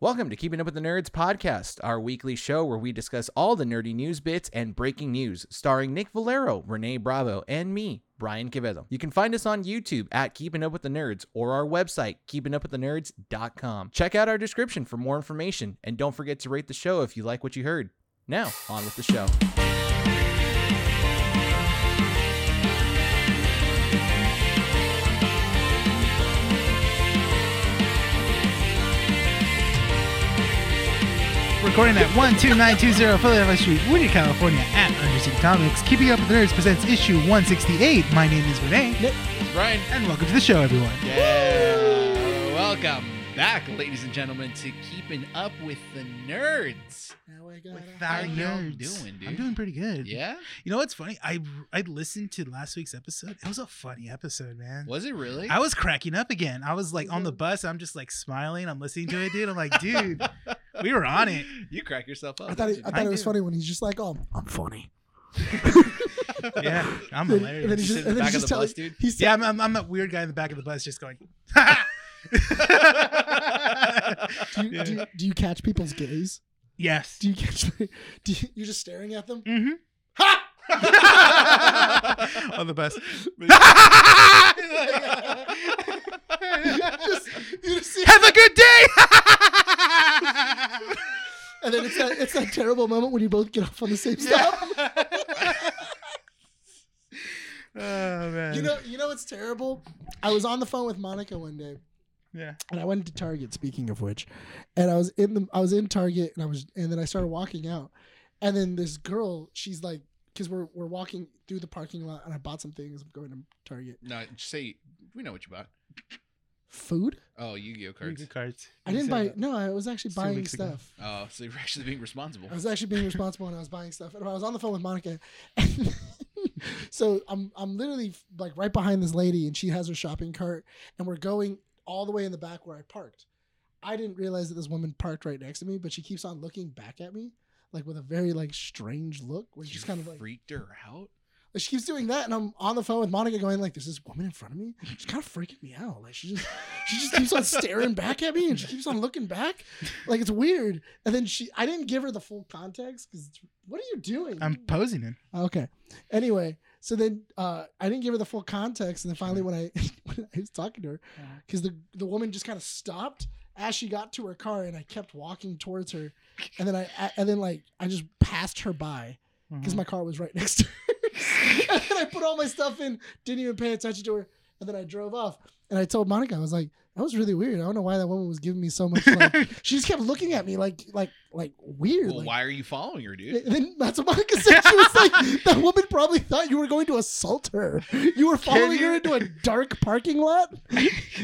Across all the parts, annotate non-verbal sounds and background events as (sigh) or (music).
Welcome to Keeping Up with the Nerds podcast, our weekly show where we discuss all the nerdy news bits and breaking news, starring Nick Valero, Renee Bravo, and me, Brian Quevedo. You can find us on YouTube at Keeping Up with the Nerds or our website, keepingupwiththenerds.com. Check out our description for more information, and don't forget to rate the show if you like what you heard. Now, on with the show. Recording at 12920 Philadelphia Street, Woody, California, at Undersea Comics. Keeping Up with the Nerds presents issue 168. My name is Renee, Nick, Brian. and welcome to the show, everyone. Yeah. Welcome back, ladies and gentlemen, to keeping up with the nerds. How y'all doing, dude? I'm doing pretty good. Yeah, You know what's funny? I I listened to last week's episode. It was a funny episode, man. was it really? I was cracking up again. I was like on (laughs) the bus. I'm just like smiling. I'm listening to it, dude. I'm like, dude, we were on (laughs) it. You crack yourself up. I thought, don't it, you? I thought I it was do. funny when he's just like, "Oh, I'm funny." Yeah, I'm And then- and then hilarious. he's just, Just in and the then back he's of just the telling, bus, (laughs) dude. he's Yeah, I'm, I'm, I'm that weird guy in the back of the bus just going, (laughs) ha! ha." do, you, do, you, do you catch people's gaze? yes. Do you catch? (laughs) The, do you, you're just staring (laughs) at them? Mm-hmm. Ha! on the bus. (laughs) just, you just see, Have a good day. and then it's that it's that terrible moment when you both get off on the same stop. oh man. You know, you know it's terrible. I was on the phone with Monica one day, yeah. and I went to Target. Speaking of which, and I was in the I was in Target, and I was and then I started walking out, and then this girl, she's like, because we're we're walking through the parking lot, and I bought some things. I'm going to Target. no, just say we know what you bought. Food? Oh, Yu-Gi-Oh cards. Mm-hmm. cards. I didn't buy. That. No, I was actually It's two buying weeks ago. stuff. Oh, so you're actually being (laughs) responsible. I was actually being responsible and I was buying stuff. And I was on the phone with Monica. (laughs) And so I'm I'm literally like right behind this lady and she has her shopping cart and we're going all the way in the back where I parked. I didn't realize that this woman parked right next to me, but she keeps on looking back at me like with a very like strange look where You she's kind of like freaked her (laughs) out. like, she keeps doing that, and I'm on the phone with Monica, going like, "There's this woman in front of me. She's kind of freaking me out. Like she just, she just keeps on staring back at me, and she keeps on looking back. Like it's weird." And then she, I didn't give her the full context because what are you doing? uh, I'm posing him. okay. Anyway, so then uh, I didn't give her the full context, and then finally when I (laughs) when I was talking to her, because the the woman just kind of stopped as she got to her car, and I kept walking towards her, and then I and then like I just passed her by Uh-huh. because Mm. my car was right (laughs) next to her. and then I put all my stuff in, didn't even pay attention to her, and then I drove off. And I told Monica, I was like, "That was really weird. I don't know why that woman was giving me so much. (laughs) Like, she just kept looking at me like, like, like weird. Well, (laughs) like- why are you following her, dude? Oh, And then that's what Monica said. She was (laughs) like, "That woman probably thought you were going to assault her. You were following her you? into a dark parking (laughs) lot.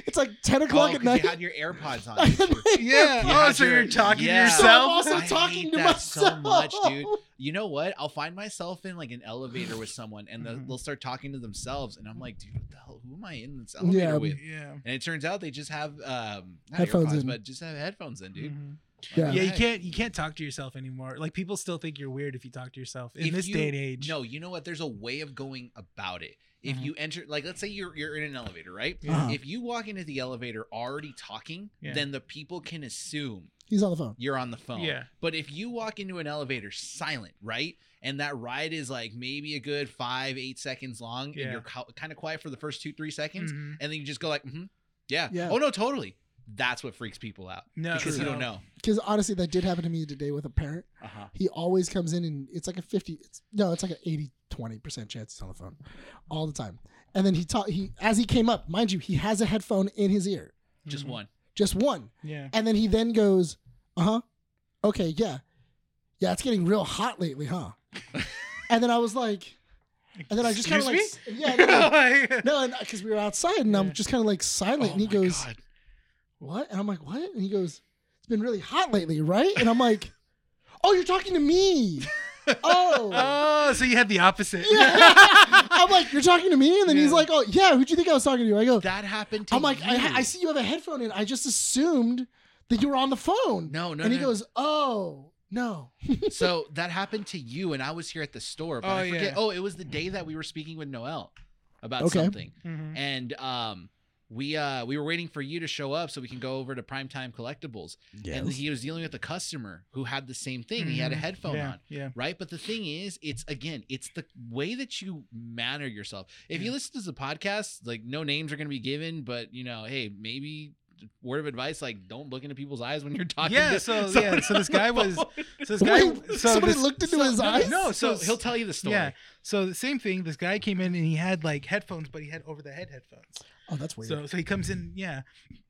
It's like ten o'clock oh, at 'cause night. you (laughs) had your AirPods I on. had (laughs) didn't you? my (laughs) yeah. Yeah, oh, so you're- you're talking yeah. to So I'm yourself. also I talking hate to that so myself. much, dude. You know what? I'll find myself in like an elevator with someone, and Mm-hmm. they'll, Mhm. they'll start talking to themselves, and I'm like, dude, what the hell? Who am I in this elevator Yeah. with? yeah. And it turns out they just have um, not Headphones AirPods, in. but just have headphones in, dude. Mhm. Yeah. Yeah, you can't you can't talk to yourself anymore. Like people still think you're weird if you talk to yourself in If this you- day and age. No, you know what? There's a way of going about it. (laughs) If Mhm. you enter, like, let's say you're you're in an elevator, right? Yeah. Uh-huh. If you walk into the elevator already talking, Yeah. then the people can assume He's on the phone. you're on the phone. Yeah. But if you walk into an elevator silent, right? And that ride is like maybe a good five, eight seconds long, and Yeah. you're kind of quiet for the first two, three seconds, Mhm. and then you just go like, mm-hmm, yeah. Yeah. oh no, totally. That's what freaks people out No, because you so- don't know. Because honestly, that did happen to me today with a parent. Uh-huh. He always comes in and it's like a 50, it's, no, it's like an 80, 20% chance he's on the phone all the time. And then he taught, he, as he came up, mind you, he has a headphone in his ear, Just Mm-hmm. Mhm. one. just one. Yeah. And then he then goes, uh huh, okay, yeah. Yeah, it's getting real hot (laughs) lately, huh? and then I was like, and then I just kind of like, Excuse yeah, and then I- (laughs) me? no, and because we were outside and Yeah. I'm just kind of like silent. Oh and he my goes, God. what? And I'm like, what? And he goes, it's been really hot lately, right? And I'm like, oh, you're talking to me. Oh. Oh, so you had the opposite. Yeah. I'm like, you're talking to me? And then he's Yeah. like, oh, yeah, who'd you think I was talking to? I go, that happened to I'm like, I, you. ha- I see you have a headphone in. I just assumed that you were on the phone. No, no, and he no. goes, oh, no. so that happened to you, and I was here at the store. But Oh, I forget. yeah. Oh, it was the day that we were speaking with Noel about Okay. something, Mhm. and um, we uh we were waiting for you to show up so we can go over to Primetime Collectibles, and he was dealing with a customer who had the same thing. He had a Mm-hmm. Mhm. headphone yeah, on. yeah. Right, but the thing is, it's again, it's the way that you manner yourself. If you Yeah. listen to the podcast, like no names are going to be given, but you know, hey, maybe word of advice, like don't look into people's eyes when you're talking. Yeah, to (laughs) so someone yeah, so this on the guy was phone. so this guy Wait, so somebody this, looked into so- his no, eyes? No, so so he'll tell you the story. Yeah. So the same thing. This guy came in and he had like headphones, but he had over the head headphones. Oh, that's weird. So so he comes in, yeah.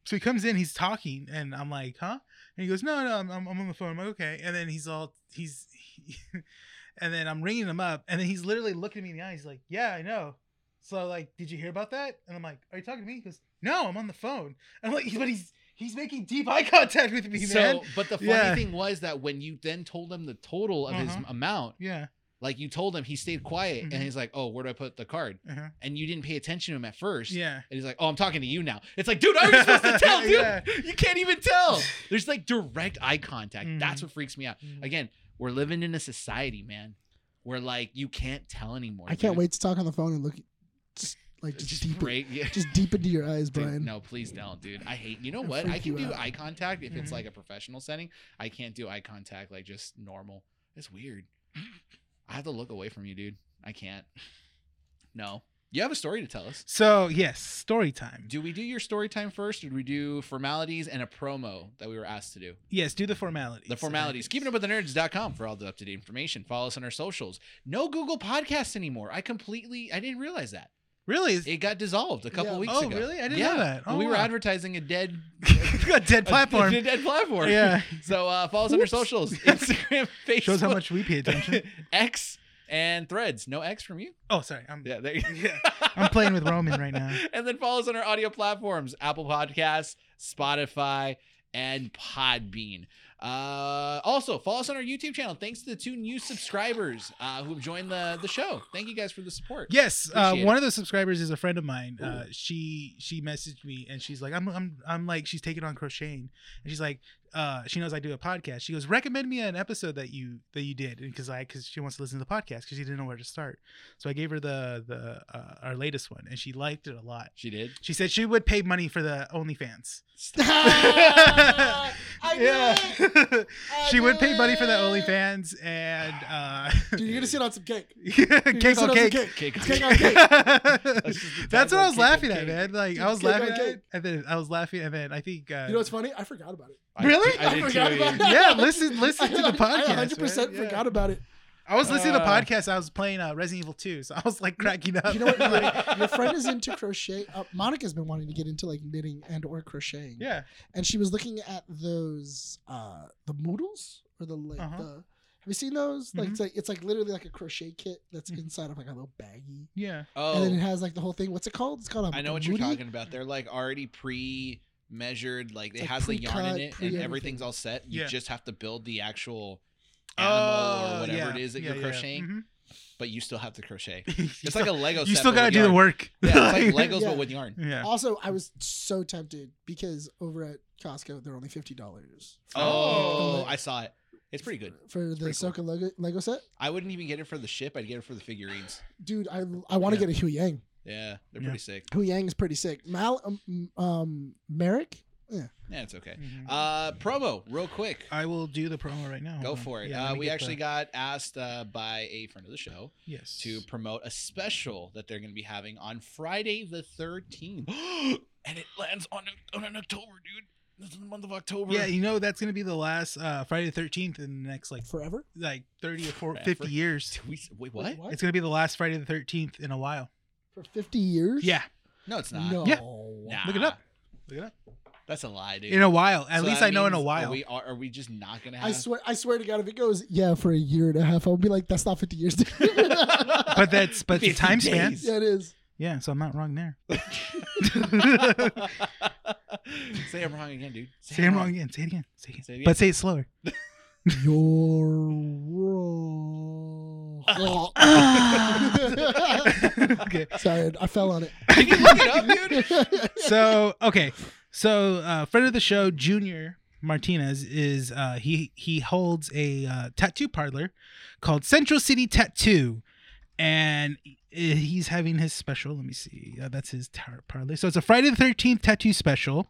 So he comes in, he's talking, and I'm like, huh? And he goes, no, no, I'm, I'm I'm on the phone. I'm like, okay. And then he's all he's, (laughs) and then I'm ringing him up, and then he's literally looking me in the eyes, like, yeah, I know. So like, did you hear about that? And I'm like, are you talking to me? He goes, no, I'm on the phone. And I'm like, but he's he's making deep eye contact with me, (laughs) man. So, but the funny Yeah. thing was that when you then told him the total of his Uh-huh. amount, Yeah. like you told him, he stayed quiet and Mhm. he's like, "Oh, where do I put the card?" Uh-huh. And you didn't pay attention to him at first. Yeah. And he's like, "Oh, I'm talking to you now." It's like, dude, I'm (laughs) just supposed to tell, dude. Yeah. You can't even (laughs) tell. There's like direct eye contact. That's Mhm. what freaks me out. Mhm. Mm. Again, we're living in a society, man, where like you can't tell anymore. I can't dude. wait to talk on the phone and look, just (laughs) like just, Just deep, break. (laughs) Yeah. just deep into your eyes, Dude, Brian. no, please don't, dude. I hate. You know It'll what? I freak can you do out. Mm. eye contact if it's Mhm. like a professional setting. I can't do eye contact like just normal. It's weird. I have to look away from you, dude. I can't. No. You have a story to tell us. So yes, story time. Do we do your story time first, or do we do formalities and a promo that we were asked to do? Yes, do the formalities. The formalities. Keeping up with the nerds.com for all the up to date information. Follow us on our socials. No Google Podcasts anymore. I completely I didn't realize that. (laughs) Really? (laughs) It got dissolved a couple Yeah. weeks oh, ago. really? I didn't Yeah. know that. Oh, we were wow. advertising a dead a dead (laughs) platform. A dead platform. (laughs) (laughs) yeah. So uh, follow us on our (laughs) Whoops. socials: Instagram, Facebook, Shows how much we (laughs) pay attention. X, and Threads. No X from you. Oh, sorry. I'm Yeah, there you (laughs) Yeah. I'm playing with Roman (laughs) right now. And then follow us on our audio platforms: Apple Podcasts, Spotify, and Podbean. Uh, also, follow us on our YouTube channel. Thanks to the two new subscribers uh, who have joined the the show. Thank you guys for the support. Yes, uh, Appreciate it. one of the subscribers is a friend of mine. Uh, she she messaged me and she's like, I'm I'm I'm like she's taking on crocheting and she's like, uh, she knows I do a podcast. She goes, recommend me an episode that you that you did because I because she wants to listen to the podcast because she didn't know where to start. So I gave her the the uh, our latest one and she liked it a lot. She did. She said she would pay money for the OnlyFans. (laughs) I knew it! (laughs) I (laughs) she would pay knew money for the it! OnlyFans and uh, (laughs) Dude, you're gonna sit on some cake. You're gonna cake sit on some cake. Cake Cake on (laughs) on (laughs) cake. That's just the That's title, what I was Cake laughing on Cake. at, man. Like Dude, I was cake on laughing at cake. it, and then I was laughing, and then I think uh, You know what's funny? I forgot about it. I- Really? I, did I forgot too, about yeah. (laughs) that. yeah. Listen, listen to the I podcast. 100 percent man. Yeah. forgot about it. I was listening to Uh, podcasts. I was playing uh, Resident Evil 2, so I was like cracking up. You know what? Your, your friend is into crochet. Uh, Monica's been wanting to get into like knitting and or crocheting. (laughs) yeah. And she was looking at those uh the Moodles or the like Uh-huh. the. Have you seen those? Like Mhm. it's like it's like literally like a crochet kit that's Mhm. inside of like a little baggie, Yeah. Oh, and then it has like the whole thing. What's it called? It's called. I I know what you're talking about. They're like already pre measured, like it Like has the yarn in pre-cut, it and pre-everything. everything's all set. You Yeah. Oh, just have to build the actual animal or whatever it is that you're crocheting, but you still have to crochet. It's like a Lego Mm-hmm. you set, still but gotta with do the yarn. work. Yeah, (laughs) it's (laughs) like Legos Yeah. but with yarn. Yeah. Also, I was so tempted because over at Costco they're only fifty dollars. Oh, I saw it. It's pretty good. for the pretty cool. Soka Lego, Lego set. I wouldn't even get it for the ship. I'd get it for the figurines. Dude, I I want to Yeah. get a Hu Yang. Yeah, they're Yeah. pretty sick. Hu Yang is pretty sick. Mal um, um Merrick. Yeah, it's okay. Mhm. Uh, promo real quick. I will do the promo right now. Go Hold on. for it. Uh, Yeah, let uh, me we get actually the- got asked uh, by a friend of the show yes to promote a special that they're going to be having on Friday the 13th. (gasps) and it lands on, on an October, dude. This is the month of October. (laughs) Yeah, (laughs) you know that's gonna be the last uh, Friday the Thirteenth in the next like Forever. like thirty or 40, Forever. 50 years. We, wait, what? What? It's gonna be the last Friday the Thirteenth in a while. for fifty years. Yeah, No, it's not. No. Yeah. Nah, look it up. Look it up. That's a lie, dude. In a while, at So least that I know in a means- while. Are we, are, are we just not going to have. I (laughs) (laughs) swear, I swear to God, if it goes, yeah, for a year and a half, I'll be like, that's not 50 years. (laughs) yeah, (laughs) but (laughs) that's but the 50 time span. days. it is. Yeah, so I'm not (laughs) wrong there. (laughs) Say I'm wrong again, dude. Say it wrong again. Say it again. Say it again. Say it again. But say (laughs) it slower. (laughs) You're wrong. (laughs) (laughs) (laughs) okay. Sorry, I fell on it. Can you look it up, (laughs) dude? So okay. So uh, friend of the show, Junior Martinez is uh, he he holds a uh, tattoo parlor called Central City Tattoo and i- he's having his special. Let me see. Uh, that's his tar- parlay. So it's a Friday the Thirteenth tattoo special.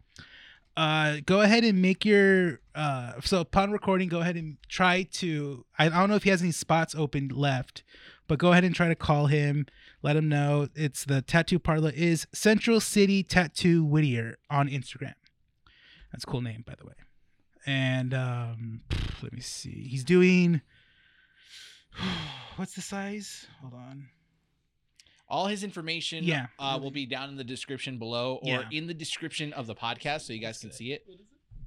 Uh, go ahead and make your uh. So upon recording, go ahead and try to. I don't know if he has any spots open left, but go ahead and try to call him. Let him know it's the tattoo parlor is Central City Tattoo Whittier on Instagram. That's a cool name, by the way. And um, let me see. He's doing. (sighs) What's the size? Hold on. All his information Yeah. uh, will be down in the description below or Yeah. in the description of the podcast so you guys can That's it. see it.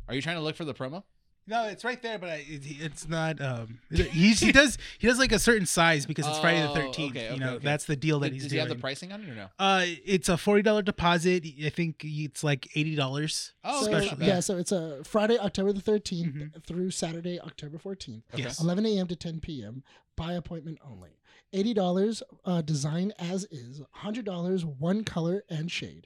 Are you trying to look for the promo? No, it's right there, but I, it, it's not. Um, he, he does he does like a certain size because it's Friday the Oh, Thirteenth. okay, you know, okay, okay. that's the deal that Does he's he doing. have the pricing on it (sighs) or no? uh, it's a forty dollar deposit. I think it's like eighty dollars. Oh, so, okay, not bad. Mm-hmm. yeah, so it's a Friday, October the 13th Mhm. through Saturday, October 14th, Okay. Yes. 11 a.m. to 10 p.m. by appointment only. $80 uh, design as is, $100 one color and shade,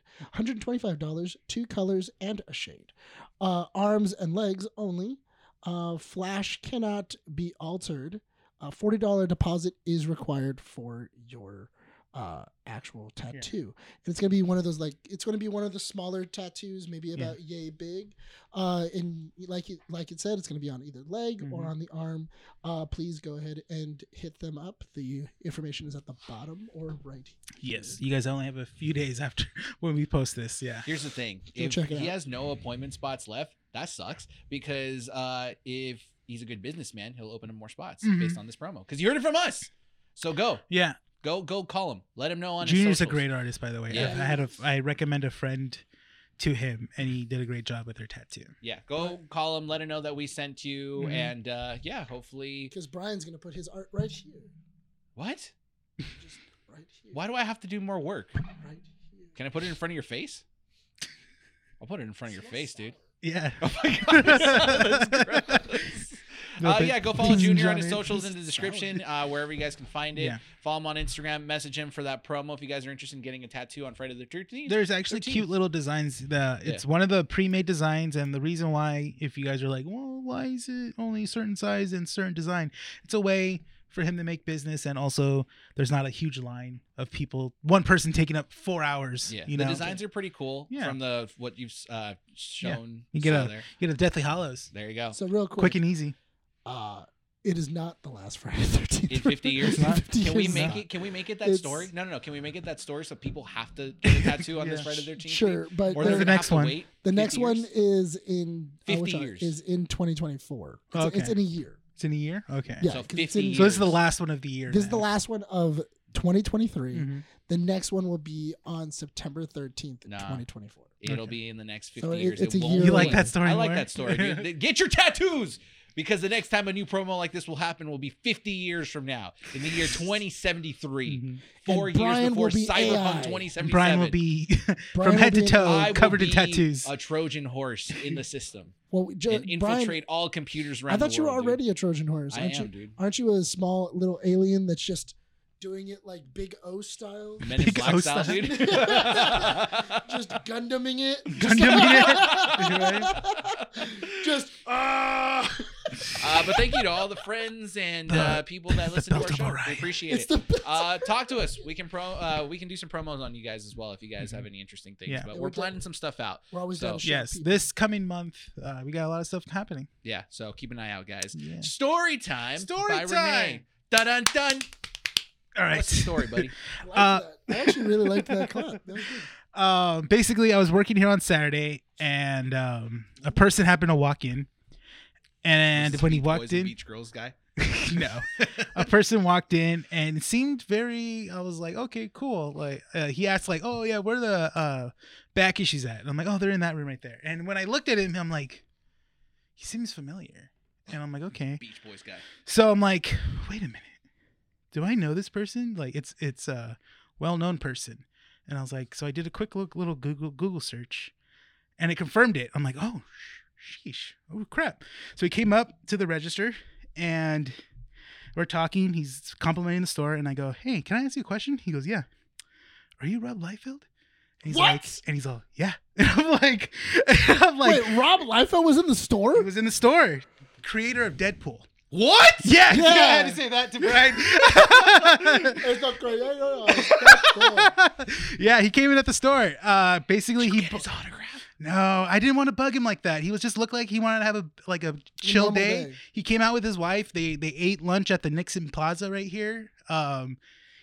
$125 two colors and a shade. Uh, arms and legs only. Uh, flash cannot be altered. A $40 deposit is required for your uh, actual tattoo. And it's going to be one of those, like, it's going to be one of the smaller tattoos, maybe Yeah. about yay big. Uh, and like it, like it said, it's going to be on either leg or Mhm. on the arm. Uh, please go ahead and hit them up. The information is at the bottom or right. Yes. You guys only have a few days after (laughs) when we post this. Yeah. Here's the thing: Go if check it he out. has no appointment spots left, that sucks because uh, if he's a good businessman, he'll open up more spots Mhm. based on this promo. Because you heard it from us, so go, Yeah. go, go, call him. Let him know on. his Junior's a socials. great artist, by the way. I- Yeah. I, had a I recommend a friend to him, and he did a great job with her tattoo. Yeah, go call him. Let him know that we sent you, Mhm. and uh, yeah, hopefully. Because Brian's going to put his art right here. What? Just right here. Why do I have to do more work? Right here. Can I put it in front of your face? I'll put it in front of your face, dude. Yeah. Oh my (laughs) god, that's gross. No, uh, but yeah, go follow please Junior on enjoy his it. socials in the Please description, uh, wherever you guys can find it. Yeah. Follow him on Instagram, message him for that promo if you guys are interested in getting a tattoo on Friday the 13th. There's actually cute They're teams. little designs. The it's one of the pre-made designs, and the reason why, if you guys are like, well, why is it only certain size and certain design? It's a way for him to make business, and also there's not a huge line of people. One person taking up four hours. yeah, you the know, designs are pretty cool Yeah. from the what you've uh, shown. You get so a- there. you know, Deathly Hollows, There you go. So real quick, quick and easy. uh, it is not the last Friday the 13th. in (laughs) 50 years, It's not. 50 can we years make not. it? Can we make it that It's- story? No, no, no. Can we make it that story so people have to (laughs) get a tattoo on this Yeah. Friday the 13th? Sure, but Or the they're there- gonna have next to one. wait the 50 next one years? is in uh, 50 which are- years. is in 2024. It's, Okay. it's in a year. It's in a year. Okay. Yeah, So 'cause it's 50 in- So this is the Years. Mm-hmm. last one of the year. This is the now. last one of 2023. Mhm. The next one will be on September 13th, Nah. 2024. It'll Okay. be in the next 50 So it- years. it's a won't year be You like late. that story I like more? that story. (laughs) (laughs) dude. Get your tattoos because the next time a new promo like this will happen will be 50 years from now in (laughs) the year 2073. Mhm. Mm-hmm. And Four years Brian before will be Cyberpunk AI. 2077. Brian will be (laughs) Brian from will head be to in- toe I will covered in be tattoos. A Trojan horse in (laughs) the system Well, we- Jo- and infiltrate Brian, all computers around I thought the you were world, already a Trojan horse. Dude. I Aren't am, you? dude. Aren't you a small little alien that's just doing it like Big O style? Men in Big Black O style, style. dude. just Gundaming it. (laughs) Gundaming it. (laughs) just ah. (laughs) Uh, but thank you to all the friends and The- uh, people that the listen to our belt of show. We Orion. appreciate it's it. the best. uh, talk to us. We can pro. Uh, we can do some promos on you guys as well if you guys Mhm. have any interesting things. Yeah. But Yeah, we're we're down- planning some stuff out. We're always So- down. to shoot yes, people. this coming month, uh, we got a lot of stuff happening. Yeah. So keep an eye out, guys. Yeah. Story time. Story by time. Renee. Dun dun dun. All right. What's the (laughs) story, buddy? I liked uh, that. I actually really liked that clip. That was good. um, basically, I was working here on Saturday, and um, a person happened to walk in. And This is when he Beach walked Boys (laughs) and in, Beach Girls guy. no, a person walked in and it seemed very. I was like, okay, cool. Like uh, he asked, like, oh yeah, where the uh, back issues at? And I'm like, oh, they're in that room right there. And when I looked at him, I'm like, he seems familiar. And I'm like, okay. Beach Boys guy. So I'm like, wait a minute. Do I know this person? Like it's it's a well-known person. And I was like, so I did a quick look little Google Google search and it confirmed it. I'm like, oh sh- sheesh. Oh crap. So he came up to the register and we're talking. He's complimenting the store and I go, "Hey, can I ask you a question?" He goes, "Yeah." Are you Rob Liefeld? And he's like What? and he's all, "Yeah." (laughs) And I'm like I'm (laughs) like Wait, Rob Liefeld was in the he (laughs) store? was in the store. Creator of Deadpool. What? Yeah, (laughs) Yeah. I had to say that to Brian. It's not great. No, no, no. That's cool. (laughs) yeah, he came in at the store. Uh, basically, he Get his autograph. no, I didn't want to bug him like that. He was just looked like he wanted to have a like a (laughs) chill Normal day. He came out with his wife. They they ate lunch at the Nixon Plaza right here. Um,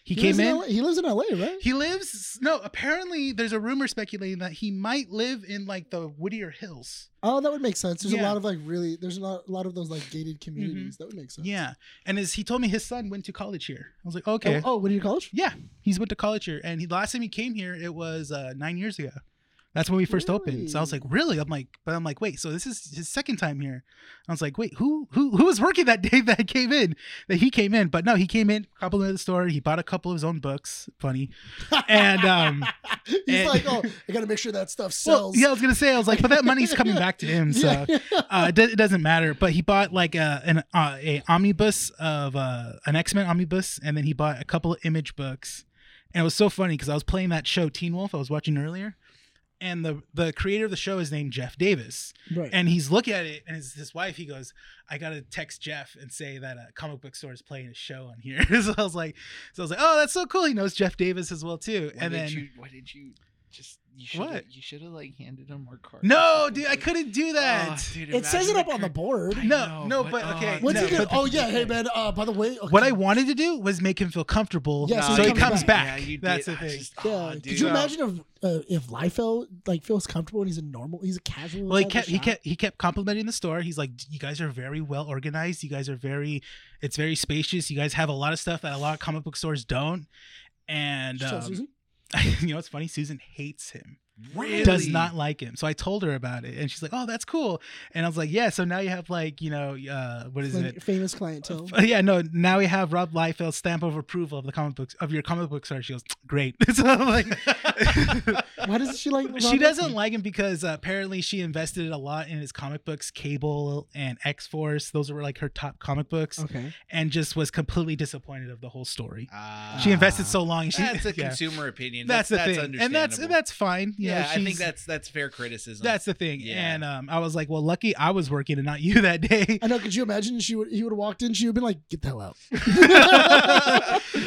he, lives came in. LA he lives in LA, right? He lives no. Apparently, there's a rumor speculating that he might live in like the Whittier Hills. Oh, that would make sense. There's a Yeah. Mm-hmm. lot of like really. There's a lot, a lot of those like gated communities. That would make sense. Yeah, and as he told me, his son went to college here. I was like, okay, Oh, oh what do you call it? (laughs) yeah, he's went to college here. And he, the last time he came here, it was uh, nine years ago. That's when we first opened. So I was like, really? I'm like, but I'm like, wait. So this is his second time here. I was like, wait, who who who was working that (laughs) day that I came in? That he came in, but no, he came in, complimented the store. He bought a couple of his own books. Funny, and um. He's and- like, oh, I gotta make sure that stuff Well, sells. yeah, I was gonna say, I was like, but that money's coming back to him, so (laughs) (laughs) Yeah. uh, it, do- it doesn't matter. But he bought like a an uh, a omnibus of uh, an X Men omnibus, and then he bought a couple of Image books. And it was so funny because I was playing that show Teen Wolf I was watching earlier, and the the creator of the show is named Jeff Davis, Right. and he's looking at it, and his, his wife he goes, "I gotta text Jeff and say that a comic book store is playing a show on here." (laughs) so I was like, so I was like, oh, that's so cool. He knows Jeff Davis as well too, Why and did then. you? Why did you? Just you should. What? You should have like handed him our card. no, dude, I couldn't do that. Ah, Oh, it says it up on the board. No, no, but uh, okay, What's no, he gonna? but- Oh yeah, hey man. Uh, by the way, okay. What I wanted to do was make him feel comfortable, Yeah, so, he comes back. Yeah, you did. That's I the thing. just- Yeah. aw, Could dude. you No. imagine if uh, if Liefeld like feels comfortable and he's a normal, he's a casual. well, he guy at kept he the shop? kept he kept complimenting the store. He's like, "You guys are very well organized. You guys are very, it's very spacious. You guys have a lot of stuff that a lot of comic book stores don't." And So, um, Susan? (laughs) you know what's funny? Susan hates him. Really? does not like him. So I told her about it, and she's like, "Oh, that's cool." And I was like, "Yeah." So now you have like you know uh, what is Like, it? (laughs) famous clientele. Yeah, no. Now we have Rob Liefeld's stamp of approval of the comic books of your comic book store. She goes, "Great." (laughs) so I'm (laughs) like, Why does she like? she doesn't like him because uh, apparently she invested a lot in his comic books, Cable and X Force. Those were like her top comic Oh. books, Okay. and just was completely disappointed of the whole story. Ah. she invested so long. and She, That's a (laughs) yeah. consumer opinion. That's That's the that's, thing, understandable. and that's and that's fine. You know, yeah. I think she's- that's that's fair (laughs) criticism. that's the thing. Yeah. And um, I was like, well, lucky I was working and not you that (laughs) day. (laughs) I know. Could you imagine? She would. He would have walked in. She would have been like, "Get the hell out!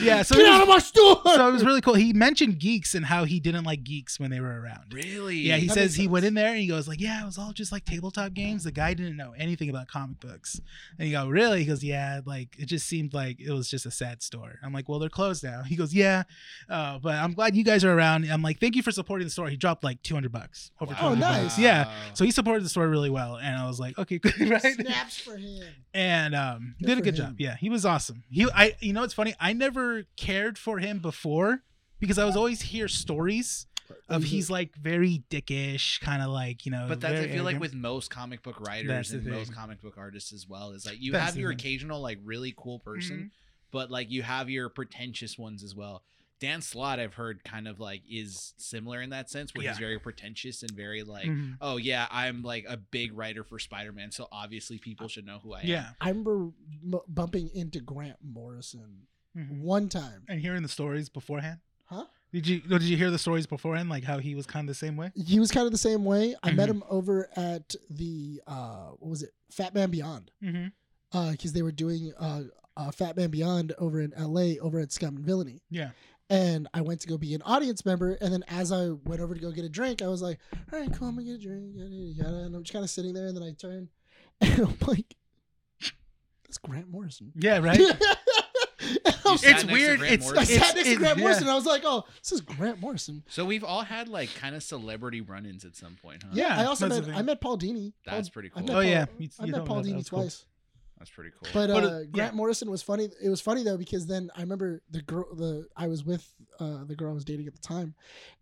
yeah, so Get it was- out of my store!" (laughs) so it was really cool. He mentioned geeks and how he didn't like geeks when they were around. really Yeah, he That says makes he sense. went in there and he goes like, "Yeah, it was all just like tabletop games." The guy didn't know anything about comic books, and you go, "Really?" He goes, "Yeah, like it just seemed like it was just a sad store." I'm like, "Well, they're closed now." He goes, "Yeah, uh, but I'm glad you guys are around." I'm like, "Thank you for supporting the store." He dropped like 200 bucks over. Wow. 200 Oh, nice. bucks. Yeah. So he supported the store really well, and I was like, "Okay, (laughs) good, right?" Snaps for him. and um, Good did a for good him. job. Yeah, he was awesome. He, I, you know, it's funny. I never cared for him before because I was always hear stories Mm-hmm. of he's like very dickish, kind of like you know. But that's I very feel like arrogant. with most comic book That's writers the and most thing. comic book artists as well is like you That's have the your thing. occasional like really cool person, but like you have your pretentious ones as well. Dan Slott, I've heard, kind of like is similar in that sense, where Yeah. he's very pretentious and very like, Mhm. oh yeah, I'm like a big writer for Spider-Man, so obviously people should know who I am. yeah, I remember m- bumping into Grant Morrison Mhm. one time. and hearing the stories beforehand. Huh? Did you no, did you hear the stories beforehand, like how he was kind of the same way? He was kind of the same way. I met Mm-hmm. him over at the uh, what was it, Fat Man Beyond, Mm-hmm. because they were doing uh, uh, Fat Man Beyond over in L.A. over at Scum and Villainy. Yeah. And I went to go be an audience member, and then as I went over to go get a drink, I was like, "All right, cool, I'm gonna get a drink." Yada, yada, yada. And I'm just kind of sitting there, and then I turn, (laughs) and I'm like, "That's Grant Morrison." (laughs) Yeah, right. And I'm it's sat next to weird. Grant It's I Morrison. it's- sat next to it- Grant yeah. Morrison. I was like, "Oh, this is Grant Morrison." So we've all had like kind of celebrity run-ins at some point, huh? Yeah, I Yeah, also that's met the thing. I met Paul Dini. That's Paul, pretty I cool. met Oh yeah, You- I you met told me Paul that. That Dini was cool. twice. That's pretty cool. But, But, uh, uh, yeah. Grant Morrison was funny. It was funny though because then I remember the girl, the I was with uh, the girl I was dating at the time,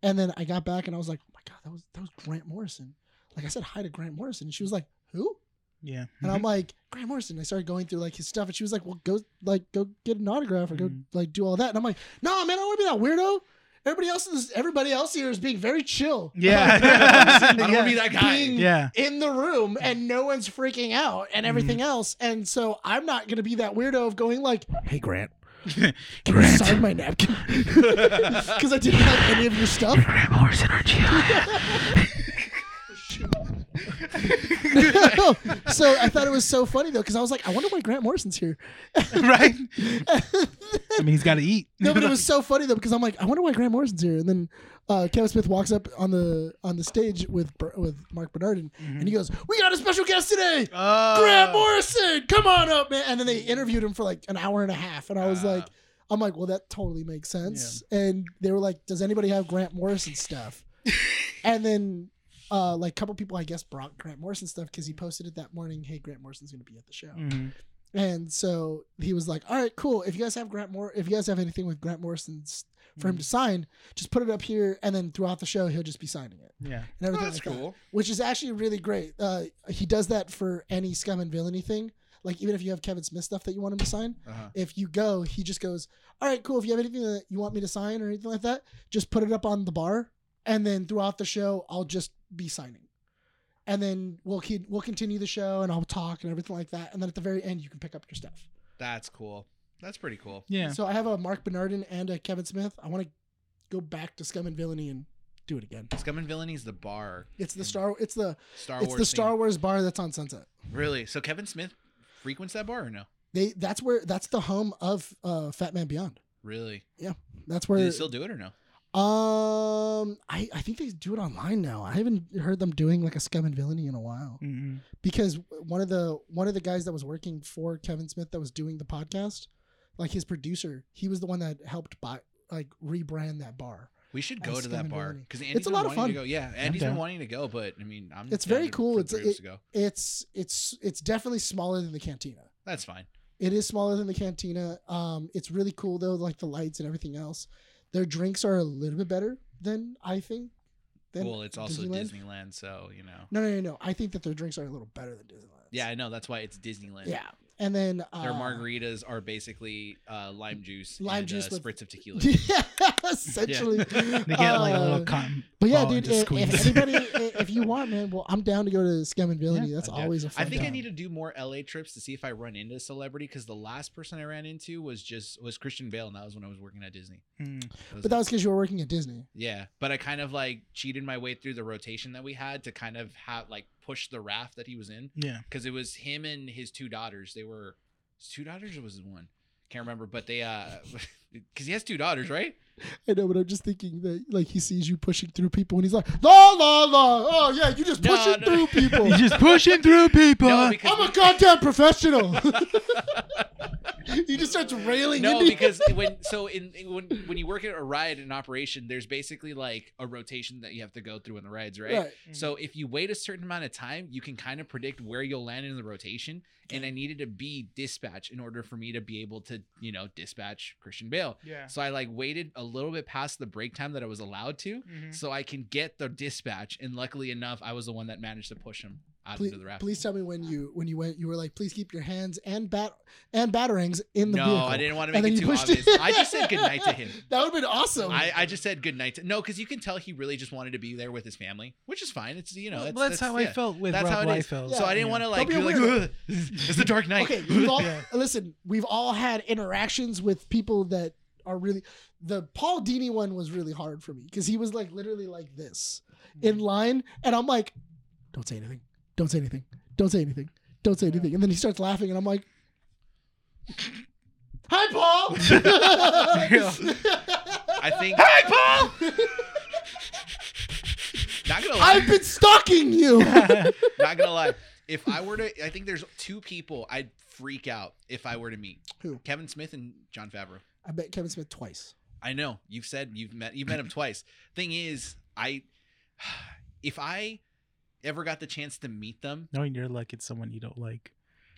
and then I got back and I was like, "Oh my god, that was that was Grant Morrison." Like I said hi to Grant Morrison, and she was like, "Who?" Yeah, (laughs) And I'm like, Grant Morrison. I started going through like his stuff, and she was like, "Well, go like go get an autograph or go Mhm. like do all that." And I'm like, "No, man, I don't want to be that weirdo. Everybody else is everybody else here is being very chill. (laughs) Yeah. (laughs) I don't want to be that guy. (laughs) Being yeah. (laughs) in the room and no one's freaking out and everything else. And so I'm not gonna be that weirdo of going like, "Hey, Grant, can you sign my napkin?" (laughs) Because I didn't like any of your stuff. Grant Morrison, aren't you? (laughs) so I thought it was so funny though, because I was like, I wonder why Grant Morrison's here. (laughs) right? I mean, he's got to eat. (laughs) No, but it was so funny though because I'm like, I wonder why Grant Morrison's here. And then uh, Kevin Smith walks up on the on the stage with Ber- with Mark Bernard and, and he goes, "We got a special guest today, Uh, Oh, Grant Morrison. Come on up, man." And then they interviewed him for like an hour and a half, and I was Ah. like, I'm like, well, that totally makes sense. And they were like, does anybody have Grant Morrison (laughs) stuff? and then. Uh, like a couple people, I guess, brought Grant Morrison stuff because he posted it that morning. Hey, Grant Morrison's gonna be at the show. Mm. Mhm. And so he was like, "All right, cool. If you guys have Grant Mor, if you guys have anything with Grant Morrison's for Mm. him to sign, just put it up here, and then throughout the show he'll just be signing it Yeah. and everything." Oh, that's like that, cool. which is actually really great. Uh, he does that for any scum and villainy thing. Like even if you have Kevin Smith stuff that you want him to sign, Uh-huh. if you go, he just goes, "All right, cool. If you have anything that you want me to sign or anything like that, just put it up on the bar, and then throughout the show, I'll just be signing." And then we'll keep, we'll continue the show, and I'll talk and everything like that. And then at the very end, you can pick up your stuff. That's cool. That's pretty cool. Yeah. So I have a Mark Bernardin and a Kevin Smith. I want to go back to Scum and Villainy and do it again. Scum and Villainy is the bar. It's the in Star. It's the Star it's Wars. the Star theme. Wars bar that's on Sunset. Really? So Kevin Smith frequents that bar or no? They that's where that's the home of uh, Fat Man Beyond. Really? That's Do where they still do it or no? um I I think they do it online now. I haven't heard them doing like a Scum and Villainy in a while Mhm. because one of the one of the guys that was working for Kevin Smith that was doing the podcast, like his producer, he was the one that helped buy like rebrand that bar. We should go As Uh, to Scum that and bar Villainy. because Andy's a been lot of wanting to fun. go. Yeah, Andy's down. been wanting to go, but I mean, I'm. It's down very to- cool. for It's- the groups it- to go. it's it's it's definitely smaller than the cantina That's fine. it is smaller than the cantina um it's really cool though like the lights and everything else their drinks are a little bit better than i think than well, it's also Disneyland. Disneyland, so you know. no no no no i think that their drinks are a little better than disneyland Yeah, I know. That's why it's Disneyland. yeah and then uh, Their margaritas are basically uh, lime juice, Lime and, juice uh, with- spritz of tequila. (laughs) yeah essentially (laughs) They get like a Uh, little cotton. but yeah ball and dude just if, if squeeze. anybody (laughs) i- if you want man well i'm down to go to scum and villainy Yeah, that's I'm down. always a I fun think I time. need to do more LA trips to see if I run into a celebrity because the last person I ran into was just was Christian Bale, and that was when I was working at Disney. Mm. That was but that was because you were working at disney Yeah, but I kind of like cheated my way through the rotation that we had to kind of have like push the raft that he was in Yeah. because it was him and his two daughters. They were his two daughters or was it one? Can't remember, but they uh (laughs) because he has two daughters, right? I know, but I'm just thinking that like he sees you pushing through people, and he's like, "La la la! Oh yeah, you just No, pushing no. through (laughs) people. He's just pushing through people. No, because I'm a goddamn professional." (laughs) he just starts railing. (laughs) (laughs) no, into because when so in when when you work at a ride in operation, there's basically like a rotation that you have to go through in the rides, right? So Mm-hmm. if you wait a certain amount of time, you can kind of predict where you'll land in the rotation. And I needed to be dispatch in order for me to be able to, you know, dispatch Christian Bale. Yeah. So I like waited a little bit past the break time that I was allowed to, Mm-hmm. Mhm. so I can get the dispatch. And luckily enough, I was the one that managed to push him out Please, into the raft. please tell me when you when you went, you were like, "Please keep your hands and bat and batarangs in the no, vehicle." I didn't want to And then make it you too pushed obvious. it. I just said goodnight to (laughs) him. That would have been awesome. I, I just said goodnight to no, because you can tell he really just wanted to be there with his family, which is fine. It's you know, Well, it's- that's, how I yeah. felt with That's Rob how it is. Liefeld. So I didn't Yeah. want to like be be, a like, weirdo. "Ugh, it's the Dark Knight. (laughs) okay, we've all, Yeah. listen, we've all had interactions with people that are really the Paul Dini one was really hard for me because he was like literally like this in line, and I'm like, don't say anything, don't say anything, don't say anything, don't say anything, and then he starts laughing, and I'm like. Hi, Paul. (laughs) I think. Hi, Paul. (laughs) not gonna lie. I've been (laughs) stalking you. not gonna lie. If I were to, I think there's two people I'd freak out if I were to meet Who? Kevin Smith and John Favreau. I met Kevin Smith twice. I know you've said you've met you've met him twice. Thing is, I (sighs) if I ever got the chance to meet them, Knowing your luck, it's someone you don't like.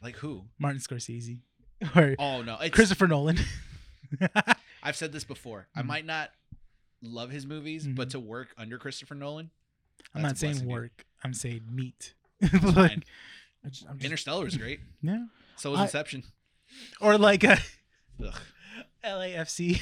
like who? Martin Scorsese (laughs) or Oh no, it's, Christopher Nolan. (laughs) I've said this before. I Mhm. might not love his movies, but Mhm. to work under Christopher Nolan, I'm That's not saying a blessing, dude. work. I'm saying meat. (laughs) fine. like, I just, I'm just, Interstellar is great. yeah. So was I- Inception. Or like a (laughs) Ugh, LAFC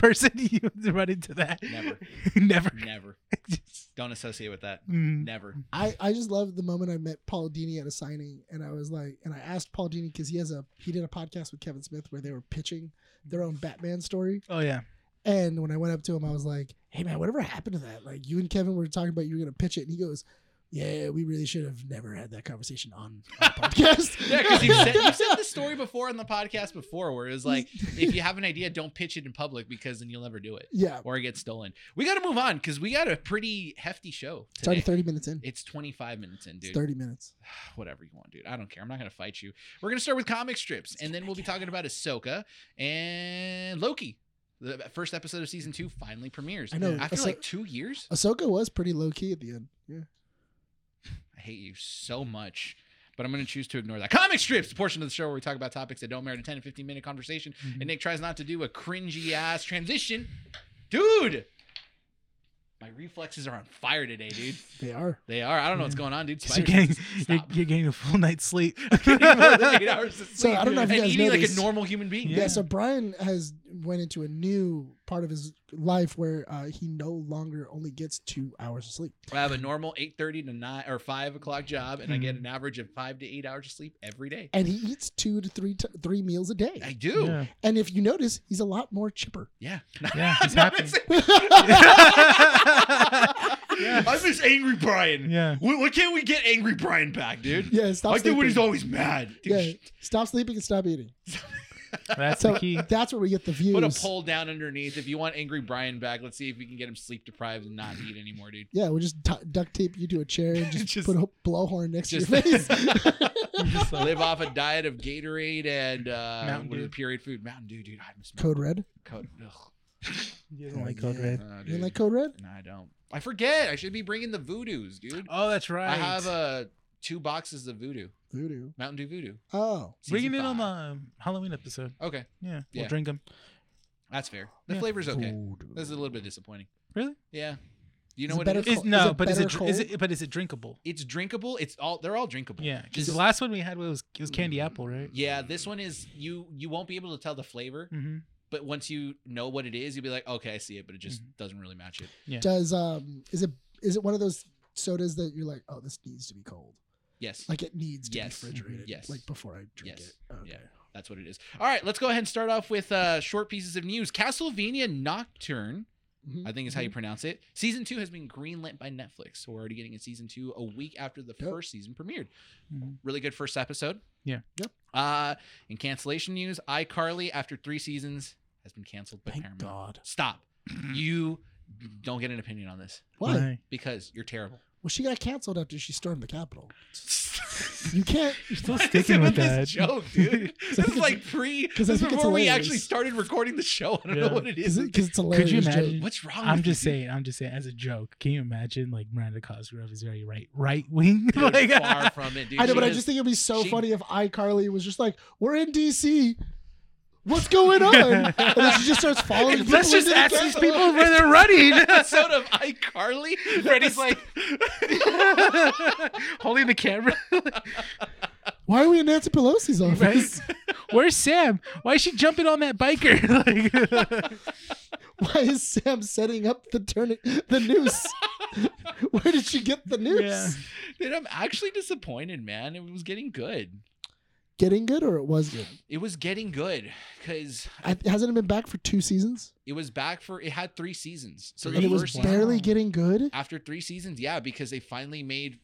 (laughs) person, you (laughs) run into that. Never. (laughs) Never. never. Just- Don't associate with Mm-hmm. that. Mm. Never. I, I just love the moment I met Paul Dini at a signing, and I was like, and I asked Paul Dini because he has a he did a podcast with Kevin Smith where they were pitching their own Batman story, Oh yeah. and when I went up to him, I was like, hey man, whatever happened to that? Like you and Kevin were talking about you were gonna pitch it, and he goes, yeah, we really should have never had that conversation on, on podcast. (laughs) Yeah, because you said you said this story before on the podcast before, where it was like, if you have an idea, don't pitch it in public because then you'll never do it (laughs) yeah, or it gets stolen. We got to move on because we got a pretty hefty show it's already today. thirty minutes in. It's 25 minutes in, It's dude. thirty minutes. Whatever you want, dude. I don't care. I'm not gonna fight you. We're gonna start with comic strips, and then we'll be talking about Ahsoka and Loki. The first episode of season two finally premieres. I know. After Ahso- like two years, Ahsoka was pretty low key at the end. Yeah. I hate you so much. But I'm going to choose to ignore that. Comic strips, the portion of the show where we talk about topics that don't merit a 10 to 15 minute conversation. Mm-hmm. And Nick tries not to do a cringy ass transition. Dude, my reflexes are on fire today, dude. They are. They are. I don't know what's Yeah. going on, dude. So you're Spider getting, you're, (laughs) stop. you're getting a full night's (laughs) sleep. Getting more than eight hours of So (laughs) I don't know if and you guys eating like a noticed- normal human being. Yeah. Yeah. so Brian has went into a new part of his life where uh, he no longer only gets two hours of sleep. I have a normal 8:30 to 9 or 5 o'clock job, and I get Mm-hmm. an average of five to eight hours of sleep every day. And he eats two to three t- three meals a day. I do. (laughs) Yeah. (laughs) and if you notice, he's a lot more chipper. Yeah, he's No, happy. it's- Yeah. I miss Angry Brian. Yeah. Why, why can't we get Angry Brian back, dude? Yeah, stop like sleeping. dude, when he's always mad. Dude, yeah, stop sleeping and stop (laughs) eating. That's So the key. that's where we get the views. Put a poll down underneath if you want Angry Brian back. Let's see if we can get him sleep deprived and not eat (laughs) anymore, dude. Yeah, we'll just t- duct tape you to a chair (laughs) and just, Just- put a blowhorn next Just to your (laughs) face. (laughs) Just like- live off a diet of Gatorade and uh, Mountain what is it, Dew. period food. Mountain Dew, dude. I miss Code Red. Code. Ugh. You Oh, don't like yeah. Code Red. Uh, You dude. like Code Red? no, I don't. I forget. I should be bringing the voodoos, dude. Oh, that's right. I have uh, two boxes of voodoo. Voodoo. Mountain Dew voodoo. Oh, Bringing Season it on five. the Halloween episode. Okay, Yeah, Yeah. we'll drink them. that's fair. The Yeah. flavor's okay. Voodoo. This is a little bit disappointing. Really? Yeah. You Is know it what better it is? Col- Is, is no, it but is it, better dr- is cold? it? But is it drinkable? It's drinkable. It's all. They're all drinkable. Yeah, because Just- the last one we had was it was candy apple, right? Yeah, this one is you. You won't be able to tell the flavor, Mm-hmm. but once you know what it is, you'll be like, okay, I see it, but it just doesn't really match it. Does um is it is it one of those sodas that you're like, oh, this needs to be cold, Yes, like it needs to Yes. Mm-hmm. be refrigerated, Yes. like before I drink Yes. it. Okay. Yeah. that's what it is. All right, let's go ahead and start off with uh, short pieces of news. Castlevania Nocturne, Mhm. I think is how you pronounce it. Season two has been greenlit by Netflix, so we're already getting a season two a week after the Dope. first season premiered. Mhm. Really good first episode. Yeah. Yep. Uh, in cancellation news, iCarly after three seasons has been canceled by Thank Paramount. God. Stop. you don't get an opinion on this Why? because you're terrible. (laughs) Well, she got canceled after she stormed the Capitol. You can't. (laughs) You're still (laughs) Why is it sticking with this that. joke, (laughs) dude. I This is think like pre. This because I is think it's before we actually hilarious. started recording the show. I don't Yeah. know what it is. Because it's hilarious. Could you joke. imagine? What's wrong? I'm with you, just dude? saying. I'm just saying. As a joke, can you imagine? Like Miranda Cosgrove is very right, right wing. (laughs) Dude, like, far from it, dude. I know, She but I is- just think it'd be so she- funny if iCarly was just like, "We're in DC. What's going on?" and then she just (laughs) starts following. people Let's just into the ask these Capitol. people where they're running. episode of iCarly. (laughs) Freddie's like, (laughs) Holding the camera. (laughs) Why are we in Nancy Pelosi's office? (laughs) (laughs) Where's Sam? Why is she jumping on that biker? (laughs) like, Why is Sam setting up the turning the noose? (laughs) Where did she get the noose? Yeah. dude, I'm actually disappointed, man. It was getting good. Getting good or it was good? It was getting good because I, hasn't it been back for two seasons? it was back for. It had three seasons. So and the it was first Wow. barely getting good. after three seasons, yeah, because they finally made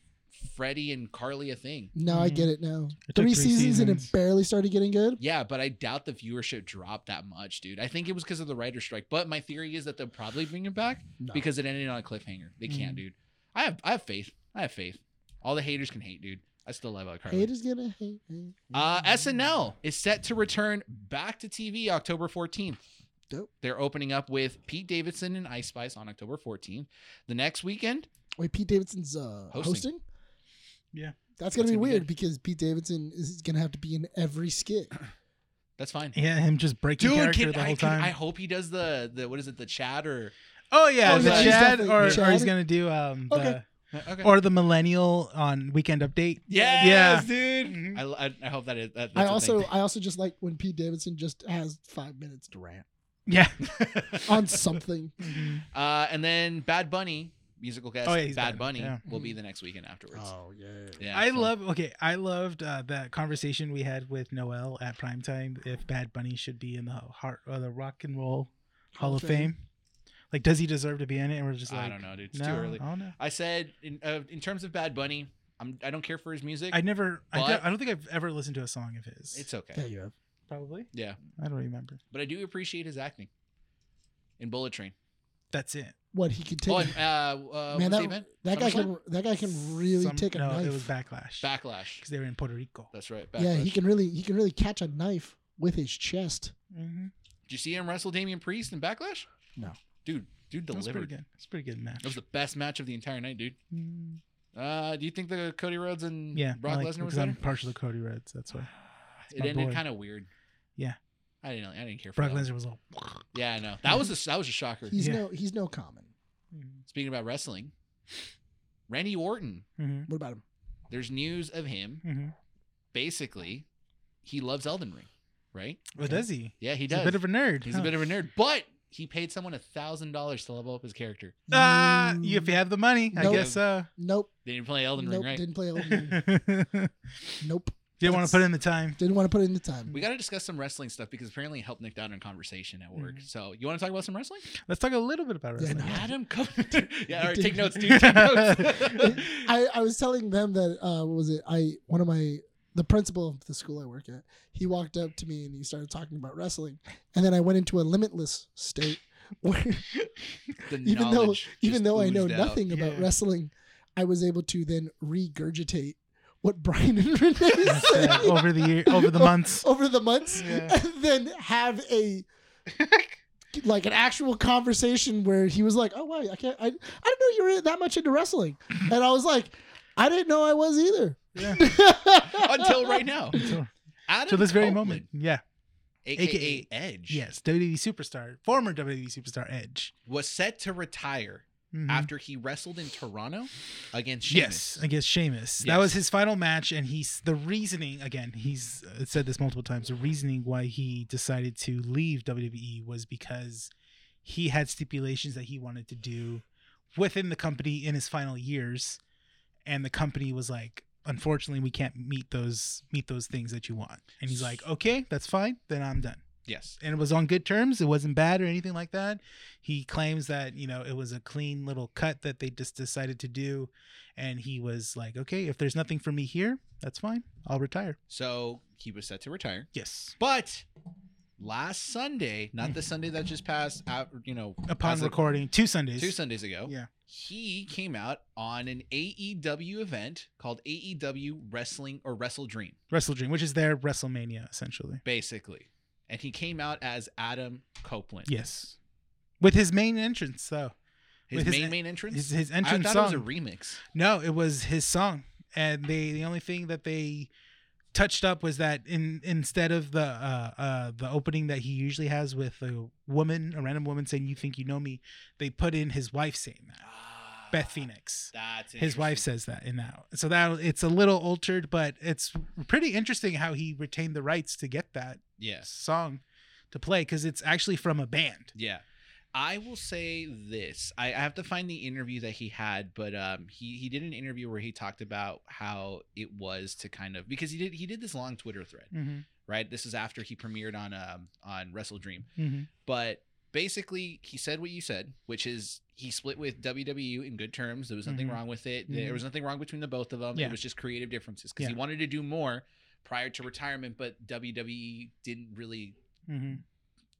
Freddie and Carly a thing. No, I Mhm. get it now. It took three three seasons, and seasons. it barely started getting good. Yeah, but I doubt the viewership dropped that much, dude. I think it was because of the writer's strike. But my theory is that they'll probably bring it back No. because it ended on a cliffhanger. They can't, Mm. dude. I have I have faith. I have faith. All the haters can hate, dude. I still love Carly. Hate is gonna hate. hate. Uh, SNL is set to return back to TV October 14th. Dope. They're opening up with Pete Davidson and Ice Spice on October 14th. The next weekend, Wait, Pete Davidson's uh, Hosting. hosting. Yeah. that's gonna That's be gonna be weird good. because Pete Davidson is gonna have to be in every skit. that's fine. yeah, him just breaking Dude, character can, the I, whole can- time. I hope he does the the what is it the chat or oh yeah, Oh, the yeah, he's Chad, definitely- or, Chad. or he's gonna do um the, Okay. okay. or the millennial on Weekend Update. yes, dude. Mhm. I, I, I hope that is. That, I that's a also thing. I also just like when Pete Davidson just has five minutes to rant (laughs) Yeah. on something. Uh, and then Bad Bunny musical guest Oh, yeah, he's Bad Bad Bunny Bunny, yeah. Mm-hmm. will be the next weekend afterwards. Oh. yeah. yeah, I so- love okay. I loved uh, that conversation we had with Noel at uh, primetime. If Bad Bunny should be in the heart or the Rock and Roll Hall of Fame, Like, does he deserve to be in it? And we're just like, I don't know, dude. It's too early. I don't know. I said in uh, in terms of Bad Bunny, I'm I don't care for his music. I never. I, But- don't- I don't think I've ever listened to a song of his. it's okay, Yeah, you have. probably. Yeah. I don't remember. but I do appreciate his acting in Bullet Train. That's it. What he could take. oh, and, uh, uh, man, what's the that, event? that guy SummerSlam? can that guy can really Some- take a no, knife. it was backlash. Backlash. because they were in Puerto Rico. That's right. Backlash. yeah, he can really he can really catch a knife with his chest. Mm-hmm. Did you see him wrestle Damian Priest in Backlash? No. Dude, dude That was pretty delivered. good. It's pretty good match. That was the best match of the entire night, dude. Mm, Uh, do you think the Cody Rhodes and yeah, Brock I like- Lesnar was because I'm better? partial to Cody Rhodes. That's (sighs) why It my ended boy. kind of weird. Yeah. I didn't. I didn't care for Brock that. Lesnar was all. Yeah, I know. That was a that was a shocker. He's Yeah. no he's no common. Speaking about wrestling, Randy Orton. Mm-hmm. What about him? There's news of him. Mm-hmm. Basically, he loves Elden Ring, right? Well, does he? Yeah, he He's does. a bit of a nerd. He's huh? a bit of a nerd, but he paid someone a thousand dollars to level up his character. Ah, Mm, you- if you have the money, I Nope. guess uh, (laughs) (laughs) so. nope, They didn't play Elden nope, Ring, right? didn't play Elden (laughs) Ring. Didn't nope, want That's- to put in the time. didn't want to put it in the time. (laughs) We got to discuss some wrestling stuff because apparently it helped Nick down in conversation at work. Mhm. So you want to talk about some wrestling? Let's talk a little bit about Mm. Yeah, wrestling. no. Adam (laughs) Covington. (laughs) yeah, all right, take notes, dude. Take notes. (laughs) I, I was telling them that uh, what was it? I one of my the principal of the school I work at. He walked up to me and he started talking about wrestling, and then I went into a limitless state (laughs) (laughs) where the even though knowledge even just though I know oozed out. nothing about Yeah. wrestling, I was able to then regurgitate what Brian and (laughs) Renee That's, said uh, Oh, over the year, (laughs) over the Oh. months. over the months, Yeah. and then have a like an actual conversation where he was like, "Oh wow, I can't, I, I didn't know you were that much (laughs) into wrestling," and I was like, "I didn't know I was either." (laughs) Yeah. until right now. Oh. Till- (laughs) Adam till this very Copeland, moment. Yeah. AKA, AKA Edge, Yes. WWE superstar, former WWE superstar Edge. was set to retire Mhm. after he wrestled in Toronto against Yes, Sheamus. against Sheamus. That Yes. was his final match, and he's the reasoning again. He's uh, said this multiple times. The reasoning why he decided to leave WWE was because he had stipulations that he wanted to do within the company in his final years, and the company was like, "Unfortunately, we can't meet those meet those things that you want." And he's like, "Okay, that's fine. Then I'm done." Yes. and it was on good terms. It wasn't bad or anything like that. He claims that you know it was a clean little cut that they just decided to do, and he was like, "Okay, if there's nothing for me here, that's fine. I'll retire." So he was set to retire. Yes. But last Sunday, not the Mm. Sunday that just passed, out, you know, Upon as of recording two Sundays. two Sundays ago, Yeah. he came out on an AEW event called AEW Wrestling or Wrestle Dream, Wrestle Dream, which is their WrestleMania essentially. basically. And he came out as Adam Copeland. Yes. With his main entrance though, His With his main en- main entrance. his his I entrance thought song. it was a remix. No, it was his song, and they the only thing that they touched up was that in instead of the uh, uh, the opening that he usually has with a woman, a random woman saying "You think you know me," they put in his wife saying that. Beth Phoenix, Ah, That's his wife interesting. says that in that. So that it's a little altered, but it's pretty interesting how he retained the rights to get that Yes. song to play because it's actually from a band. Yeah. I will say this. I, I have to find the interview that he had, but um, he he did an interview where he talked about how it was to kind of because he did he did this long Twitter thread, Mm-hmm. right? This is after he premiered on um on Wrestle Dream, Mm-hmm. but basically he said what you said, which is he split with WWE in good terms. There was nothing Mhm. wrong with it. Mhm. There was nothing wrong between the both of them. Yeah. It was just creative differences because he Yeah. wanted to do more prior to retirement, but WWE didn't really Mm-hmm.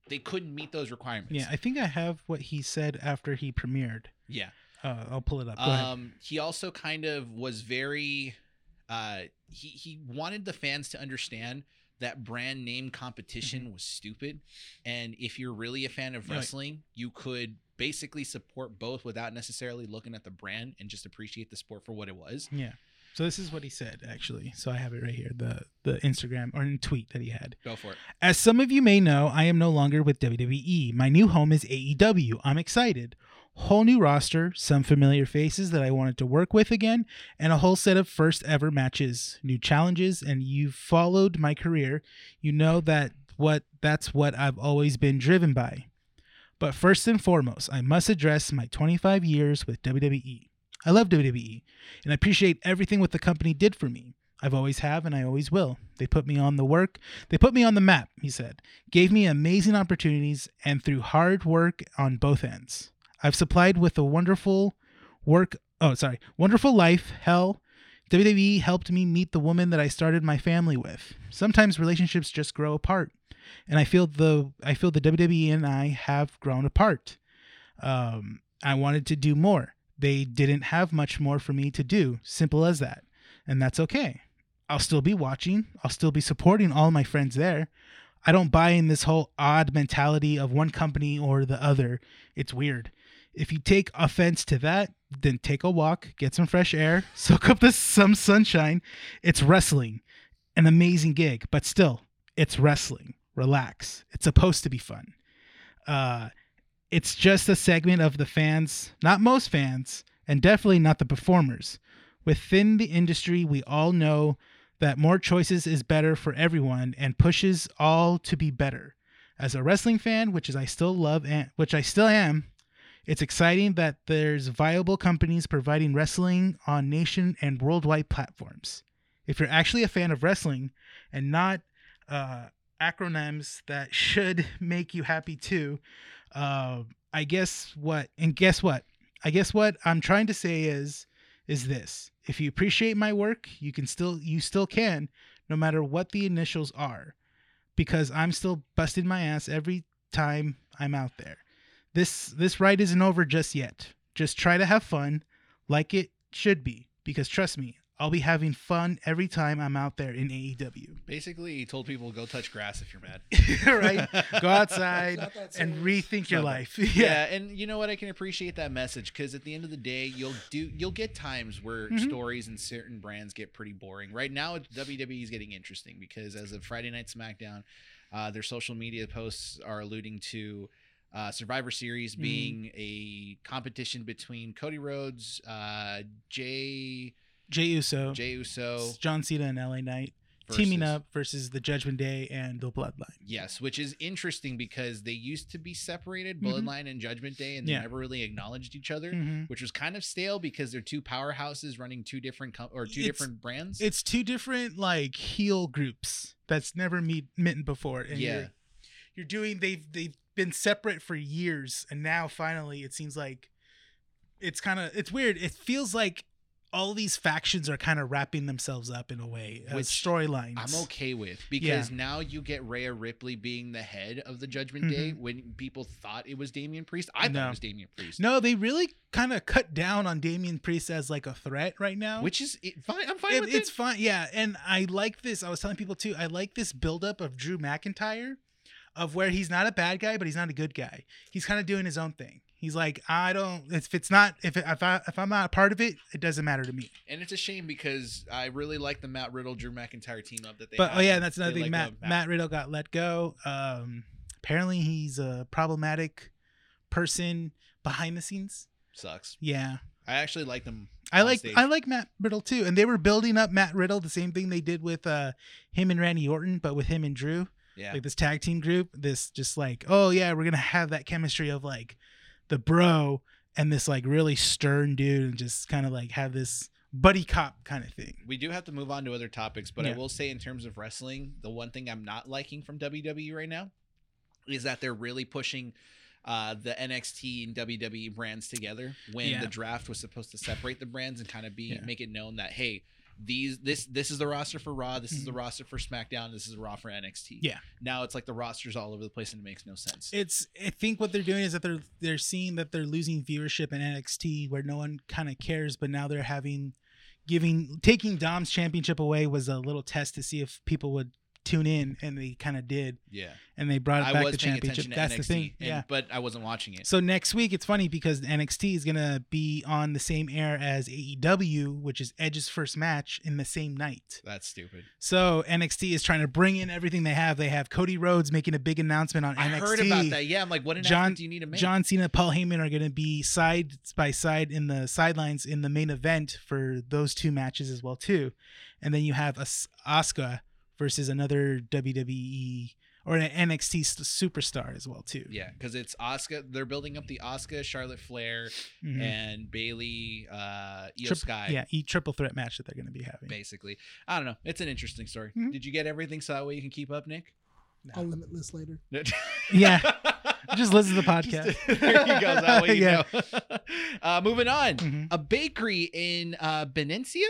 they couldn't meet those requirements. Yeah, I think I have what he said after he premiered. yeah. Uh, I'll pull it up. Go ahead. Um, he also kind of was very, uh, he he wanted the fans to understand that brand name competition was stupid, and if you're really a fan of Mm-hmm. Right. wrestling, you could basically support both without necessarily looking at the brand and just appreciate the sport for what it was. Yeah. So this is what he said actually. So I have it right here. The the Instagram or tweet that he had. Go for it. As some of you may know, I am no longer with WWE. My new home is AEW. I'm excited. Whole new roster, some familiar faces that I wanted to work with again, and a whole set of first ever matches, new challenges, and you've followed my career. You know that what that's what I've always been driven by. But first and foremost, I must address my 25 years with WWE. I love WWE and I appreciate everything what the company did for me. I've always have and I always will. They put me on the work. They put me on the map, he said. Gave me amazing opportunities and through hard work on both ends. I've supplied with a wonderful work. Oh, sorry, wonderful life. Hell, WWE helped me meet the woman that I started my family with. Sometimes relationships just grow apart, and I feel the I feel the WWE and I have grown apart. Um, I wanted to do more. They didn't have much more for me to do. Simple as that, and that's okay. I'll still be watching. I'll still be supporting all my friends there. I don't buy in this whole odd mentality of one company or the other. It's weird. If you take offense to that, then take a walk, get some fresh air, (laughs) soak up the, some sunshine. It's wrestling. An amazing gig, but still, it's wrestling. Relax. It's supposed to be fun. Uh, it's just a segment of the fans, not most fans, and definitely not the performers. Within the industry, we all know that more choices is better for everyone and pushes all to be better. As a wrestling fan, which is I still love and which I still am, it's exciting that there's viable companies providing wrestling on nation and worldwide platforms. If you're actually a fan of wrestling and not uh, acronyms that should (laughs) make you happy too, uh, I guess what and guess what? I guess what I'm trying to say is is this if you appreciate my work you can still you still can no matter what the initials are because i'm still busting my ass every time i'm out there this this ride isn't over just yet just try to have fun like it should be because trust me i'll be having fun every time i'm out there in E (laughs) aew Basically, he told people go touch grass if you're mad. right (laughs) go outside Not that and serious. rethink your Not that- life yeah. (laughs) yeah and you know what i can appreciate that message because at the end of the day you'll do you'll get times where Mhm. stories and certain brands get pretty boring right now it- wwe E is getting interesting because as of friday night smackdown uh, their social media posts are alluding to uh, survivor series Mhm. being a competition between cody rhodes uh, jay jay uso jay uso john cena and la knight teaming versus- up versus the Judgment Day and the Bloodline. Yes, which is interesting because they used to be separated, Mhm. Bloodline and Judgment Day, and they Yeah. never really acknowledged each other. Mhm. which was kind of stale because they're two powerhouses running two different com- or two It's- different brands. It's two different like heel groups that's never meet mitten before, and Yeah. you're, you're doing they've they've been separate for years, and now finally it seems like it's kind of it's weird. It feels like all these factions are kind of wrapping themselves up in a way as Which storylines. I'm okay with because now you get Rhea Ripley being the head of the Judgment Day when people thought it was Damian Priest. I thought Mm-hmm. No. it was Damian Priest. No, they really kind of cut down on Damian Priest as like a threat right now. Which is it, fine. I'm fine It- with it's it. fun yeah and i like this i was telling people too i like this buildup of drew mcintyre of where he's not a bad guy but he's not a good guy he's kind of doing his own thing he's like i don't if it's not if, it, if, I, if i'm not a part of it it doesn't matter to me And it's a shame because I really like the Matt Riddle Drew McIntyre team up that they. but have. oh yeah that's another They thing let matt, go of matt riddle got let go um apparently he's a problematic person behind the scenes sucks. yeah I actually like them. I on like stage. I like Matt Riddle too, and they were building up Matt Riddle the same thing they did with uh, him and Randy Orton, but with him and Drew, Yeah. like this tag team group. This just like oh yeah, we're gonna have that chemistry of like the bro and this like really stern dude, and just kind of like have this buddy cop kind of thing. we do have to move on to other topics, but I Yeah. will say in terms of wrestling, the one thing I'm not liking from WWE right now is that they're really pushing uh, the NXT and WWE brands together when Yeah. the draft was supposed to separate the brands and kind of be Yeah. make it known that hey, these this this is the roster for Raw, this is the roster for SmackDown, this is the Raw for NXT. Mm-hmm. Yeah. Now it's like the rosters all over the place and it makes no sense. It's I think what they're doing is that they're they're seeing that they're losing viewership in NXT where no one kind of cares, but now they're having giving taking Dom's championship away was a little test to see if people would tune in, and they kind of did, yeah. and they brought I back was the paying championship. attention to That's NXT, the thing, and- yeah. but I wasn't watching it. So next week, it's funny because NXT is gonna be on the same air as AEW, which is Edge's first match in the same night. That's stupid. So NXT is trying to bring in everything they have. They have Cody Rhodes making a big announcement on I NXT. heard about that. Yeah, I'm like, what John- announcement do you need to make? John Cena, Paul Heyman are going to be side by side in the sidelines in the main event for those two matches as well too, and then you have As- Asuka versus another WWE or an NXT s- superstar as well too. Yeah, because it's Oscar. They're building up the Oscar, Charlotte Flair, Mhm. and Bailey, uh, Io Trip- Sky. yeah, e triple threat match that they're going to be having. Basically, I don't know. It's an interesting story. Mhm. Did you get everything so that way you can keep up, Nick? (laughs) I'll limitless later. Yeah, (laughs) Just listen to the podcast. Just- (laughs) there you go. (laughs) That way you Yeah. know. (laughs) uh, moving on. Mhm. A bakery in uh, Benicia,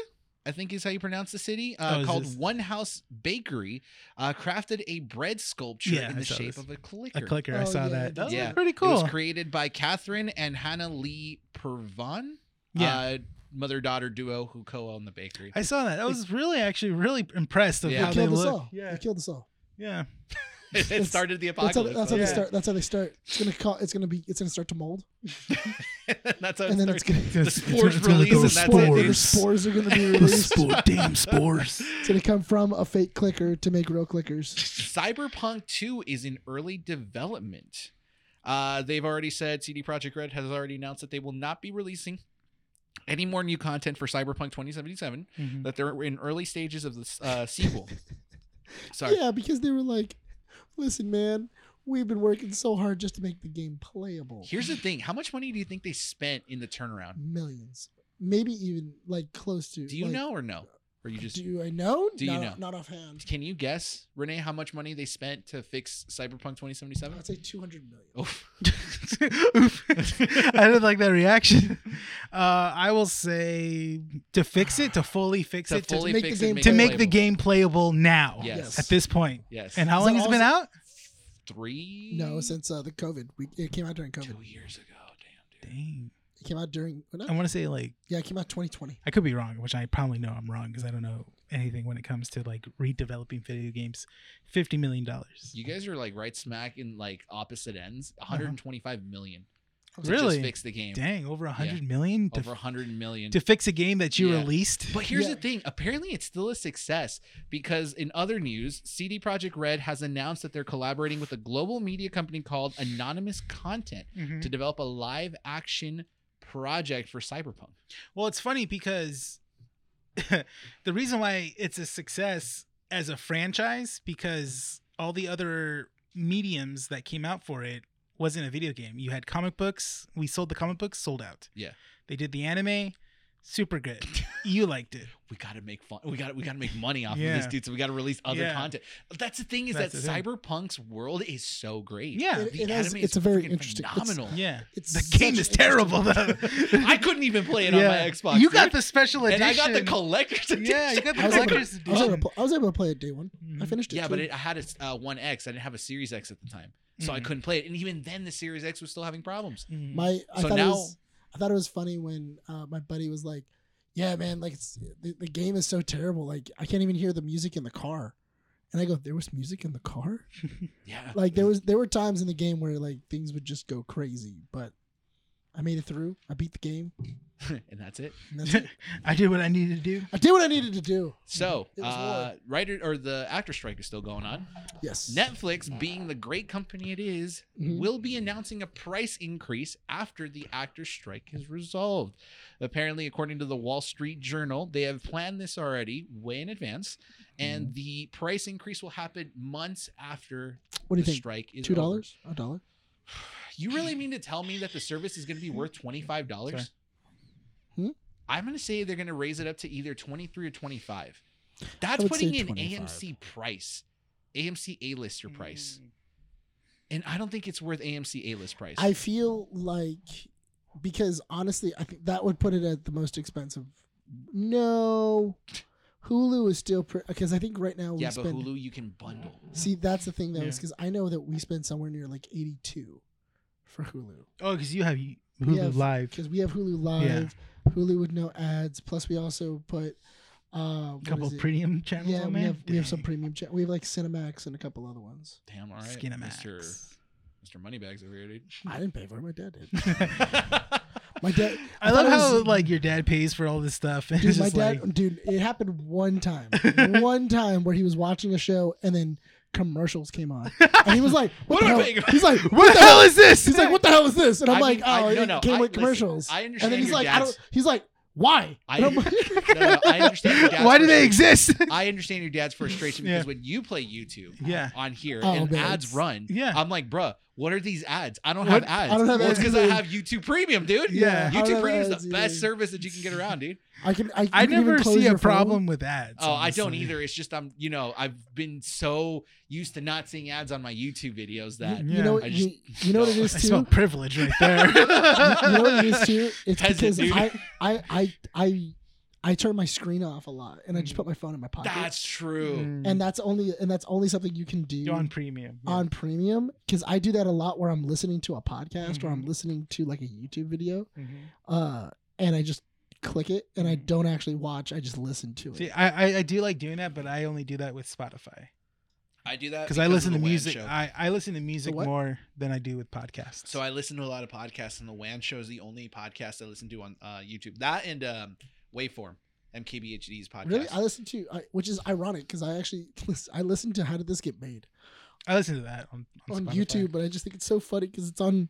I think is how you pronounce the city, Oh, uh, is called this- One House Bakery, uh, crafted a bread sculpture Yeah, in I the saw shape this. of a clicker. A clicker. I Oh, saw yeah, that. it That does. was Yeah. pretty It was cool. created by Catherine and Hannah Lee Pervon, Yeah. uh, mother daughter duo who co own the bakery. I saw that. I was really actually really impressed of Yeah. They how they killed us look. all. They killed us all. Yeah. (laughs) it That's- started the That's how, apocalypse. that's how Yeah. they start. That's how they start. It's gonna call. It's gonna be. It's gonna start to mold, (laughs) that's how it and then it's started. gonna. (laughs) The spores release Those and that's it, spores, dude. spores are (laughs) gonna be released. damn (laughs) spores. It's gonna come from a fake clicker to make real clickers. Cyberpunk 2 is in early development. Uh, they've already said CD Projekt Red has already announced that they will not be releasing any more new content for Cyberpunk 2077. Mhm. That they're in early stages of the uh, (laughs) sequel. Sorry. Yeah, because they were like, "Listen, man, we've been working so hard just to make the game playable. Here's the thing: How much money do you think they spent in the turnaround? Millions, maybe even like close to. Do you like, know or no? Or you just Do I know? Do you not, know? Not offhand. can you guess, Renee, how much money they spent to fix Cyberpunk 2077? I'd say 200 million. Oh, Oof. (laughs) I didn't like that reaction. (laughs) Uh, I will say to fix it, to fully fix to it, to, fully make the fix game it, to it make the playable. game playable now Yes. at this point. Yes. And how Is long that has it been out? three? No, since uh, the COVID, we, it came out during COVID. two years ago. Damn, dude. Dang. It came out during. well, I not, want to say like yeah, it came out 2020. I could be wrong, which I probably know I'm wrong because I don't know anything when it comes to like redeveloping video games. Fifty million dollars. You guys are like right smack in like opposite ends. 125 million to Really? just fix the game. Dang, over a hundred Yeah. million Over 100 million. to, to fix a game that you Yeah. released. but here's Yeah. the thing. Apparently, it's still a success because in other news, CD Projekt Red has announced that they're collaborating with a global media company called Anonymous Content Mhm. to develop a live action project for Cyberpunk. Well, it's funny because (laughs) the reason why it's a success as a franchise because all the other mediums that came out for it wasn't a video game. You had comic books. We sold the comic books, sold out. Yeah. They did the anime, super (laughs) good. you liked it. We gotta make fun. We gotta we gotta make money off of Yeah. this, dude. So we gotta release other Yeah. content. That's the thing is That's that the thing. Cyberpunk's world is so great. Yeah. It- The it has- anime is it's a very freaking interesting. it's- Phenomenal. Yeah. It's, The game is such an interesting- terrible though. (laughs) I couldn't even play it on my Xbox. You got dude. the special edition. and I got the collector's edition. (laughs) Yeah, you got (laughs) the I was, able to, collector's I was able to edition. pl- I was able to play it day one. I Mhm. finished it. Mm-hmm. yeah, too. but it, I had a uh, One X. I didn't have a Series X at the time, so (laughs) I Mhm. couldn't play it. And even then, the Series X was still having problems. Mhm. my I Mm-hmm. So thought it now- was I thought it was funny when uh, my buddy was like, "Yeah, man, like it's the, the game is so terrible. Like I can't even hear the music in the car." And I go, "There was music in the car? (laughs) Yeah, Like there was there were times in the game where like things would just go crazy, but I made it through. I beat the game. (laughs) and that's it. And that's (laughs) it. (laughs) I did what I needed to do. I did what I needed to do. So, It was uh, writer or the actor strike is still going on. Yes. Netflix, being the great company it is, Mhm. will be announcing a price increase after the actor strike is resolved. Apparently, according to the Wall Street Journal, they have planned this already way in advance, and Mm-hmm. the price increase will happen months after what do you the think? strike is Two over. dollars? A dollar? You really mean to tell me that the service is going to (laughs) be worth twenty five Sorry. dollars? Hmm? I'm going to say they're going to raise it up to either twenty three or twenty five. That's would putting say in 25. AMC price, AMC A lister price, Mm. and I don't think it's worth AMC A list price. I feel like because honestly, I think that would put it at the most expensive. No, Hulu is still because I think right now we yeah, but spend. Hulu you can bundle. Mm. See, that's the thing though, is Yeah. because I know that we spend somewhere near like eighty-two for Hulu Oh, because you have Hulu Yeah, f- Live. because we have Hulu Live, Hulu with no ads. Plus, we also put uh, what A couple is it? premium channels Yeah, on we there. have we have some Dang. premium. Cha- we have like Cinemax and a couple other ones. Damn, all right, Mr. (laughs) Skinamax. Mr. Moneybags over (laughs) here, dude. I didn't pay for it. My dad did. My dad. (laughs) I thought love it how was- like your dad pays for all this stuff, (laughs) and Dude, it's my just dad, like (laughs) dude, it happened one (laughs) time, one time where he was watching a show and then commercials came (laughs) on, and he was like, "What, What am I the paying hell?" about? He's like, "What the hell is this?" He's like, (laughs) "What the hell is this?" And I'm I like, mean, I- "Oh, no, it no, came I- with listen, commercials." I and understand then he's your like, "I dad's- don't." He's like, "Why?" I- And I'm (laughs) like- no, no, (laughs) I understand your dad's Why do they frustration. exist? (laughs) I understand your dad's frustration Yeah. because when you play YouTube Yeah. on here Oh, and man, ads it's- run, yeah. I'm like, bruh, What are these ads? I don't What? have ads. I don't (laughs) have well, ads it's because either. I have YouTube Premium, dude. Yeah. I don't YouTube have Premium is ads the best either. service that you (laughs) can get around, dude. I can. I, I you can even never close see your a phone. problem with ads. Oh, I don't honestly. either. It's just I'm, you know, I've been so used to not seeing ads on my YouTube You- videos that You, Yeah. know. I What, just- you, you know what it no, (laughs) is I too. smell privilege right (laughs) there. you know what it is too. It's Peasant, because dude. I, I, I, I, I turn my screen off a lot, and I just put my phone in my pocket. Mm. that's mm. true. and that's only and that's only something you can do You're on premium. yeah. on premium because I do that a lot where I'm listening to a podcast or Mm-hmm. I'm listening to like a YouTube video, Mhm. uh, and I just click it and I don't actually watch. I just listen to it. Mm-hmm. See, I, I I do like doing that, but I only do that with Spotify I do that because I of listen the to WAN music. show. I, I listen to music what? more than I do with podcasts. so I listen to a lot of podcasts, and the WAN show is the only podcast I listen to on uh, YouTube. That and um, Waveform, MKBHD's podcast. Really, I listen to, I, which is ironic because I actually (laughs) I listened to How Did This Get Made I listen to that on on, on Spotify. YouTube, but I just think it's so funny because it's on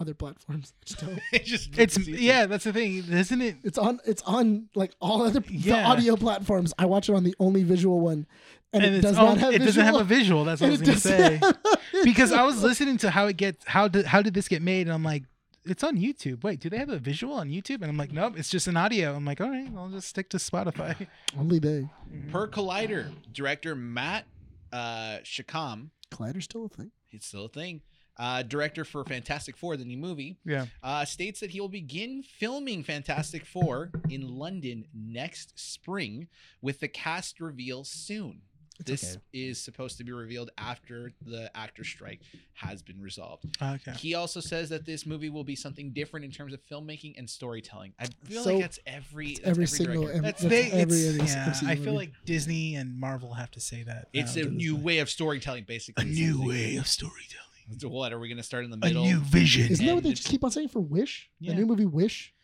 other platforms. (laughs) I just don't. (laughs) It just It's it's yeah, that's the thing, isn't it? It's on. It's on like all other the Yeah. audio platforms. I watch it on the only visual one, and, it it's does all- not have. it doesn't have a visual. visual. That's what I And was it gonna doesn't say. have a (laughs) because I was visual. listening to how it gets how did how did this get made, and I'm like, it's on YouTube. Wait, do they have a visual on YouTube? And I'm like, nope, it's just an audio. I'm like, all right, I'll just stick to (laughs) Spotify. only they. Per Collider, director Matt uh, Shikam, Collider's still a thing. it's still a thing. Uh, director for Fantastic Four, the new movie, yeah, uh, states that he will begin filming Fantastic Four in London next spring, with the cast reveal soon. this is supposed to be revealed after the actor strike has been resolved. okay. He also says that this movie will be something different in terms of filmmaking and storytelling. I feel So- like that's every that's every single director. em- That's, That's they. every- it's- every yeah, MCU I movie. feel like Disney and Marvel have to say that. It's now a to this new day. way of storytelling, basically. Oh, a new way of storytelling, (laughs) So What are we going to start in the a middle? new vision, Isn't that what they And just keep on saying for Wish? Yeah. The new movie Wish.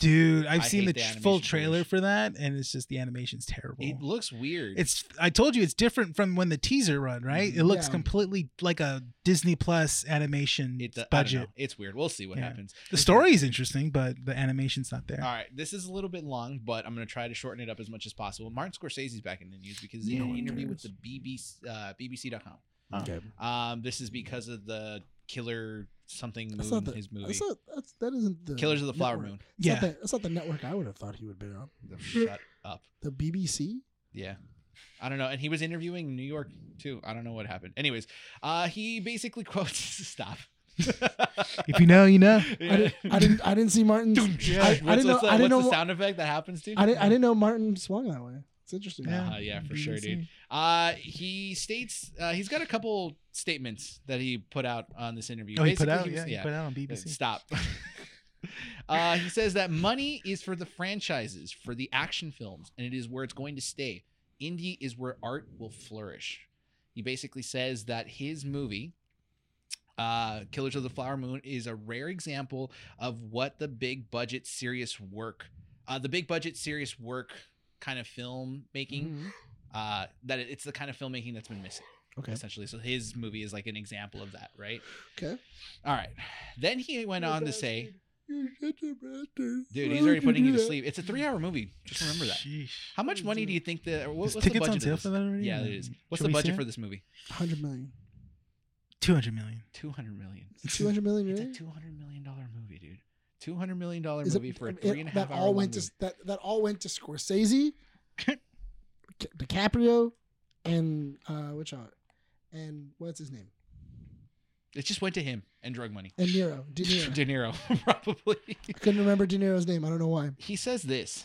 dude. I've I seen hate the, the tr- full animation trailer footage. for that, and it's just the animation's terrible. It looks weird. It's I told you it's different from when the teaser run, right? It looks Mm-hmm. Yeah. completely like a Disney Plus animation It- I don't know. budget. It's weird. We'll see what Yeah. happens. The story is interesting, but the animation's not there. All right, this is a little bit long, but I'm going to try to shorten it up as much as possible. Martin Scorsese's back in the news because he No had an one interview cares. with the BBC, uh, BBC.com. Okay. Um, this is because of the killer something moon, That's not the- his movie. That's not. That's that isn't the Killers of the Flower network. Moon. That's Yeah. not the- that's not the network I would have thought he would be on. Shut up. The BBC. Yeah. I don't know. And he was interviewing New York too. I don't know what happened. Anyways, uh, he basically (laughs) quotes stop. If you know, you know. Uh, I, didn't, (laughs) I didn't. I didn't see Martin. Yeah. I, I what's, didn't know. what's the, I didn't what's know. the sound effect that happens to? I didn't. I didn't know Martin swung that way. It's interesting. Yeah. Uh, yeah, for sure, dude. Uh, he states uh, he's got a couple statements that he put out on this interview. Oh, he put Basically, out, was- yeah, he put out on BBC. Stop. (laughs) uh, he says that money is for the franchises, for the action films, and it is where it's going to stay. Indie is where art will flourish. He basically says that his movie, uh, Killers of the Flower Moon, is a rare example of what the big budget serious work, uh, the big budget serious work kind of film making, Mhm. uh, that it- it's the kind of filmmaking that's been missing Okay. essentially. So his movie is like an example of that, right? Okay. All right. Then he went You on to say, bastard. You're such a bastard. dude, Why he's already would putting do you to that? sleep. It's a three-hour movie. Just remember that. Sheesh. How much money do you think that? What, Is what's the tickets on budget? sale Of for this? that already? Yeah, it is. What's Should the we see budget it? for this movie? Hundred million. 200 million. Two hundred million. (laughs) Two hundred million. (laughs) It's a Really? two hundred million dollar movie, dude. Two hundred million dollar Is it- movie for I a mean, three and a half that hour all long went movie. to that that all went to (laughs) Scorsese, Ca- DiCaprio, and uh, which are, and what's his name? It just went to him and drug money. And Niro, (laughs) De Niro. (laughs) De Niro, probably. I couldn't remember De Niro's name. I don't know why. he says this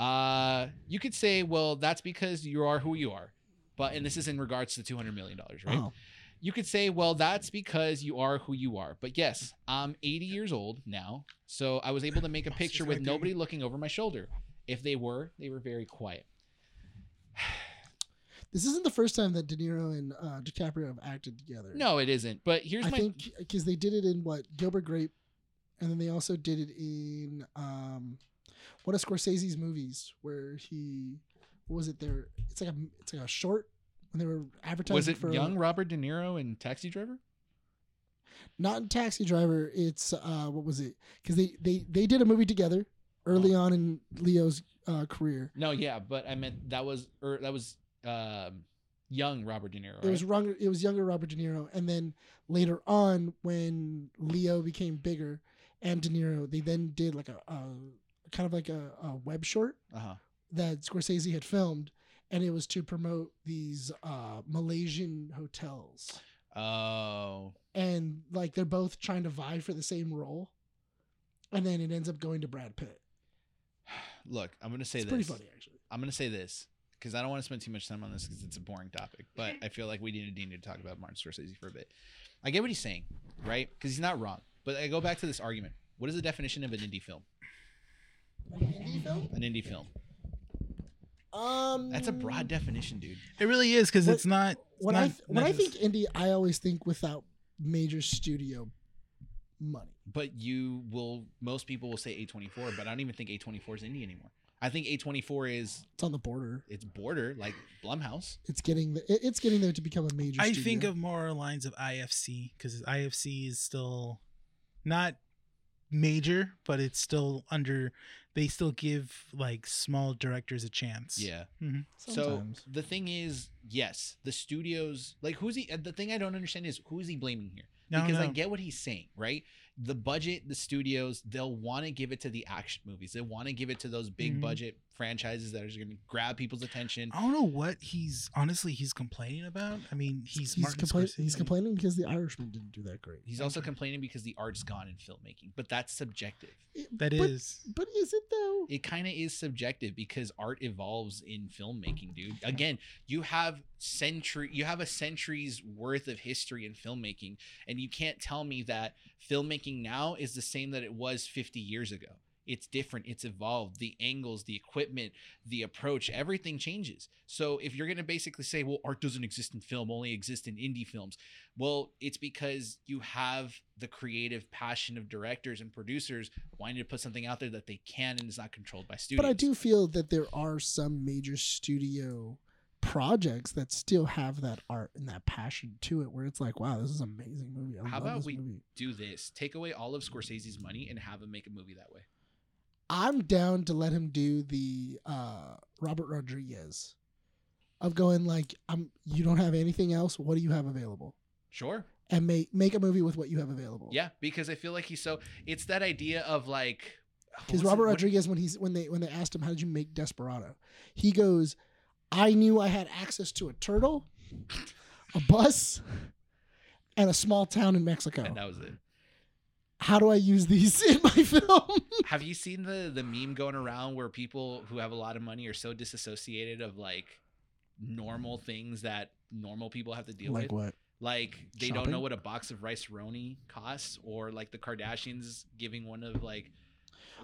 uh you could say well that's because you are who you are but and this is in regards to 200 million dollars right Oh. you could say well that's because you are who you are but yes i'm 80 years old now so i was able to (laughs) make a Monster's picture with right there. nobody looking over my shoulder if they were they were very quiet This isn't the first time that De Niro and uh, DiCaprio have acted together. no it isn't but here's I my think because they did it in what Gilbert Grape, and then they also did it in um, one of Scorsese's movies where he what was it there? It's like a it's like a short when they were advertising was it for young robert de niro in taxi driver not in Taxi Driver. It's uh, what was it? Because they they they did a movie together early Oh. on in Leo's uh, career. no yeah but i meant that was or that was er, um young Robert De Niro. Right? It was wrong. It was younger Robert De Niro, and then later on, when Leo became bigger and De Niro, they then did like a, a kind of like a, a web short uh-huh. that Scorsese had filmed, and it was to promote these uh, Malaysian hotels, Oh, and like they're both trying to vie for the same role, and then it ends up going to Brad Pitt. look, I'm gonna say It's this. pretty funny actually. I'm gonna say this because I don't want to spend too much time on this because it's a boring topic. But I feel like we need to, need to talk about Martin Scorsese for a bit. I get what he's saying, right? Because he's not wrong. But I go back to this argument. What is the definition of an indie film? An indie film. Um, That's a broad definition, dude. It really is because What- it's not. it's when I not- th- when I not just- think indie, I always think without major studio money. But you will. Most people will say A24, but I don't even think A24 is indie anymore. I think A24 is It's on the border. its border, like Blumhouse. It's getting the, it- it's getting there to become a major. I studio. think of more lines of IFC because IFC is still not major, but it's still under. They still give like small directors a chance. Yeah. Sometimes. So the thing is, yes, the studios like who's he? The thing I don't understand is who is he blaming here? No, because I no. get what he's saying, right? The budget, the studios, they'll want to give it to the action movies. They want to give it to those big Mhm. budget franchises that are going to grab people's attention. I don't know what he's honestly he's complaining about. I mean, he's he's Martin complaining. Scorsese. He's complaining because the Irishman didn't do that great. He's also complaining because the art's gone in filmmaking, but that's subjective. That but, is But is it though? It kind of is subjective because art evolves in filmmaking, dude. Again, you have century you have a century's worth of history in filmmaking and you can't tell me that filmmaking now is the same that it was 50 years ago. It's different, it's evolved, the angles, the equipment, the approach, everything changes. So if you're going to basically say, well, art doesn't exist in film, only exists in indie films, well, it's because you have the creative passion of directors and producers wanting to put something out there that they can and is not controlled by studios. But I do feel that there are some major studio projects that still have that art and that passion to it, where it's like, wow, this is an amazing movie. I How love about this we- movie. do this. Take away all of Scorsese's money and have him make a movie that way. I'm down to let him do the uh, Robert Rodriguez of going like, I'm. You don't have anything else. What do you have available? Sure. And make make a movie with what you have available. Yeah, because I feel like he's so it's that idea of like Because what's the- Robert what- Rodriguez, when he's when they when they asked him how did you make Desperado, he goes, "I knew I had access to a turtle, a bus, and a small town in Mexico. and that was it. How do I use these (laughs) in my film?" Have you seen the the meme going around where people who have a lot of money are so disassociated of like normal things that normal people have to deal with? Mm. what? Like they don't know Shopping? what a box of rice roni costs, or like the Kardashians giving one of like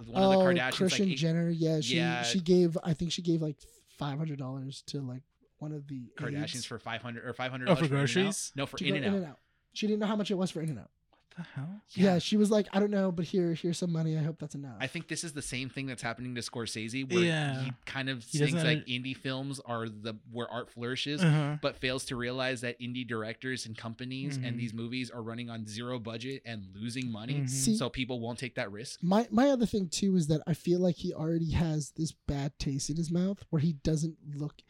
one oh, of the Kardashians Christian like eight Jenner. Yeah, she Yeah. she gave I think she gave like five hundred dollars to like one of the Kardashians aides for five hundred or five hundred Oh, for groceries? No, for to In go and Out. She didn't know how much it was for In and Out. what the hell. Yeah. she was like, "I don't know, but here here's some money. I hope that's enough." I think this is the same thing that's happening to Scorsese, where he Yeah. kind of He thinks doesn't like under- indie films are the where art flourishes, Uh-huh. but fails to realize that indie directors and companies and Mm-hmm. Mhm. these movies are running on zero budget and losing money, Mhm. See, so people won't take that risk. My my other thing too is that I feel like he already has this bad taste in his mouth where he doesn't look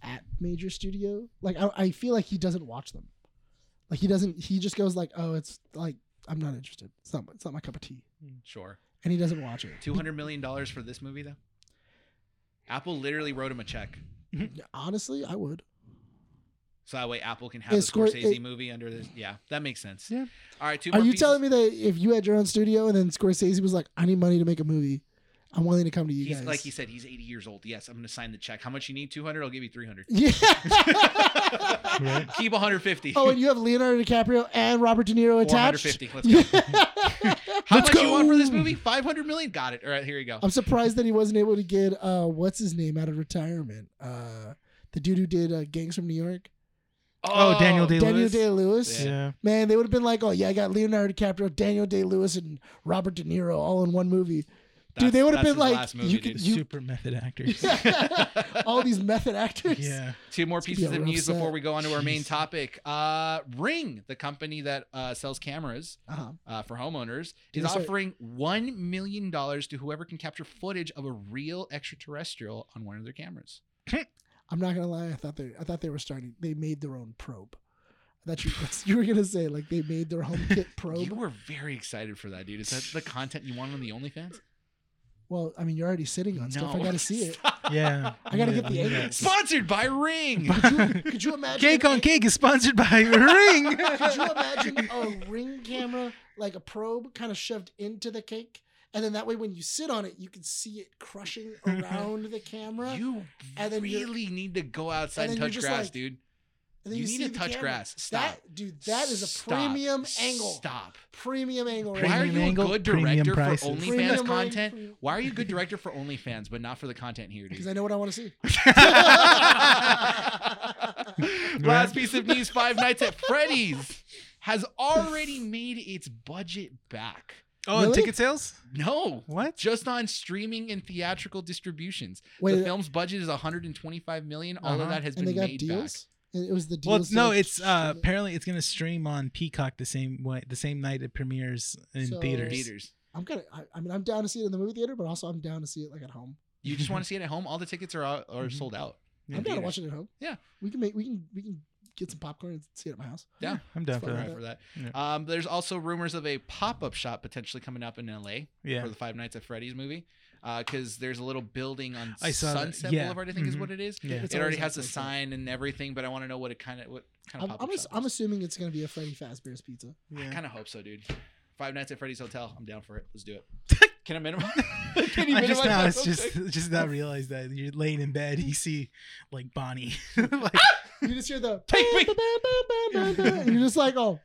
at major studio. Like I, I feel like he doesn't watch them. Like he doesn't. He just goes like, oh, it's like I'm not interested. It's not it's not my cup of tea, Sure, and he doesn't watch it. two hundred million dollars for this movie though. Apple literally wrote him a check, Honestly, I would. so that way Apple can have It's a Scor- Scorsese it- movie under this. Yeah, that makes sense. Yeah. All right, two. Are more you pieces. telling me that if you had your own studio and then Scorsese was like, I need money to make a movie, I'm willing to come to you He's guys? like he said, he's eighty years old. Yes, I'm going to sign the check. How much you need? Two hundred. I'll give you (laughs) three hundred. yeah. Keep 150. oh, and you have Leonardo DiCaprio and Robert De (laughs) Niro attached. 450. Let's go. (laughs) Yeah. (laughs) How Let's much you want for this go. movie? 500 million. Got it. All right, here you go. I'm surprised that he wasn't able to get uh what's his name out of retirement. Uh the dude who did uh, Gangs from New York, Oh, Daniel Day Daniel Lewis. Day Lewis. Yeah. Man, they would have been like, "Oh yeah, I got Leonardo DiCaprio, Daniel Day Lewis, and Robert De Niro all in one movie." That's- they would've that's been his like, last movie, you could- dude. super method (laughs) actors. all these method actors. yeah. Two more It's gonna pieces be a of rough news before set. we go on to our main Jeez. topic. Uh, Ring, the company that uh, sells cameras Uh-huh. uh, for homeowners, Dude, is that's right. offering $1 million to whoever can capture footage of a real extraterrestrial on one of their cameras. I'm not gonna lie. I thought they, I thought they were starting. They made their own probe. That you, (laughs) that's, you were gonna say like they made their own kit probe. (laughs) You were very excited for that, dude. Is that (laughs) the content you want on the OnlyFans? well, I mean, you're already sitting on stuff. I gotta see (laughs) it. Stop. Yeah. I gotta get the Yeah. angles. Sponsored by Ring. Could you, could you imagine? Cake on cake is sponsored by (laughs) Ring. (laughs) Could you imagine (laughs) a ring camera, like a probe, kind of shoved into the cake, and then that way, when you sit on it, you can see it (laughs) crushing around the camera, You And then you're- really need to go outside and and, then you're touch just grass, like- dude. and then you need see to the touch camera. grass. Stop. That, dude, that is a Stop. premium angle. Stop. Premium angle. right Why are Premium you angle, a good premium director for prices. OnlyFans Premium angle, content? premium- Why are you a good director for OnlyFans, but not for the content here, (laughs) dude? (laughs) Because I know what I want to see. Last Right. piece of news Five Nights at Freddy's has already made its budget back. Oh, and Really? ticket sales? No, What? just on streaming and theatrical distributions. Wait, the film's budget is 125 million. All of Uh-huh. that has and they been got made deals. It was the Well, deals. no, that- it's uh, apparently it's gonna stream on Peacock the same way, the same night it premieres in So- back. theaters. Theaters. I'm gonna. I, I mean, I'm down to see it in the movie theater, but also I'm down to see it like at home. You just (laughs) want to see it at home. All the tickets are out, are Mhm. sold out. Yeah, I'm down to theaters. watch it at home. Yeah. we can make. We can. We can get some popcorn and see it at my house. Yeah, I'm down It's for fine. that. Sorry for that. Yeah. Um, there's also rumors of a pop up shop potentially coming up in LA Yeah. for the Five Nights at Freddy's movie. Because there's a little building on I saw that. Sunset Yeah. Boulevard, I think is Mhm. what it is. Yeah. It's it already always has a like that. sign and everything, but I want to know what it kind of what kind of I'm, pop I'm, up ass- shop. I'm is. assuming it's gonna be a Freddy Fazbear's Pizza. (laughs) (laughs) I Yeah. kind of hope so, dude. Five Nights at Freddy's Hotel. I'm down for it. Let's do it. (laughs) Can I minimize? (laughs) Can you I just now minimize that it's so just quick? just now realized that you're laying in bed, you see like Bonnie. (laughs) like, You just hear the. Take me. (laughs) and You're just like, oh,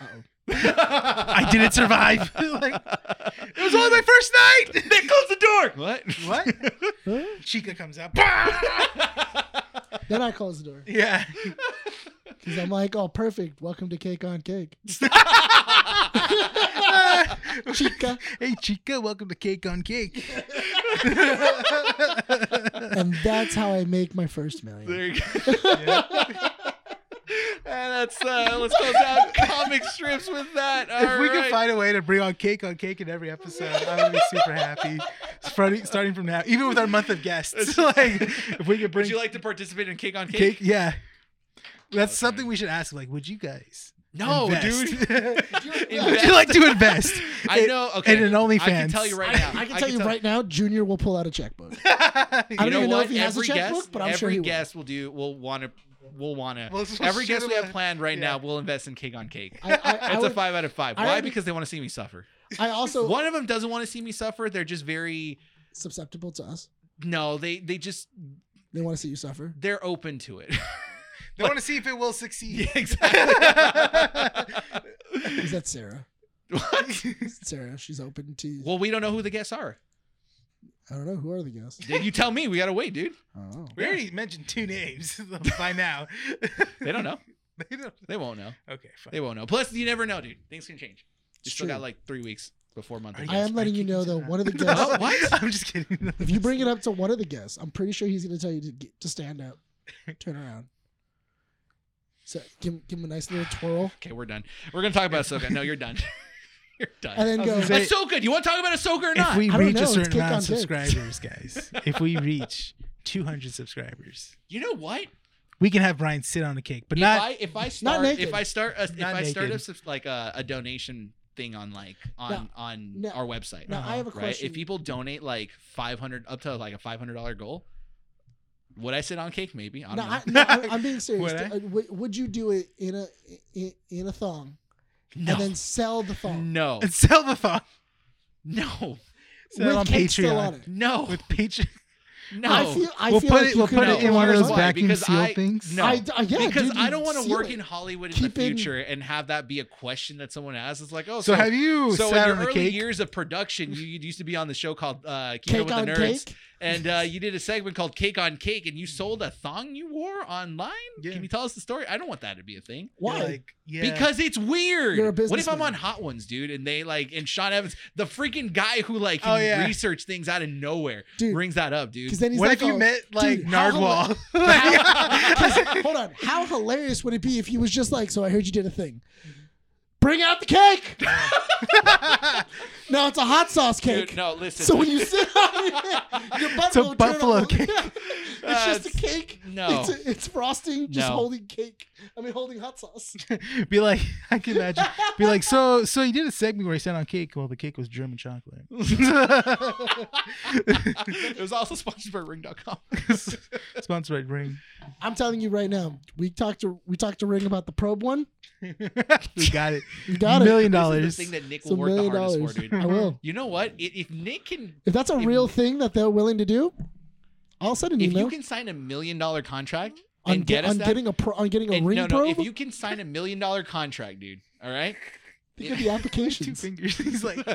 I I didn't survive. (laughs) like it it was only my first night. (laughs) (laughs) They closed the door. (laughs) What? What? huh? Chica comes out. "Bah!" then I close the door yeah. because I'm like, oh, perfect. Welcome to Cake on Cake. Chica. (laughs) hey Chica, welcome to Cake on Cake. and that's how I make my (laughs) first million. There you go. and that's uh, let's close out comic strips with that. if we Alright. can find a way to bring on cake on cake in every episode, I would be super happy. Starting, starting from now, even with our month of (laughs) guests, like if we could would bring you like to participate in cake on cake? cake, yeah, that's Okay. something we should ask. Like, would you guys? (laughs) No, invest? dude. would Invest. you like to invest? (laughs) I in- know. Okay. in an I can OnlyFans? tell you right I, now. I can tell you right now, Junior will pull out a checkbook. (laughs) I You know, don't You even know know what? if he has a every checkbook, guest, but I'm sure every he will. guest will do. Will want to. Will want to. Well, let's- every let's guest shoot we him have a- planned right yeah. now will invest in cake on cake. (laughs) I, I, I, It's a would- five out of five. I Why? would- Because they want to see me suffer. I also (laughs) One of them doesn't want to see me suffer. They're just very susceptible to us. no. They they just They want to see you suffer. they're open to it. (laughs) they want to see if it will succeed. Is that Sarah? What? Sarah, she's open to. (laughs) well, we don't know who the guests are. I don't know who are the guests. Dude, You tell me. We gotta wait, dude. I don't know. (laughs) We already mentioned two names (laughs) by now. They don't know. (laughs) They don't- They won't know. Okay, fine. They won't know. Plus, you never know, dude. Things can change. You It's still got true. like three weeks before month. Are end. I am letting you know though. One (laughs) of the guests. No, what? I'm just kidding. If you bring it up to one of the guests, I'm pretty sure he's going to tell you to get, to stand up, turn around. So give, give him a nice little twirl, Okay, we're done. We're gonna talk about Ahsoka. No, (laughs) you're done. you're done. and then I was go. gonna say- Ahsoka. Do you want to talk about Ahsoka or if not? we I don't reach know, a it's certain kick amount of on kick. subscribers, (laughs) guys, if we reach 200 subscribers, you know what? we can have Brian sit on a cake, but If not. I if I start naked. if I start a, if Not I start a, naked. subs- like a, a donation thing on like on No. on No. our website, Now (laughs) I have a right? question. If people donate like five hundred up to like a five hundred dollar goal, would I sit on cake? Maybe I don't No, know. I, no, I, am being (laughs) serious. Would I? Uh, would, would you do it in a in, in a thong no, and then sell the thong no, it's Selvathon. no, Sell it on cake still Patreon. on it? no, With Patreon. no. I feel (laughs) I we'll feel put like it. you We'll could put do it not. in one of Here's those why, vacuum because seal I- things. no. I, uh, yeah, because dude, I you'd don't want to seal work it. in Hollywood in Keep the in- future and have that be a question that someone asks. It's like, oh, So, have you so sat in on your a early cake? years of production, you, you used to be on the show called uh, Keeping Up cake with on the Nerds, cake. and uh, you did a segment called Cake on Cake, and you sold a thong you wore online. Yeah. Can you tell us the story? I don't want that to be a thing. You're Why? Like, yeah. Because it's weird. You're a what if I'm businessman. on Hot Ones, dude? And they like, and Sean Evans, the freaking guy who like Oh, can yeah. research things out of nowhere, Dude. brings that up, dude. Because then he's what like, if you oh, (laughs) met like dude, (laughs) how Nardwall? (laughs) Because- hold on. (laughs) How hilarious would it be if he was just like, so I heard you did a thing. Bring out the cake. (laughs) No, it's a hot sauce cake. Dude, no, listen. (laughs) So when you sit on it, your butt It's a will turn buffalo all- cake. Yeah. (laughs) It's just a cake. Uh, No. It's, it's frosting, just No. holding cake. I mean, holding hot sauce. (laughs) be like, I can imagine. Be like, so, so you did a segment where he sat on cake. Well, the cake was German chocolate. (laughs) it was also sponsored by (laughs) Ring.com. Sponsored by Ring. I'm telling you right now, we talked to we talked to Ring about the probe one. we got it. You got it. Million This is dollars. the thing that Nick It's a will work the million hardest dollars. for, dude. I will. You know what? I- If Nick can, If that's a If- real thing that they're willing to do, I'll send an if email you can sign a million dollar contract on, and get ge- us on that, getting a pro- on getting a and ring no, no, probe. if you can sign a million dollar contract, dude. All right. think of the Two (laughs) applications. fingers. (laughs) He's like, Could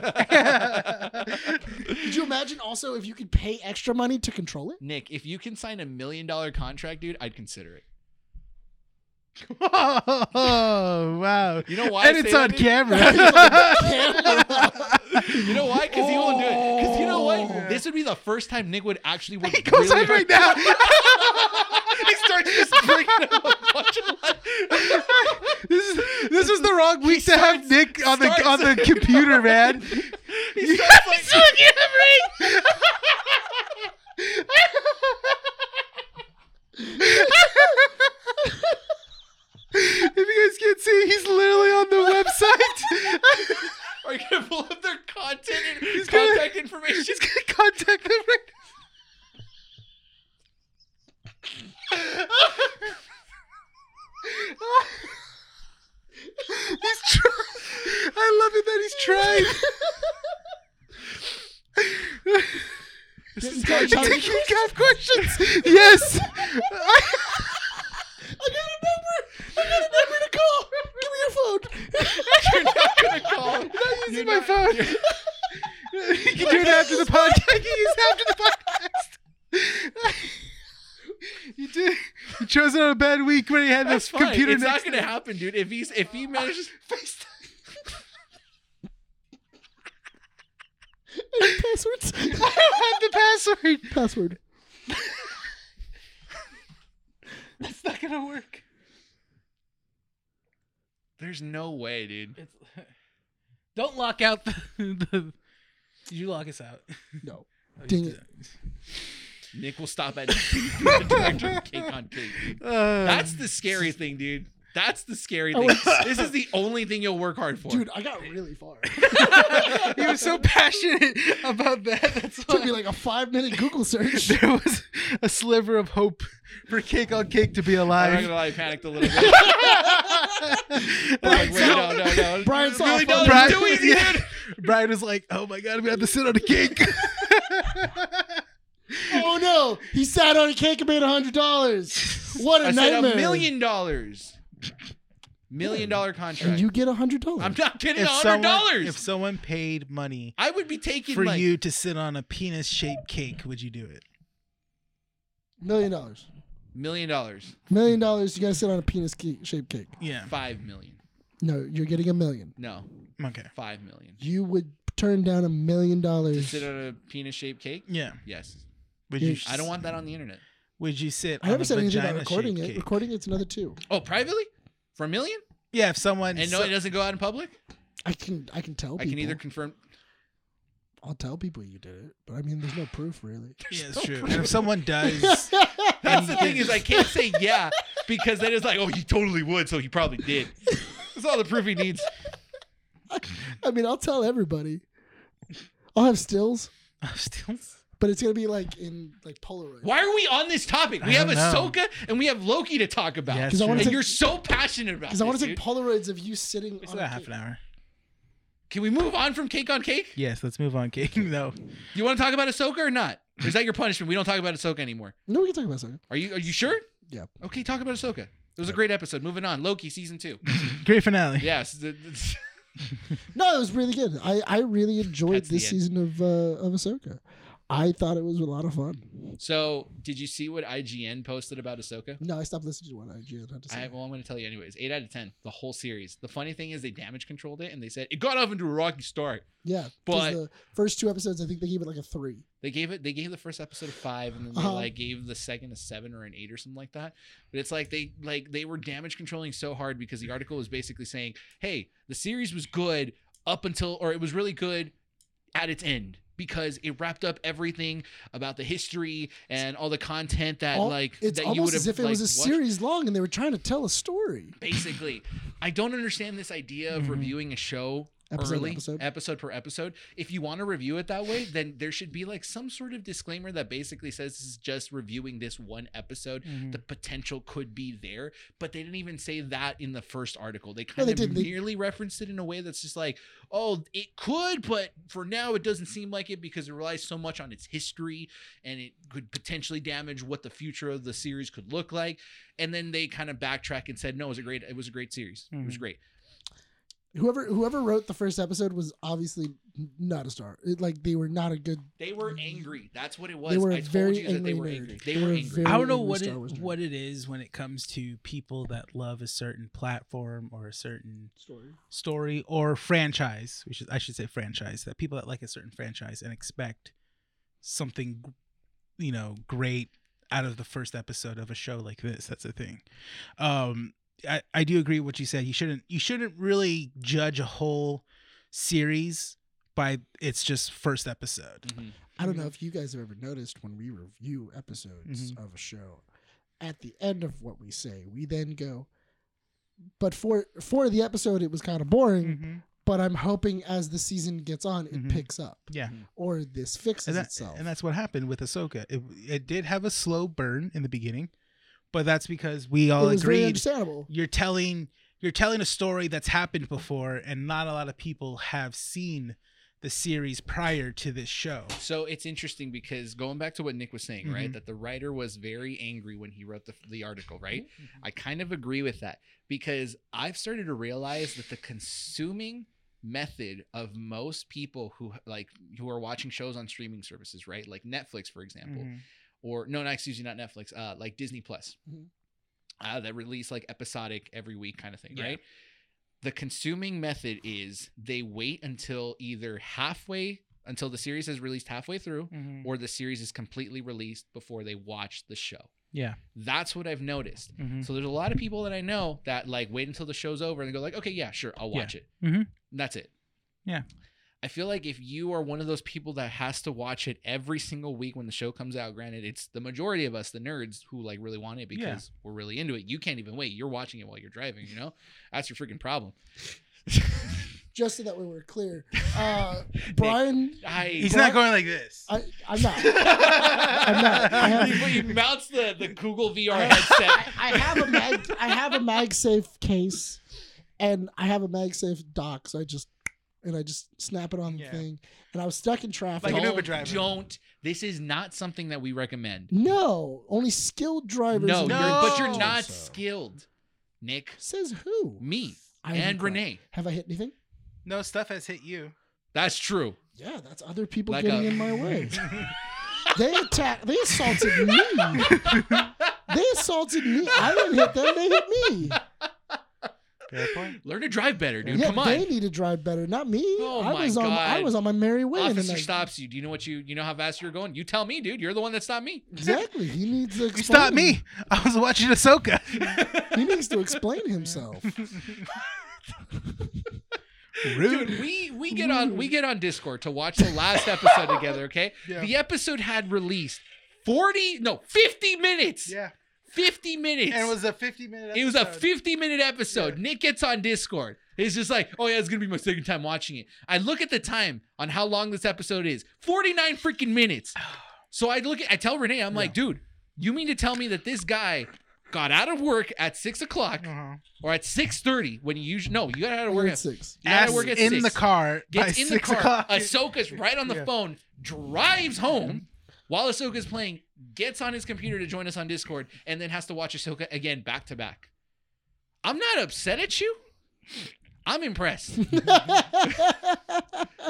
you imagine also if you could pay extra money to control (laughs) it? Nick, if you can sign a million dollar contract, dude, I'd consider it. oh wow. You know why? I And say it's that, on dude? camera. (laughs) (laughs) You know why? Because he will do it. Because you know Oh. what? This would be the first time Nick would actually work he goes really on hard. right now. (laughs) he starts just (laughs) bringing up a bunch of like, this is this was the wrong week to have Nick on the on the starts- computer, man. he starts (laughs) like, if you guys can't see, he's literally on the website. (laughs) Are you gonna pull up their content and He's gonna- contact information? (laughs) She's gonna contact them right now. (laughs) he's trying. I love it that he's (laughs) trying. This is Tell how you Chuck- get- you have (laughs) questions? Yes. (laughs) I got a number. I got a number to call. Give me your phone. (laughs) you're not gonna call. (laughs) I'm not using You're my not- phone. (laughs) you can do it after the podcast. (laughs) You can use it after the podcast. (laughs) you did. You chose it on a bad week when you had That's this fine. computer it's next not gonna happen, dude. If he's if he manages (laughs) Any passwords? I don't have the password. Password. (laughs) That's not gonna work. There's no way, dude. It's, (laughs) don't lock out the, (laughs) the. Did you lock us out? No. Oh, you Dang did. Nick will stop at the director of cake on cake, dude. Uh, That's the scary thing, dude. That's the scary I thing. was- (laughs) this is the only thing you'll work hard for. Dude, I got really far. (laughs) (laughs) he was so passionate about that. That's took why me like a five minute Google (laughs) search. there was a sliver of hope for Cake on Cake to be I'm not alive. (laughs) gonna lie, I panicked a little bit. I'm like, wait, no, (laughs) no, no. (laughs) Brian It's saw really a photo. not Brian- too (laughs) easy, yeah. (laughs) dude. Brian was like, "Oh my god, we have to sit on a (laughs) cake." oh no, he sat on a cake and made a hundred dollars. What a I said nightmare! a million dollars. Million dollar contract. And you get a hundred dollars. I'm not getting a if, hundred someone, if dollars. someone paid money I would be taking for like you to sit on a penis-shaped cake, would you do it? Million dollars. million dollars, Million dollars. You gotta sit on a penis cake, shaped cake. Yeah. five million. No, you're getting a million. No, Okay. five million. You would turn down a million To dollars. sit on a penis-shaped cake? Yeah. Yes. Would Yeah. you? I don't want that on the internet. Would you sit? I on never a said anything about vagina-shaped recording it. cake? Recording it's another two. Oh, privately? For a million? Yeah. If someone. And no, it doesn't go out in public? I can I can tell I people. can either confirm. I'll tell people you did it, but I mean, there's no proof really. (laughs) Yeah, it's true. And if someone does, (laughs) That's the thing is I can't say yeah because then it's like, oh, he totally would, so he probably did. That's all the proof he needs. I mean, I'll tell everybody. I'll have stills, I'm still. but it's gonna be like in like Polaroid. Why are we on this topic? We I have don't know. Ahsoka and we have Loki to talk about. Yeah, Because I true. want to and take you're so passionate about because this. I want to take dude. Polaroids of you sitting. It's on about a half an cake. hour. Can we move on from cake on cake? Yes. Let's move on, cake. (laughs) No. You want to talk about Ahsoka or not? Or is that your punishment? We don't talk about Ahsoka anymore. No, we can talk about something. Are you are you sure? Yeah. Okay, talk about Ahsoka. It was a great episode. Moving on. Loki season two. (laughs) Great finale. Yes. (laughs) the- the- No, it was really good. I, I really enjoyed That's the this end. season of uh, of Ahsoka. I thought it was a lot of fun. So did you see what IGN posted about Ahsoka? No, I stopped listening to one IGN. I had to say. I, well, I'm going to tell you anyways. Eight out of ten, the whole series. The funny thing is, they damage controlled it, and they said it got off into a rocky start. yeah, 'cause but- the first two episodes, I think they gave it like a three. They gave it. They gave the first episode a five, and then they Uh-huh. like gave the second a seven or an eight or something like that. But it's like they like they were damage controlling so hard because the article was basically saying, "Hey, the series was good up until, or it was really good at its end because it wrapped up everything about the history and all the content that Al- like it's that almost as if it like, was a watched. series long and they were trying to tell a story. Basically, I don't understand this idea of Mm-hmm. Mhm. reviewing a show Episode to early, episode. per episode. If you want to review it that way, then there should be like some sort of disclaimer that basically says this is just reviewing this one episode. Mm-hmm. The potential could be there, but they didn't even say that in the first article. They No, kind they of didn't. They- merely referenced it in a way that's just like, oh, it could, but for now it doesn't seem like it because it relies so much on its history and it could potentially damage what the future of the series could look like. And then they kind of backtrack and said, no, it was a great, it was a great series. It Mm-hmm. was Mhm. great. Whoever whoever wrote the first episode was obviously not a star. It, like they were not a good. They were angry. That's what it was. Mm. were I told very you that they angry were nerd. angry. They, They were were angry. very- I don't know Angry what Star it, Wars nerd. what it is when it comes to people that love a certain platform or a certain Story. story or franchise. We should I should say franchise that people that like a certain franchise and expect something, you know, great out of the first episode of a show like this. That's the thing. Um, I I do agree with what you said. You shouldn't you shouldn't really judge a whole series by its just first episode. Mhm. I don't know if you guys have ever noticed when we review episodes Mm-hmm. of a show, at the end of what we say, we then go, but for for the episode it was kind of boring, but I'm hoping as the season gets on it Mhm. picks up. Yeah. Or this fixes and, that- itself. and that's what happened with Ahsoka. It, it did have a slow burn in the beginning, but that's because we all it was very agreed understandable. you're telling you're telling a story that's happened before, and not a lot of people have seen the series prior to this show. So it's interesting because going back to what Nick was saying, Mm-hmm. right, Mhm. that the writer was very angry when he wrote the, the article, right? Mm-hmm. I kind of agree with that because I've started to realize that the consuming method of most people who like who are watching shows on streaming services, right, like Netflix, for example, or no, not excuse me, not Netflix, uh, like Disney Plus, Mm-hmm. Mhm. uh, that release like episodic every week kind of thing, Yeah. right? The consuming method is they wait until either halfway until the series has released halfway through, or the series is completely released before they watch the show. Yeah. That's what I've noticed. Mm-hmm. So there's a lot of people that I know that like wait until the show's over and they go like, okay, yeah, sure, I'll Yeah. watch it. Mhm. And That's it. Yeah. I feel like if you are one of those people that has to watch it every single week when the show comes out, granted, it's the majority of us, the nerds, who like really want it Yeah. because we're really into it. You can't even wait. You're watching it while you're driving. You know, that's your freaking problem. Just so that we were (laughs) clear. Uh, Brian I, (laughs) He's Well, not going like this. I, I'm not. I'm not- I have- he, he mounts the the Google VR I- headset. I have a mag I have a MagSafe case and I have a MagSafe dock, so I just and I just snap it on the Yeah. thing. And I was stuck in (laughs) traffic. Like an Don't- Uber driver. Don't. This is not something that we recommend. no, only skilled drivers. No, and You're, but you're drivers. not So- skilled, Nick. Says who? Me I and haven't cried. Renee. Have I hit anything? No stuff has hit you. That's true. Yeah, that's other people Like getting a- in my (laughs) way. they attacked. They assaulted me. they assaulted me. I didn't hit them. They hit me. Fair point. Learn to drive better, dude. yeah, Come on. they need to drive better, not me. Oh I my was on. I God. was on my merry way. and then Officer I- stops you. Do you know what you you know how fast you're going? You tell me, dude. You're the one that stopped me. Exactly. He needs to. Explain. You stopped me. (laughs) I was watching Ahsoka. He needs to explain (laughs) himself. Rude. Dude, we we get on we get on Discord to watch the last episode together, okay? (laughs) Yeah. The episode had released 40 no, 50 minutes. yeah. 50 minutes. And it was a 50 minute It was a episode. 50 minute episode. Nick gets on Discord. He's just like, oh yeah, it's gonna be my second time watching it. I look at the time on how long this episode is. 49 (sighs) freaking minutes. So I look at I tell Renee, I'm like, dude, you mean to tell me that this guy got out of work at six o'clock Uh-huh. or at six thirty when you usually no, you got out of work We're at at (laughs) six. out Yes, of work at in six. the car Gets by in the six car. o'clock. Ahsoka's right on the Yeah. Mm-hmm. phone, drives home while Ahsoka's playing, gets on his computer to join us on Discord, and then has to watch Ahsoka again back to back. I'm not upset at you. (laughs) I'm impressed.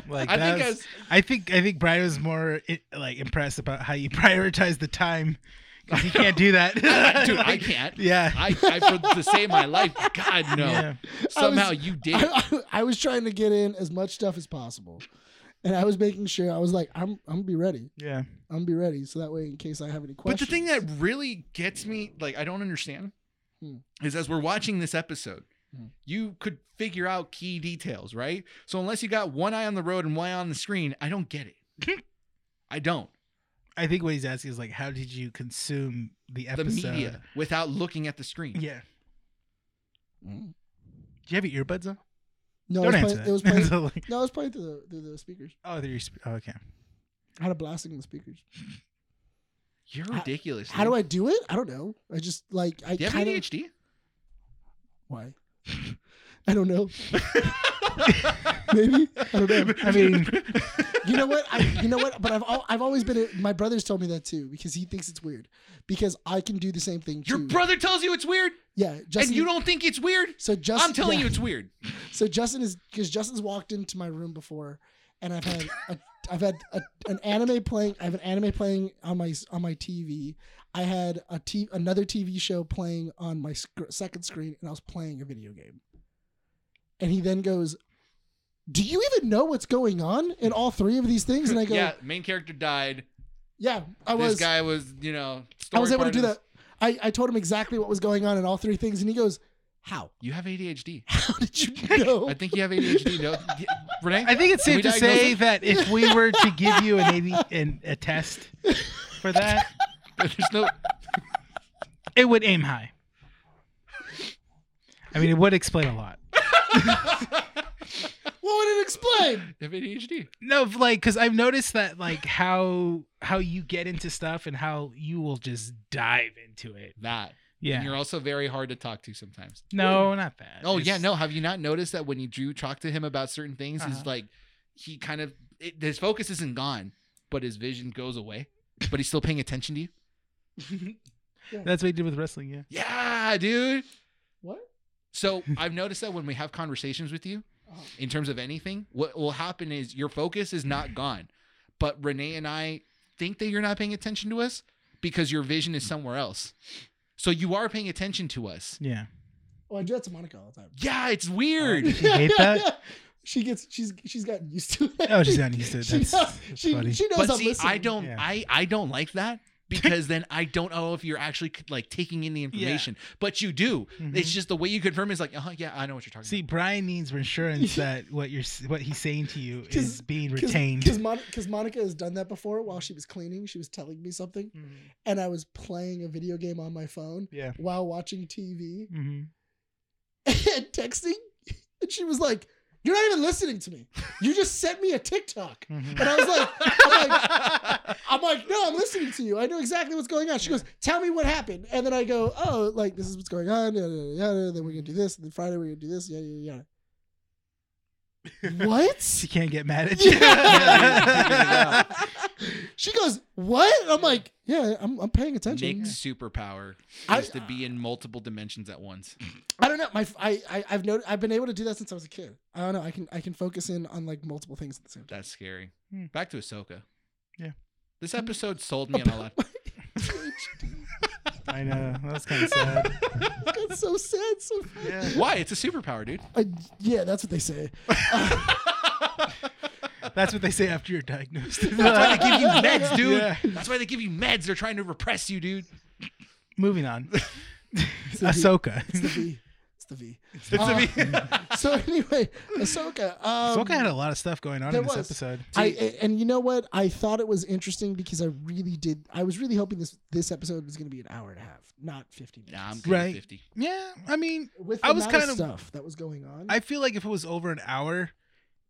Like I that think I was- was- I think I think Brian was more i- like impressed about how you (laughs) prioritize the time. 'Cause You can't do that, (laughs) I- dude, (laughs) I can't. Yeah. I, I for to save my life, God no. Yeah. Somehow you did. (laughs) I, I, I was trying to get in as much stuff as possible, and I was making sure I was like, I'm, I'm gonna be ready. Yeah. I'm gonna be ready, so that way, in case I have any But questions. the thing that really gets me, like, I don't understand, Hmm. is as we're watching this episode, Mhm. You could figure out key details, right? So unless you got one eye on the road and one eye on the screen, I don't get it. (laughs) I don't. I think what he's asking is like, how did you consume the The episode? media without looking at the screen. Yeah. Mm-hmm. Do you have your earbuds on? No, Don't answer it was, playing, that. it was (laughs) playing. (laughs) So, like, No, it was playing through the through the speakers. oh, they're your sp- oh, okay. I had a blasting in the speakers. You're How- ridiculous. How do I do it? I don't know. I just like I Do you have kind of ADHD? why. (laughs) I don't (laughs) know. Maybe I don't know. I mean, You know what? I you know what? But I've al- I've always been. A, my brother's told me that too because he thinks it's weird because I can do the same thing. Your too. brother tells you it's weird, Yeah, Justin. and you don't think it's weird. So Justin, I'm telling yeah. you, (laughs) it's weird. So Justin is because Justin's walked into my room before, and I've had (laughs) a, I've had a, an anime playing. I have an anime playing on my on my TV. I had a t- another TV show playing on my sc- second screen, and I was playing a video game. And he then goes, "Do you even know what's going on in all three of these things?" And I go, yeah, "Yeah, main character died. I this was guy was, you know, I was story able to part do is- that." I, I told him exactly what was going on in all three things, and he goes, "How? (laughs) You have ADHD. How did (laughs) you know?" I think you have ADHD. No, (laughs) Renee. (laughs) I think it's Can we safe to diagnose say it? that if we were to give you an, AD, an a test for that, There's no. it would aim high. I mean, it would explain a lot. what would it explain? You have ADHD. No, if, like because I've noticed that like how how you get into stuff and how you will just dive into it. That. And Yeah. you're also very hard to talk to sometimes. No, not that. Oh yeah, It's- no. Have you not noticed that when you do talk to him about certain things, Uh-huh. is like he kind of it, his focus isn't gone, but his vision goes away. But he's still paying attention to you. (laughs) That's what he did with wrestling. Yeah. Yeah, dude. What? (laughs) So I've noticed that when we have conversations with you, Oh. in terms of anything, what will happen is your focus is not gone, but Renee and I think that you're not paying attention to us because your vision is somewhere else. So you are paying attention to us. Yeah. Oh, I do that to Monica all (laughs) the time. Yeah, it's weird. She hate (laughs) that? (laughs) She gets she's she's gotten used to it. Oh, she's gotten used to it. (laughs) She, That's, knows- that's she, funny. she knows but I'm see, listening. I don't, Yeah. I, I don't like that because then I don't know if you're actually like taking in the information, but you do. It's just the way you confirm is like, uh huh, yeah, I know what you're talking Mm-hmm. See, Brian needs (laughs) reassurance that what you're s- what he's saying to you 'Cause- is being (laughs) retained. because Monica has done that before. While she was cleaning, she was telling me something, Mhm. and I was playing a video game on my phone Yeah. while watching TV Mhm. (laughs) and texting, and she was like, "You're not even listening to me. You just sent me a TikTok." Mhm. (laughs) And I was like, I'm like, about. I'm like, no, I'm listening to you. I know exactly what's going on. She goes, tell me what happened. And then I go, oh, like this is what's going on. Yada, yada, yada. Then we're gonna do this. And then Friday we're gonna do this. Yada yada yada. what? She can't get mad at you. (laughs) (laughs) Yeah. she goes, what? And I'm like, yeah, I'm, I'm paying attention. Nick's superpower I- is to be in multiple dimensions at once. I don't know. My I, I I've noted I've been able to do that since I was a kid. I don't know. I can I can focus in on like multiple things at the same time. That's scary. Hmm. Back to Ahsoka. Yeah. This episode sold me on a lot. I know. That was kind of (laughs) sad. That's so sad. So Yeah. Why? It's a superpower, dude. (laughs) I, yeah, that's what they say. That's what they say after you're diagnosed. That's why they give you meds, (laughs) dude. Yeah. That's why they give you meds. They're trying to repress you, dude. Moving on. (laughs) the- Uh, (laughs) Ahsoka. It's the V. (laughs) It's the V. That's Uh, what I mean. so anyway, Ahsoka. (laughs) Um, Ahsoka had a lot of stuff going on there in this was. episode. I a- and you know what? I thought it was interesting because I really did. I was really hoping this this episode was going to be an hour and a half, not fifty minutes. nah, I'm good at Right. 50. Yeah, I mean, With the I was amount kind of of- stuff that was going on. I feel like if it was over an hour,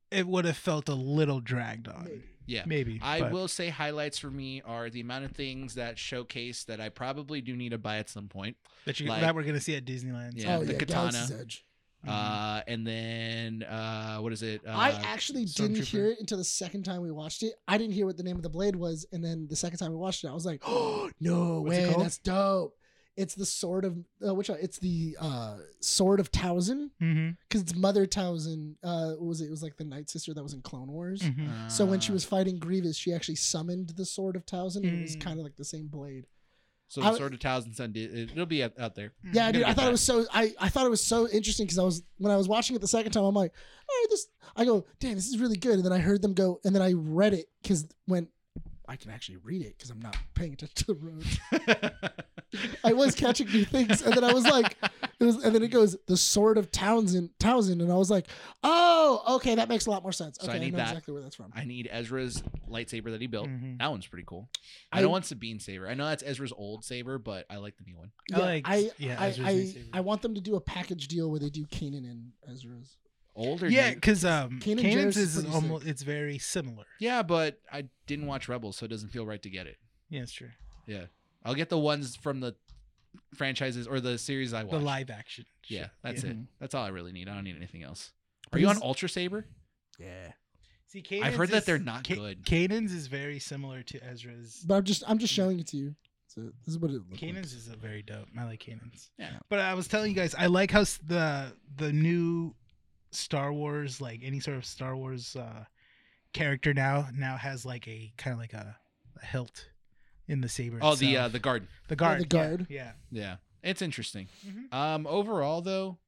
it would have felt a little dragged on. maybe. Yeah. Maybe. I but- will say highlights for me are the amount of things that showcase that I probably do need to buy at some point. that, you, like- that we're gonna see at Disneyland. Yeah, oh the yeah, katana. Galaxy's Edge. Uh, and then uh, what is it? Uh, Mm-hmm. I actually didn't Stormtrooper. hear it until the second time we watched it. I didn't hear what the name of the blade was, and then the second time we watched it, I was like, (gasps) "Oh no What's it way, called? that's dope!" It's the sword of uh, which one? it's the uh, sword of Towson Mm-hmm. because it's Mother Towson. Uh, what was it? It was like the Night Sister that was in Clone Wars. mm-hmm. So when she Uh, was fighting Grievous, she actually summoned the Sword of Towson, and it was Mm. kind of like the same blade. so I- the Sword of Thousand Sun, did- it'll be out, out there. (laughs) Yeah, dude, You're Mm, gonna I get thought that. it was so I, I thought it was so interesting because I was when I was watching it the second time, I'm like, all right, this I go, damn, this is really good. And then I heard them go, and then I read it because when I can actually read it because I'm not paying attention to the road. I was catching new things, and then I was like, It was- and then it goes the sword of Townsend, Townsend, and I was like, oh, okay, that makes a lot more sense. So I Okay, I, need know that. exactly where that's from. I need Ezra's lightsaber that he built. Mhm. That one's pretty cool. I, Mm. I- don't want Sabine saber. I know that's Ezra's old saber, but I like the new one. I like- I, yeah, I, Ezra's I, lightsaber. I want them to do a package deal where they do Kanan and Ezra's. Older. Yeah, new- because um, Kanan Kanan's Jarrus is is pretty sick. almost it's very similar. Yeah, but I didn't watch Rebels, so it doesn't feel right to get it. Yeah, it's true. I'll get the ones from the franchises or the series I watched. The live action. Yeah, shit. that's it. Mhm. That's all I really need. I don't need anything else. Are But you on he's- Ultra Saber? Yeah. See, Kanan's I've heard that is- they're not Ka- good. Kanan's is very similar to Ezra's. But I'm just, I'm just showing it to you. So this is what it looks like. Kanan's is a very dope. I like Kanan's. Yeah. But I was telling you guys, I like how s- the the new Star Wars, like any sort of Star Wars uh, character now, now has like a kind of like a, a hilt in the saber. Oh, the uh, itself. the garden. the guard, Oh, the guard. Yeah, Yeah, it's interesting. yeah. Um, overall though,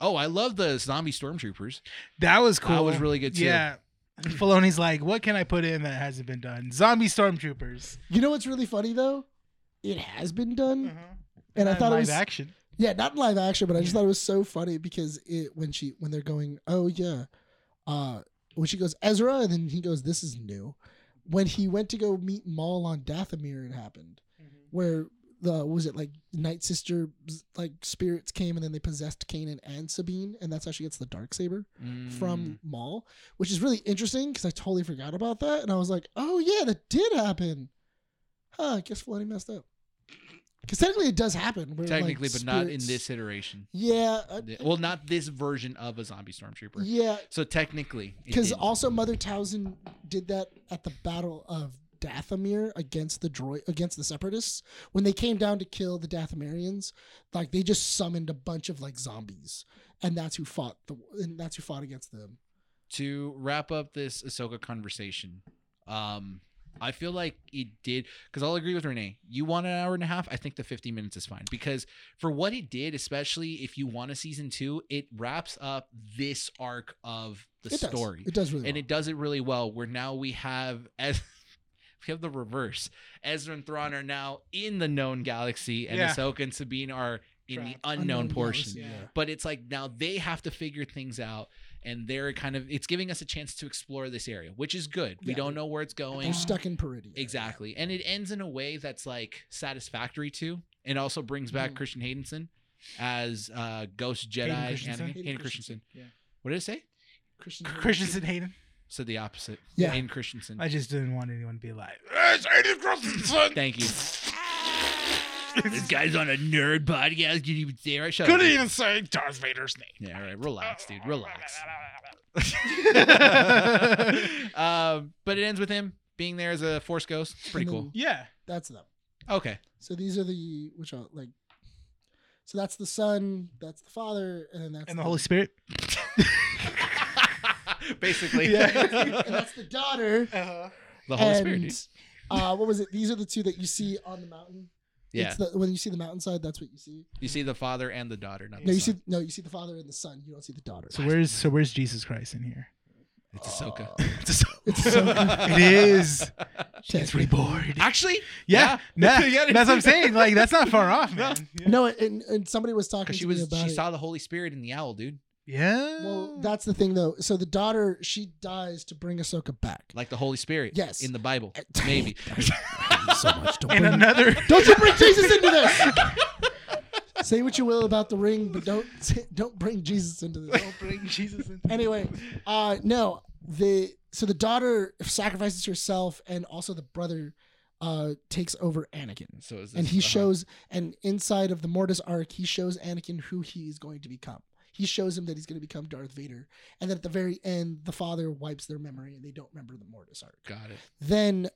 oh, I love the zombie stormtroopers. that was cool. That was really good too. Yeah. Filoni's like, what can I put in that hasn't been done? Zombie stormtroopers. You know what's really funny though? It has been done, Mm-hmm. Mm-hmm. and I Not thought it live was action. yeah, not in live action, but I just Yeah. thought it was so funny because it when she when they're going, oh yeah, uh, when she goes Ezra, and then he goes, this is new. When he went to go meet Maul on Dathomir, it happened where the was it like Night Sister like spirits came and then they possessed Kanan and Sabine, and that's how she gets the dark saber Mm, from Maul, which is really interesting because I totally forgot about that, and I was like, oh yeah, that did happen. Huh? I guess Filoni messed up. Because technically, it does happen. where, like, technically, but not in spirits- this iteration. Yeah. uh, The- Well, not this version of a zombie stormtrooper. yeah. So technically, it Because didn't. also Mother Towson did that at the Battle of Dathomir against the droid against the Separatists when they came down to kill the Dathomirians. Like they just summoned a bunch of like zombies, and that's who fought the and that's who fought against them. to wrap up this Ahsoka conversation, um, I feel like it did because I'll agree with Renee. You want an hour and a half? I think the 50 minutes is fine because for what it did, especially if you want a season two, it wraps up this arc of the it story does. It does really. and well. it does it really well. Where now we have (laughs) as we have the reverse. Ezra and Thrawn are now in the known galaxy, and Yeah. Ahsoka and Sabine are in Trapped. the unknown, portion galaxy, Yeah. but it's like now they have to figure things out and they're kind of it's giving us a chance to explore this area which is good we Yeah. don't know where it's going They're stuck in Peridia. exactly and it ends in a way that's like satisfactory too and also brings back Mhm. christian haydenson as uh ghost jedi Hayden Anakin- Christensen? hayden, Hayden christensen Yeah. what did i say Christian. Christensen Hayden. said the opposite Yeah. hayden christensen I just didn't want anyone to be alive. (laughs) thank you (laughs) this guy's on a nerd podcast can you say right shut up Couldn't dude. even say Darth Vader's name. yeah all right relax dude (laughs) relax um, but it ends with him being there as a force ghost. It's pretty And cool. then- yeah. That's them. Okay. So these are the which are like. So that's the son. That's the father, and then that's And the (laughs) Holy Spirit. Basically. and (laughs) that's the daughter. Uh-huh. The Holy and, Spirit, dude. Uh, what was it? These are the two that you see on the mountain. Yeah. It's the, when you see the mountainside, that's what you see. You see the father and the daughter. Not No, the you son. see, no, you see the father and the son. You don't see the daughter. So (laughs) where's so where's Jesus Christ in here? It's Ahsoka. It's Ahsoka. it is. It's Check. (laughs) reborn. Actually, (laughs) Yeah. Yeah. Nah, Yeah. that's what I'm saying. Like that's not far off, No. man. Yeah. No, and, and somebody was talking because to she me was about she it. saw the Holy Spirit in the owl, dude. Yeah. well, that's the thing though. So the daughter, she dies to bring Ahsoka back. Like the Holy Spirit. Yes. In the Bible. Maybe. Thank you so much. Don't and bring, (laughs) another (laughs) don't you bring Jesus into this. (laughs) say what you will about the ring, but don't say, don't bring Jesus into (laughs) this. Don't bring Jesus in. anyway, uh, no, the so the daughter sacrifices herself, and also the brother uh takes over Anakin, so is this, and he uh-huh. shows and inside of the Mortis arc, he shows Anakin who he is going to become. He shows him that he's going to become Darth Vader, and then at the very end, the father wipes their memory, and they don't remember the Mortis arc Got it. then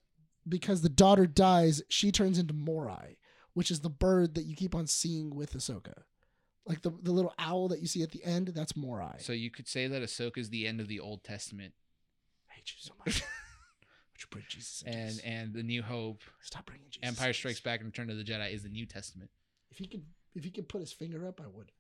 because the daughter dies, she turns into Morai, which is the bird that you keep on seeing with Ahsoka. Like the, the little owl that you see at the end, that's Morai. So you could say that Ahsoka is the end of the Old Testament I hate you so much. Would (laughs) you bring Jesus into and this? and the New Hope, stop bringing Jesus? Empire into Strikes this. Back, and Return of the Jedi is the New Testament. If he could, if he could put his finger up, I would.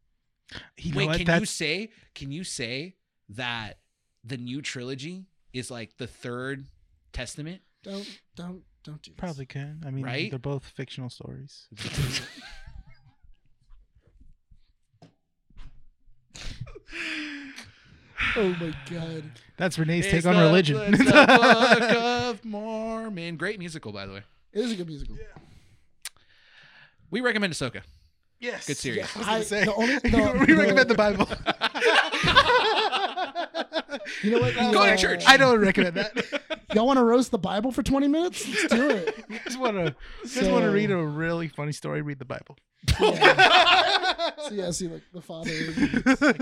You know Wait, what? can you That's- say can you say that the new trilogy is like the third testament? Don't, don't, don't do. This. probably can. I mean, Right? they're both fictional stories. Oh my god. That's Renee's take It's on the- religion. (laughs) it's the Book of Mormon. Great musical, by the way. It is a good musical. We recommend (laughs) Ahsoka. yes. Good series. I was gonna I- say. the only- the- (laughs) we the- recommend the Bible. (laughs) You know what? Go to Yeah. church. I don't recommend that. (laughs) (laughs) Y'all want to roast the Bible for 20 minutes? Let's do it. just want to just So- want to read a really funny story. Read the Bible. (laughs) Yeah. So yeah, see, like the father.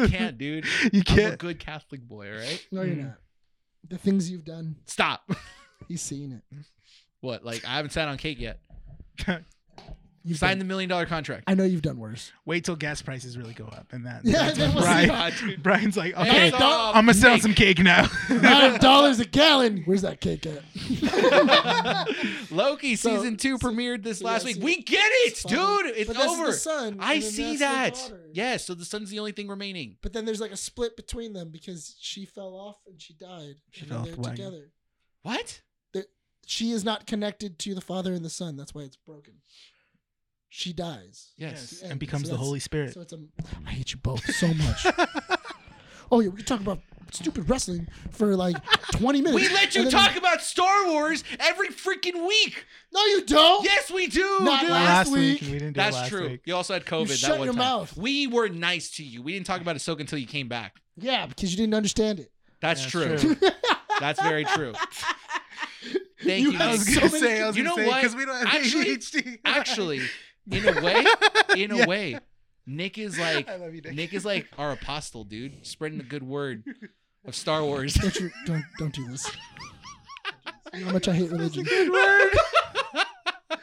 I can't, dude. You I'm a can't. good Catholic boy, all right? No, you're not. The things you've done, Stop. (laughs) he's seen it. What? Like I haven't sat on (laughs) cake yet. You've Sign done- the million dollar contract. I know you've done (laughs) worse. Wait till gas prices really go up, and that. Yeah, that's that when was- Brian- God, (laughs) dude. Brian's like, Hands okay, off I'm gonna sell cake. some cake (laughs) now. (laughs) Nine dollars a gallon. Where's that cake at? Loki So- season two premiered this so last yeah, week. so We get it, fine. dude. It's but that's over. The son, I and then see that. that's the daughter. Yeah, so the sun's the only thing remaining. But then there's like a split between them because she fell off and she died. She and fell then off they're the wagon. together. What? She is not connected to the father and the son. That's why it's broken. She dies. Yes. Yeah, and becomes so the that's- Holy Spirit. So it's a. I hate you both so (laughs) much. oh yeah, we could talk about stupid wrestling for like 20 minutes. We let you and then- talk about Star Wars every freaking week. No, you don't. Yes, we do, Oh. Not dude. last week. we didn't do it That's last true. Week. You also had COVID that shut one your time. mouth. We were nice to you. We didn't talk about Ahsoka until you came back. Yeah, because you didn't understand it. That's, That's true. true. That's very true. Thank You you. (laughs) I have was Nick. so gonna many- say, I was you gonna know say, what? because we don't have Actually- ADHD. Actually, in a way, in a Yeah. way, Nick (laughs) is like I love you, Nick. Nick is like our apostle, dude, spreading the good word of Star Wars. Don't you, (laughs) don't don't do this. You know how much I hate That's a religion. good (laughs) word.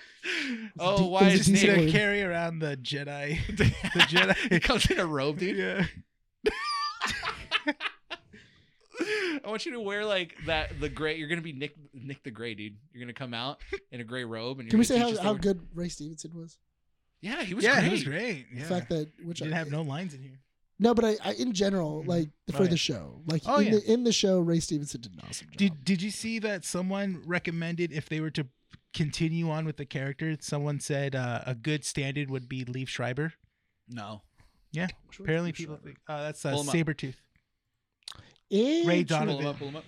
oh, deep- why there's is just deep need Nick? to Nick. carry around the (laughs) Jedi. The (laughs) he Jedi. (laughs) comes in a robe, dude. yeah. I want you to wear like that. The gray. You're gonna be Nick. Nick the Gray, dude. You're gonna come out in a gray robe. And you're Can we say gonna teach how, us the how word. good Ray Stevenson was? Yeah, he was yeah, great. it was great. Yeah. The fact that which didn't I have no lines in here. no, but I, I in general like for Right. the show, like Oh, in, yeah. the, in the show, Ray Stevenson did an awesome job. Did Did you see that someone recommended if they were to continue on with the character? Someone said uh, a good standard would be Leaf Schreiber. No. Which one Apparently, did you people show? think uh, that's uh, Pull 'em up. Sabretooth. Ray Interesting. Donovan. Pull him up. Pull him up.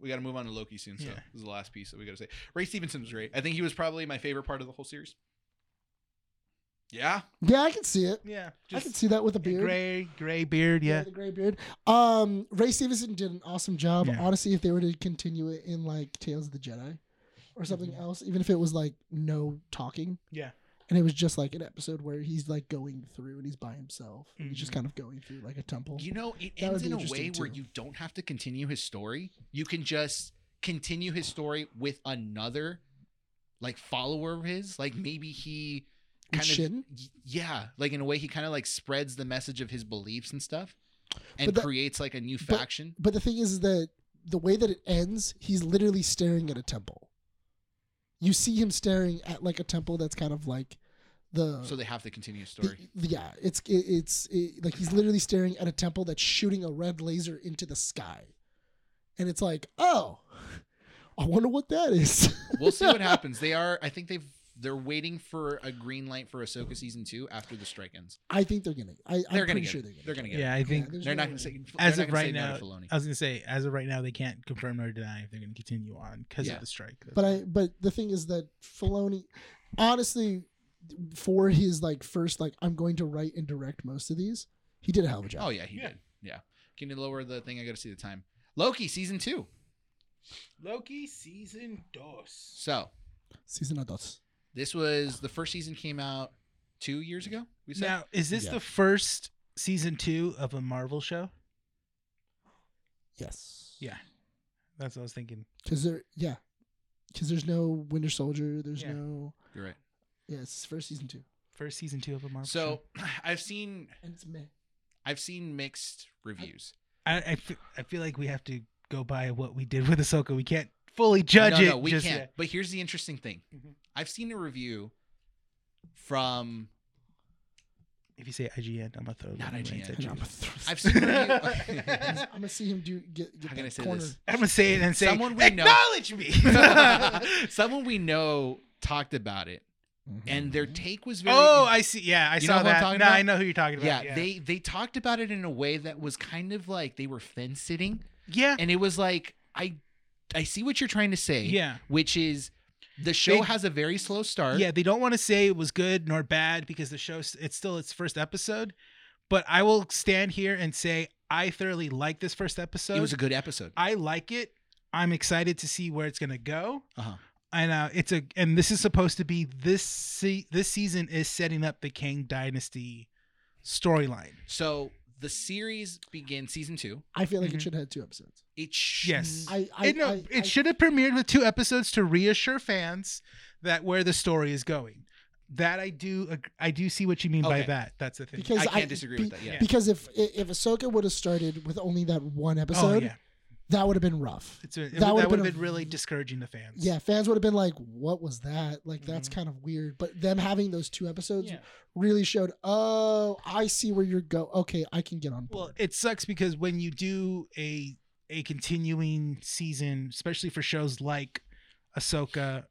We got to move on to Loki soon. So Yeah. this is the last piece that we got to say. Ray Stevenson was great. I think he was probably my favorite part of the whole series. Yeah. Yeah, I can see it. Yeah, I can see that with a beard. gray gray beard. Yeah, Yeah, the gray beard. Um, Ray Stevenson did an awesome job. Yeah. Honestly, if they were to continue it in like Tales of the Jedi or something Mhm. else, even if it was like no talking. Yeah. And it was just like an episode where he's like going through and he's by himself. and He's just Mhm. kind of going through like a temple. Mm-hmm. You know, it That would ends be in a way interesting, where too. you don't have to continue his story. You can just continue his story with another like follower of his. Like maybe he With kind Shin? of y- yeah, like in a way he kind of like spreads the message of his beliefs and stuff and But that- creates like a new but- faction. But the thing is that the way that it ends, he's literally staring at a temple. You see him staring at like a temple that's kind of like the so they have to continue his The- story. the- yeah, it's it, it's it, like he's literally staring at a temple that's shooting a red laser into the sky, and it's like, oh, (laughs) I wonder what that is. (laughs) we'll see what happens. They are I think they've they're waiting for a green light for Ahsoka season 2 after the strike ends. I think they're gonna. I, They're I'm gonna pretty get sure it. they're gonna. They're get gonna yeah. get. it. I think there's They're no not going way. to say they're As not of gonna say right no to now- Filoni. I was gonna say as of right now they can't confirm nor deny if they're gonna continue on because Yeah. of the strike. That's But why. I. But the thing is that Filoni, honestly, for his like first like I'm going to write and direct most of these, he did a hell of a job. Oh yeah, he Yeah. did. Yeah. Can you lower the thing? I gotta see the time. Loki season two. Loki season dos. So Season of dos. this was the first season came out two years ago. We said Now, is this Yeah. the first season two of a Marvel show? Yes. Yeah. That's what I was thinking. Because there. Yeah. Because there's no Winter Soldier. There's Yeah. no. you're right. Yeah, it's first season two, First season two of a Marvel show. So (clears throat) I've seen and it's meh. I've seen mixed reviews. I, I, fe- I feel like we have to go by what we did with Ahsoka. We can't fully judge no, it. no, we just can't. yet. But here's the interesting thing. Mhm. I've seen a review from If you say IGN, I'm a throw. Not the reins IGN. at And you. (laughs) (laughs) I'm I'm gonna throw this- I've seen a review (laughs) I'm gonna see him do get, get How that can I say corner. this? gonna (laughs) say it and say, (laughs) Someone we know- acknowledge me. Someone we know talked about it and their take was very (laughs) Oh, I see. Yeah, I You know saw what I'm that. No, talking I about? know who you're talking about. yeah, Yeah, yeah. they they talked about it in a way that was kind of like they were fence sitting (laughs) yeah. and it was like i i see what you're trying to say which is the show They- has a very slow start Yeah, they don't want to say it was good nor bad because the show it's still its first episode. But I will stand here and say I thoroughly like this first episode. it was a good episode I like it. I'm excited to see where it's gonna go. Uh-huh. And uh, it's a and this is supposed to be this se- this season is setting up the Kang Dynasty storyline. so the series begins season two I feel like Mhm. it should have had two episodes. it sh- Yes. I, I, It, no, I, it I- should have premiered with two episodes to reassure fans that where the story is going. That I do ag- I do see what you mean by Okay. that. That's the thing. because I can't disagree with that, yeah. Because if i- if Ahsoka would have started with only that one oh episode, yeah, that would have been rough. it's a, it, that that would would've have been, been a- really discouraging to fans. Yeah, fans would have been like, "What was that?" Like that's Mhm. kind of weird. But them having those two episodes really showed, "Oh, I see where you're go. Okay, I can get on board." Well, it sucks because when you do a a continuing season, especially for shows like Ahsoka,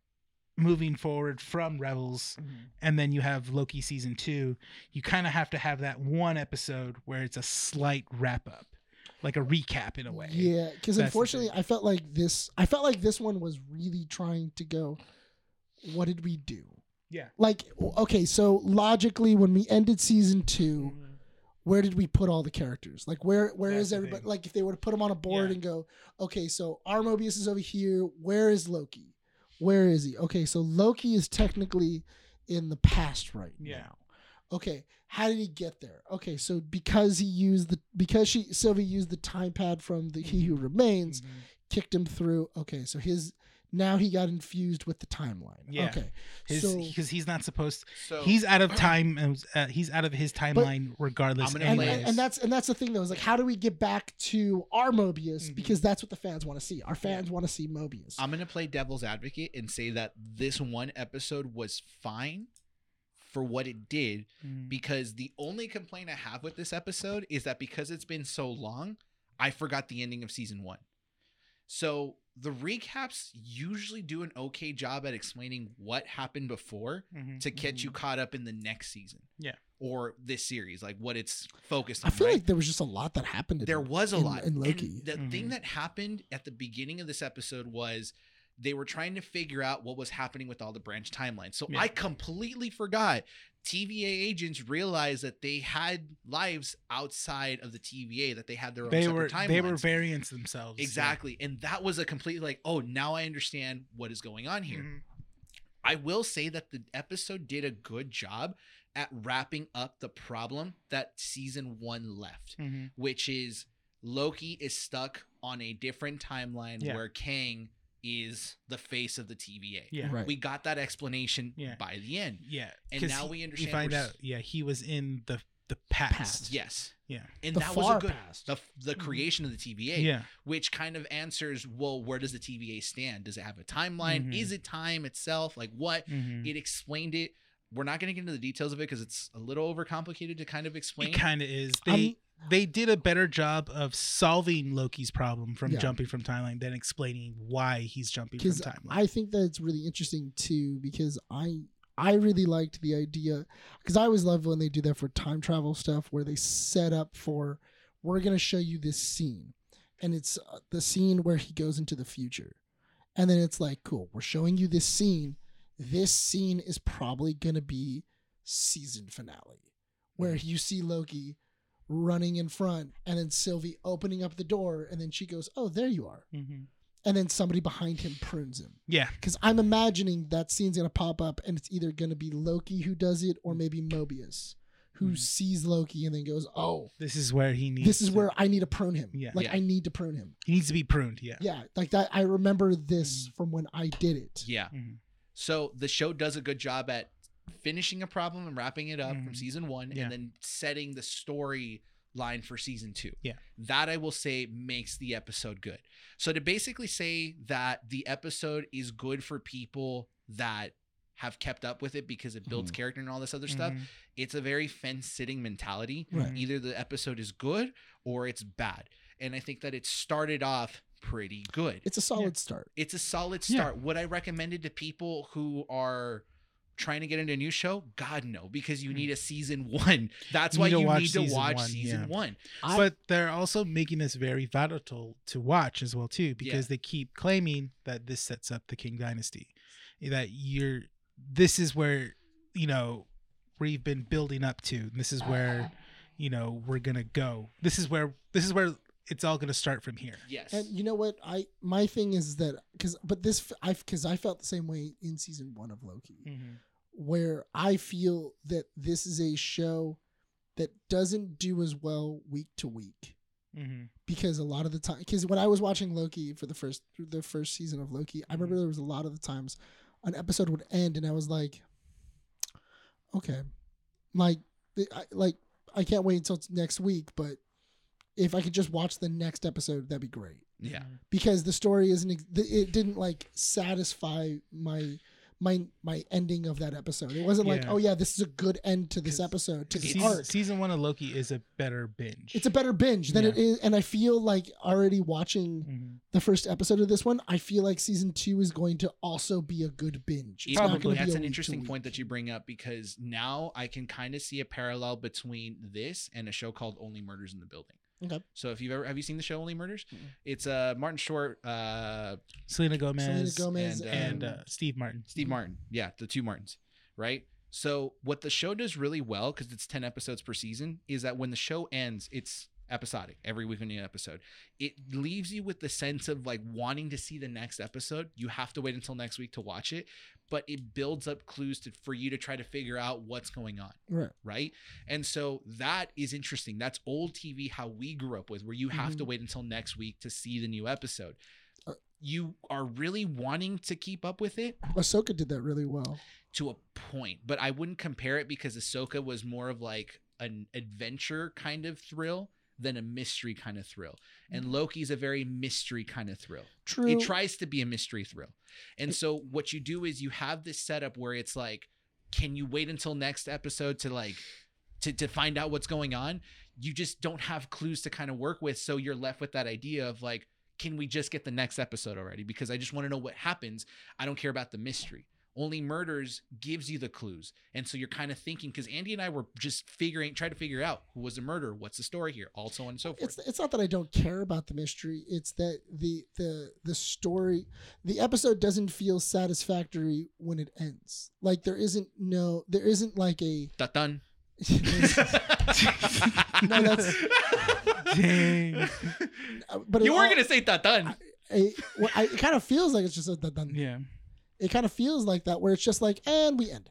moving forward from Rebels, Mm-hmm. and then you have Loki season two, you kind of have to have that one episode where it's a slight wrap up, like a recap in a way. Yeah, because the unfortunately, I felt like this. I felt like this one was really trying to go. What did we do? Yeah. Like, okay, so logically, when we ended season Mm-hmm. two, Mhm. where did we put all the characters? Like, where where That's is the everybody? thing. Like, if they were to put them on a board Yeah. and go, okay, so our Mobius is over here. Where is Loki? Where is he? Okay, so Loki is technically in the past right Yeah. now. Okay, how did he get there? Okay, so because he used the because she Sylvie used the time pad from the He Who Remains, Mhm. kicked him through. Okay, so his now he got infused with the timeline. Yeah. Okay, His so because he's not supposed. so he's out (clears throat) of time. and, Uh, he's out of his timeline regardless. I'm gonna and, play anyways. and, and that's and that's the thing though is like how do we get back to our Mobius Mm-hmm. Mhm. because that's what the fans want to see. Our fans want to see Mobius. i'm gonna play devil's advocate and say that this one episode was fine for what it did Mhm. because the only complaint I have with this episode is that because it's been so long, I forgot the ending of season one. So the recaps usually do an okay job at explaining what happened before Mhm. to get you caught up in the next season. Yeah. Or this series, like what it's focused I on. feel right? like there was just a lot that happened. in there it. was a in- lot in Loki. And the Mhm. thing that happened at the beginning of this episode was they were trying to figure out what was happening with all the branch timelines. So Yeah. I completely forgot. TVA agents realized that they had lives outside of the TVA, that they had their own they separate were timelines. they were variants themselves. yeah. exactly, and that was a complete like, oh, now I understand what is going on here. Mhm. Mm-hmm. I will say that the episode did a good job at wrapping up the problem that season one left Mm-hmm. Mhm. which is Loki is stuck on a different timeline Yeah. where Kang is the face of the TVA. Yeah. Right. We got that explanation Yeah. by the end. Yeah. And 'cause he- now we we understand find we're s- out. Yeah, he was in the the past. Past. Yes. Yeah. And The that far was a good past. the, the creation of the TVA, Mm-hmm. Yeah. which kind of answers, well, where does the TVA stand? Does it have a timeline? Mhm. Is it time itself? Like what? Mm-hmm. Mhm. It explained it. We're not going to get into the details of it because it's a little overcomplicated to kind of explain. It kind of is. They I'm- they did a better job of solving Loki's problem from Yeah. jumping from timeline than explaining why he's jumping from because timeline. I think that it's really interesting too because I I really liked the idea because I always love when they do that for time travel stuff where they set up for we're gonna show you this scene and it's uh, the scene where he goes into the future and then it's like cool we're showing you this scene this scene is probably gonna be season finale where you see Loki running in front and then Sylvie opening up the door and then she goes oh there you are Mhm. and then somebody behind him prunes him Yeah. because I'm imagining that scene's gonna pop up, and it's either gonna be Loki who does it, or maybe Mobius who Hmm. sees Loki and then goes, "Oh, This is where he needs. this is to- where I need to prune him. Yeah. Like Yeah. I need to prune him. he needs to be pruned. Yeah. Yeah, like that. I remember this from when I did it. yeah. Mhm. So the show does a good job at finishing a problem and wrapping it up from Mhm. season one Yeah. and then setting the story line for season two. Yeah. That I will say makes the episode good. So to basically say that the episode is good for people that have kept up with it because it builds Mm-hmm. Mhm. character and all this other stuff, Mm-hmm. Mhm. it's a very fence sitting mentality. Mm-hmm. Right. Either the episode is good or it's bad. And I think that it started off pretty good It's a solid start. it's a solid Yeah. start. Would I recommend it to people who are trying to get into a new show? God no, because you need a season one. That's Hmm. You need why to you watch need to season watch one, season yeah. one. I- but they're also making this very volatile to watch as well too, because they keep claiming that this sets up the King Dynasty, that you're this is where you know we've been building up to. And this is where you know we're gonna go. This is where this is where it's all gonna start from here. Yes. And you know what? I my thing is that because but this I because I felt the same way in season one of Loki, Hmm. where I feel that this is a show that doesn't do as well week to week Mm-hmm. because a lot of the time because when I was watching Loki for the first through the first season of Loki, I Mm. remember there was a lot of the times an episode would end and I was like, okay, like the- I, like I can't wait until next week, but if I could just watch the next episode, that'd be great yeah. because the story isn't ex- th- it didn't like satisfy my my my ending of that episode. It wasn't like, Yeah. oh yeah, this is a good end to this 'Cause- episode to this Season, arc. season one of Loki is a better binge. It's a better binge than Yeah. it is, and I feel like already watching Mhm. the first episode of this one, I feel like season two is going to also be a good binge. It's not gonna Probably be that's a week an to interesting week. point that you bring up because now I can kind of see a parallel between this and a show called Only Murders in the Building. Okay. So if you've ever have you seen the show Only Murders? Mm-mm. It's uh Martin Short, uh Selena Gomez, Selena Gomez and, and uh, Steve (laughs) Martin. (laughs) Steve Martin. Yeah, the two Martins, right? So what the show does really well because it's 10 episodes per season is that when the show ends, it's episodic every week on new episode. It leaves you with the sense of like wanting to see the next episode. You have to wait until next week to watch it, but it builds up clues to for you to try to figure out what's going on right? right? And so that is interesting. That's old TV how we grew up with, where you have to wait until next week to see the new episode. Uh, You are really wanting to keep up with it Ahsoka did that really well. to a point, but I wouldn't compare it because Ahsoka was more of like an adventure kind of thrill than a mystery kind of thrill. And Loki's a very mystery kind of thrill True. it tries to be a mystery thrill and so what you do is you have this setup where it's like can you wait until next episode to like to, to find out what's going on you just don't have clues to kind of work with so you're left with that idea of like can we just get the next episode already because i just want to know what happens i don't care about the mystery only murders gives you the clues and so you're kind of thinking because andy and i were just figuring trying to figure out who was the murderer what's the story here also and so it's forth it's not that I don't care about the mystery. It's that the the the story, the episode doesn't feel satisfactory when it ends. Like there isn't no, there isn't like a. (laughs) Dot done No, that's- Dang. But you it were all- gonna say that done. a- well, I- it kind of feels like it's just a dun, dun. Yeah. It kind of feels like that where it's just like and we end,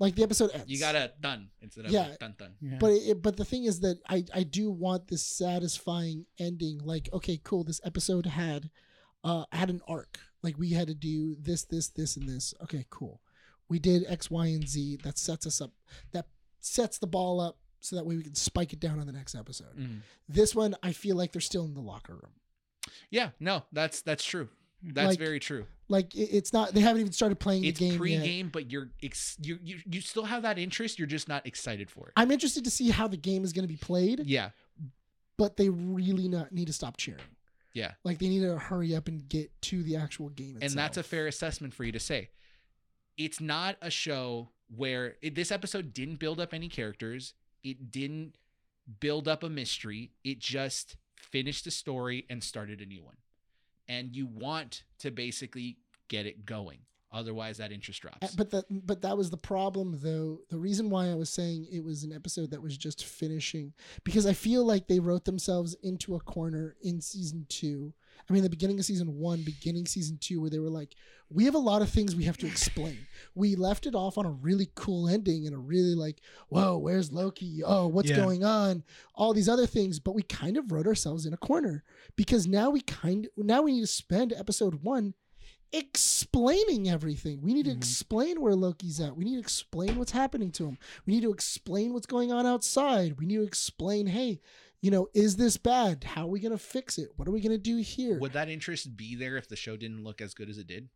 like the episode ends. You got a done instead of Yeah. a dun dun. yeah. But it, but the thing is that I I do want this satisfying ending. Like okay, cool. This episode had uh had an arc. Like we had to do this this this and this. Okay, cool. We did X Y and Z. That sets us up. That sets the ball up so that way we can spike it down on the next episode. Mm. This one I feel like they're still in the locker room. Yeah, no, that's that's true. That's Like, very true. Like it, it's not. They haven't even started playing It's the game yet. pre-game, but you're ex- you, you you still have that interest. You're just not excited for it. I'm interested to see how the game is going to be played, Yeah, but they really not need to stop cheering. Yeah. like they need to hurry up and get to the actual game. and that's a itself. fair assessment for you to say. It's not a show where it, this episode didn't build up any characters. It didn't build up a mystery. It just finished the story and started a new one. And you want to basically get it going. Otherwise, that interest drops. Uh, But that but that was the problem though. The reason why I was saying it was an episode that was just finishing because I feel like they wrote themselves into a corner in season two. I mean, the beginning of season one, beginning season two, where they were like, "We have a lot of things we have to (laughs) explain." we left it off on a really cool ending and a really like, "Whoa, where's Loki? Oh, what's Yeah. going on?" All these other things, but we kind of wrote ourselves in a corner because now we kind now we need to spend episode one explaining everything. We need to Mhm. explain where Loki's at. We need to explain what's happening to him. We need to explain what's going on outside. We need to explain, hey, you know, is this bad? How are we going to fix it? What are we going to do here? Would that interest be there if the show didn't look as good as it did?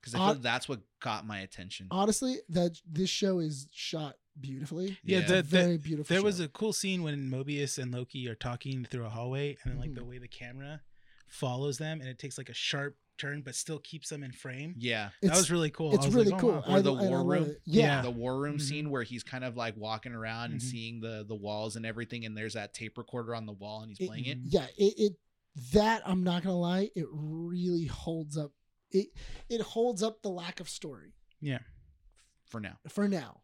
Because I Uh, feel that's what got my attention. Honestly, that this show is shot beautifully. Yeah, Yeah. the- the- Very beautiful. there was show. Mm-hmm. a cool scene when Mobius and Loki are talking through a hallway, and then like the way the camera follows them and it takes like a sharp turn but still keeps them in frame. Yeah. that was really cool. it's I was really like, oh, cool. wow. Or I- the I love war room. it. Yeah. Mm-hmm. Yeah. The war room Mhm. scene where he's kind of like walking around and Mhm. seeing the the walls and everything, and there's that tape recorder on the wall, and he's It- playing it. yeah it, it that i'm not gonna lie it really holds up it it holds up the lack of story For now, for now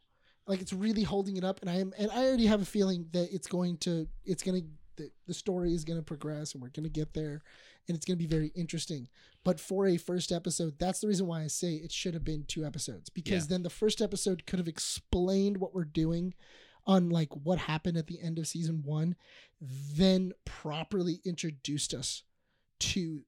like it's really holding it up and i am and i already have a feeling that it's going to it's gonna the, the story is gonna progress and we're gonna get there and it's gonna be very interesting but for a first episode that's the reason why i say it should have been two episodes because then the first episode could have explained what we're doing on like what happened at the end of season one then properly introduced us to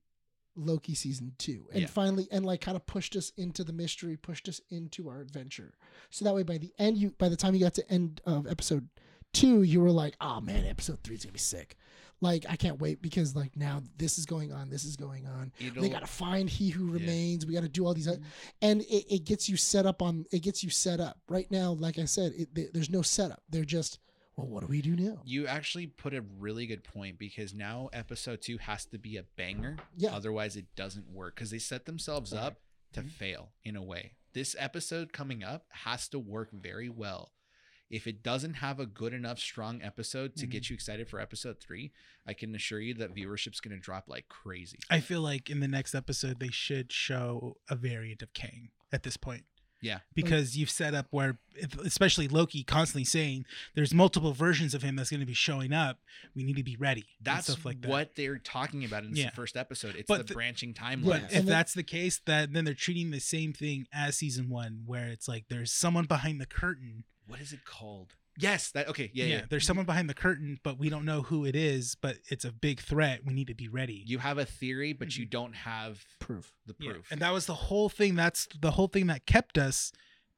Loki season two and Yeah. finally and like kind of pushed us into the mystery, pushed us into our adventure. So that way by the end you by the time you got to end of episode two, you were like, oh man, episode three's gonna be sick. Like I can't wait because like now this is going on, this is going on. it'll They gotta find he who Yeah. remains. We gotta do all these, oth- and it, it gets you set up on. It gets you set up right now. Like I said, it, there- there's no setup. They're just, well, what do we do now? You actually put a really good point because now episode two has to be a banger. Yeah. Mm-hmm. Otherwise, it doesn't work because they set themselves up to Mhm. fail in a way. This episode coming up has to work very well. If it doesn't have a good enough, strong episode to Mm-hmm. get you excited for episode three, I can assure you that viewership's going to drop like crazy. I feel like in the next episode they should show a variant of Kang at this point. Yeah. Because you've set up where especially Loki constantly saying there's multiple versions of him that's going to be showing up. We need to be ready. and That's stuff like that. what they're talking about in this Yeah. first episode. It's But the, the- branching But timeline. Yeah. if And then- that's the case, that then they're treating the same thing as season one, where it's like there's someone behind the curtain. What is it called? Yes, that okay. Yeah, yeah. there's someone behind the curtain, but we don't know who it is. But it's a big threat. We need to be ready. You have a theory, but you don't have Proof. the Mm-hmm. Yeah, proof. And that was the whole thing. That's the whole thing that kept us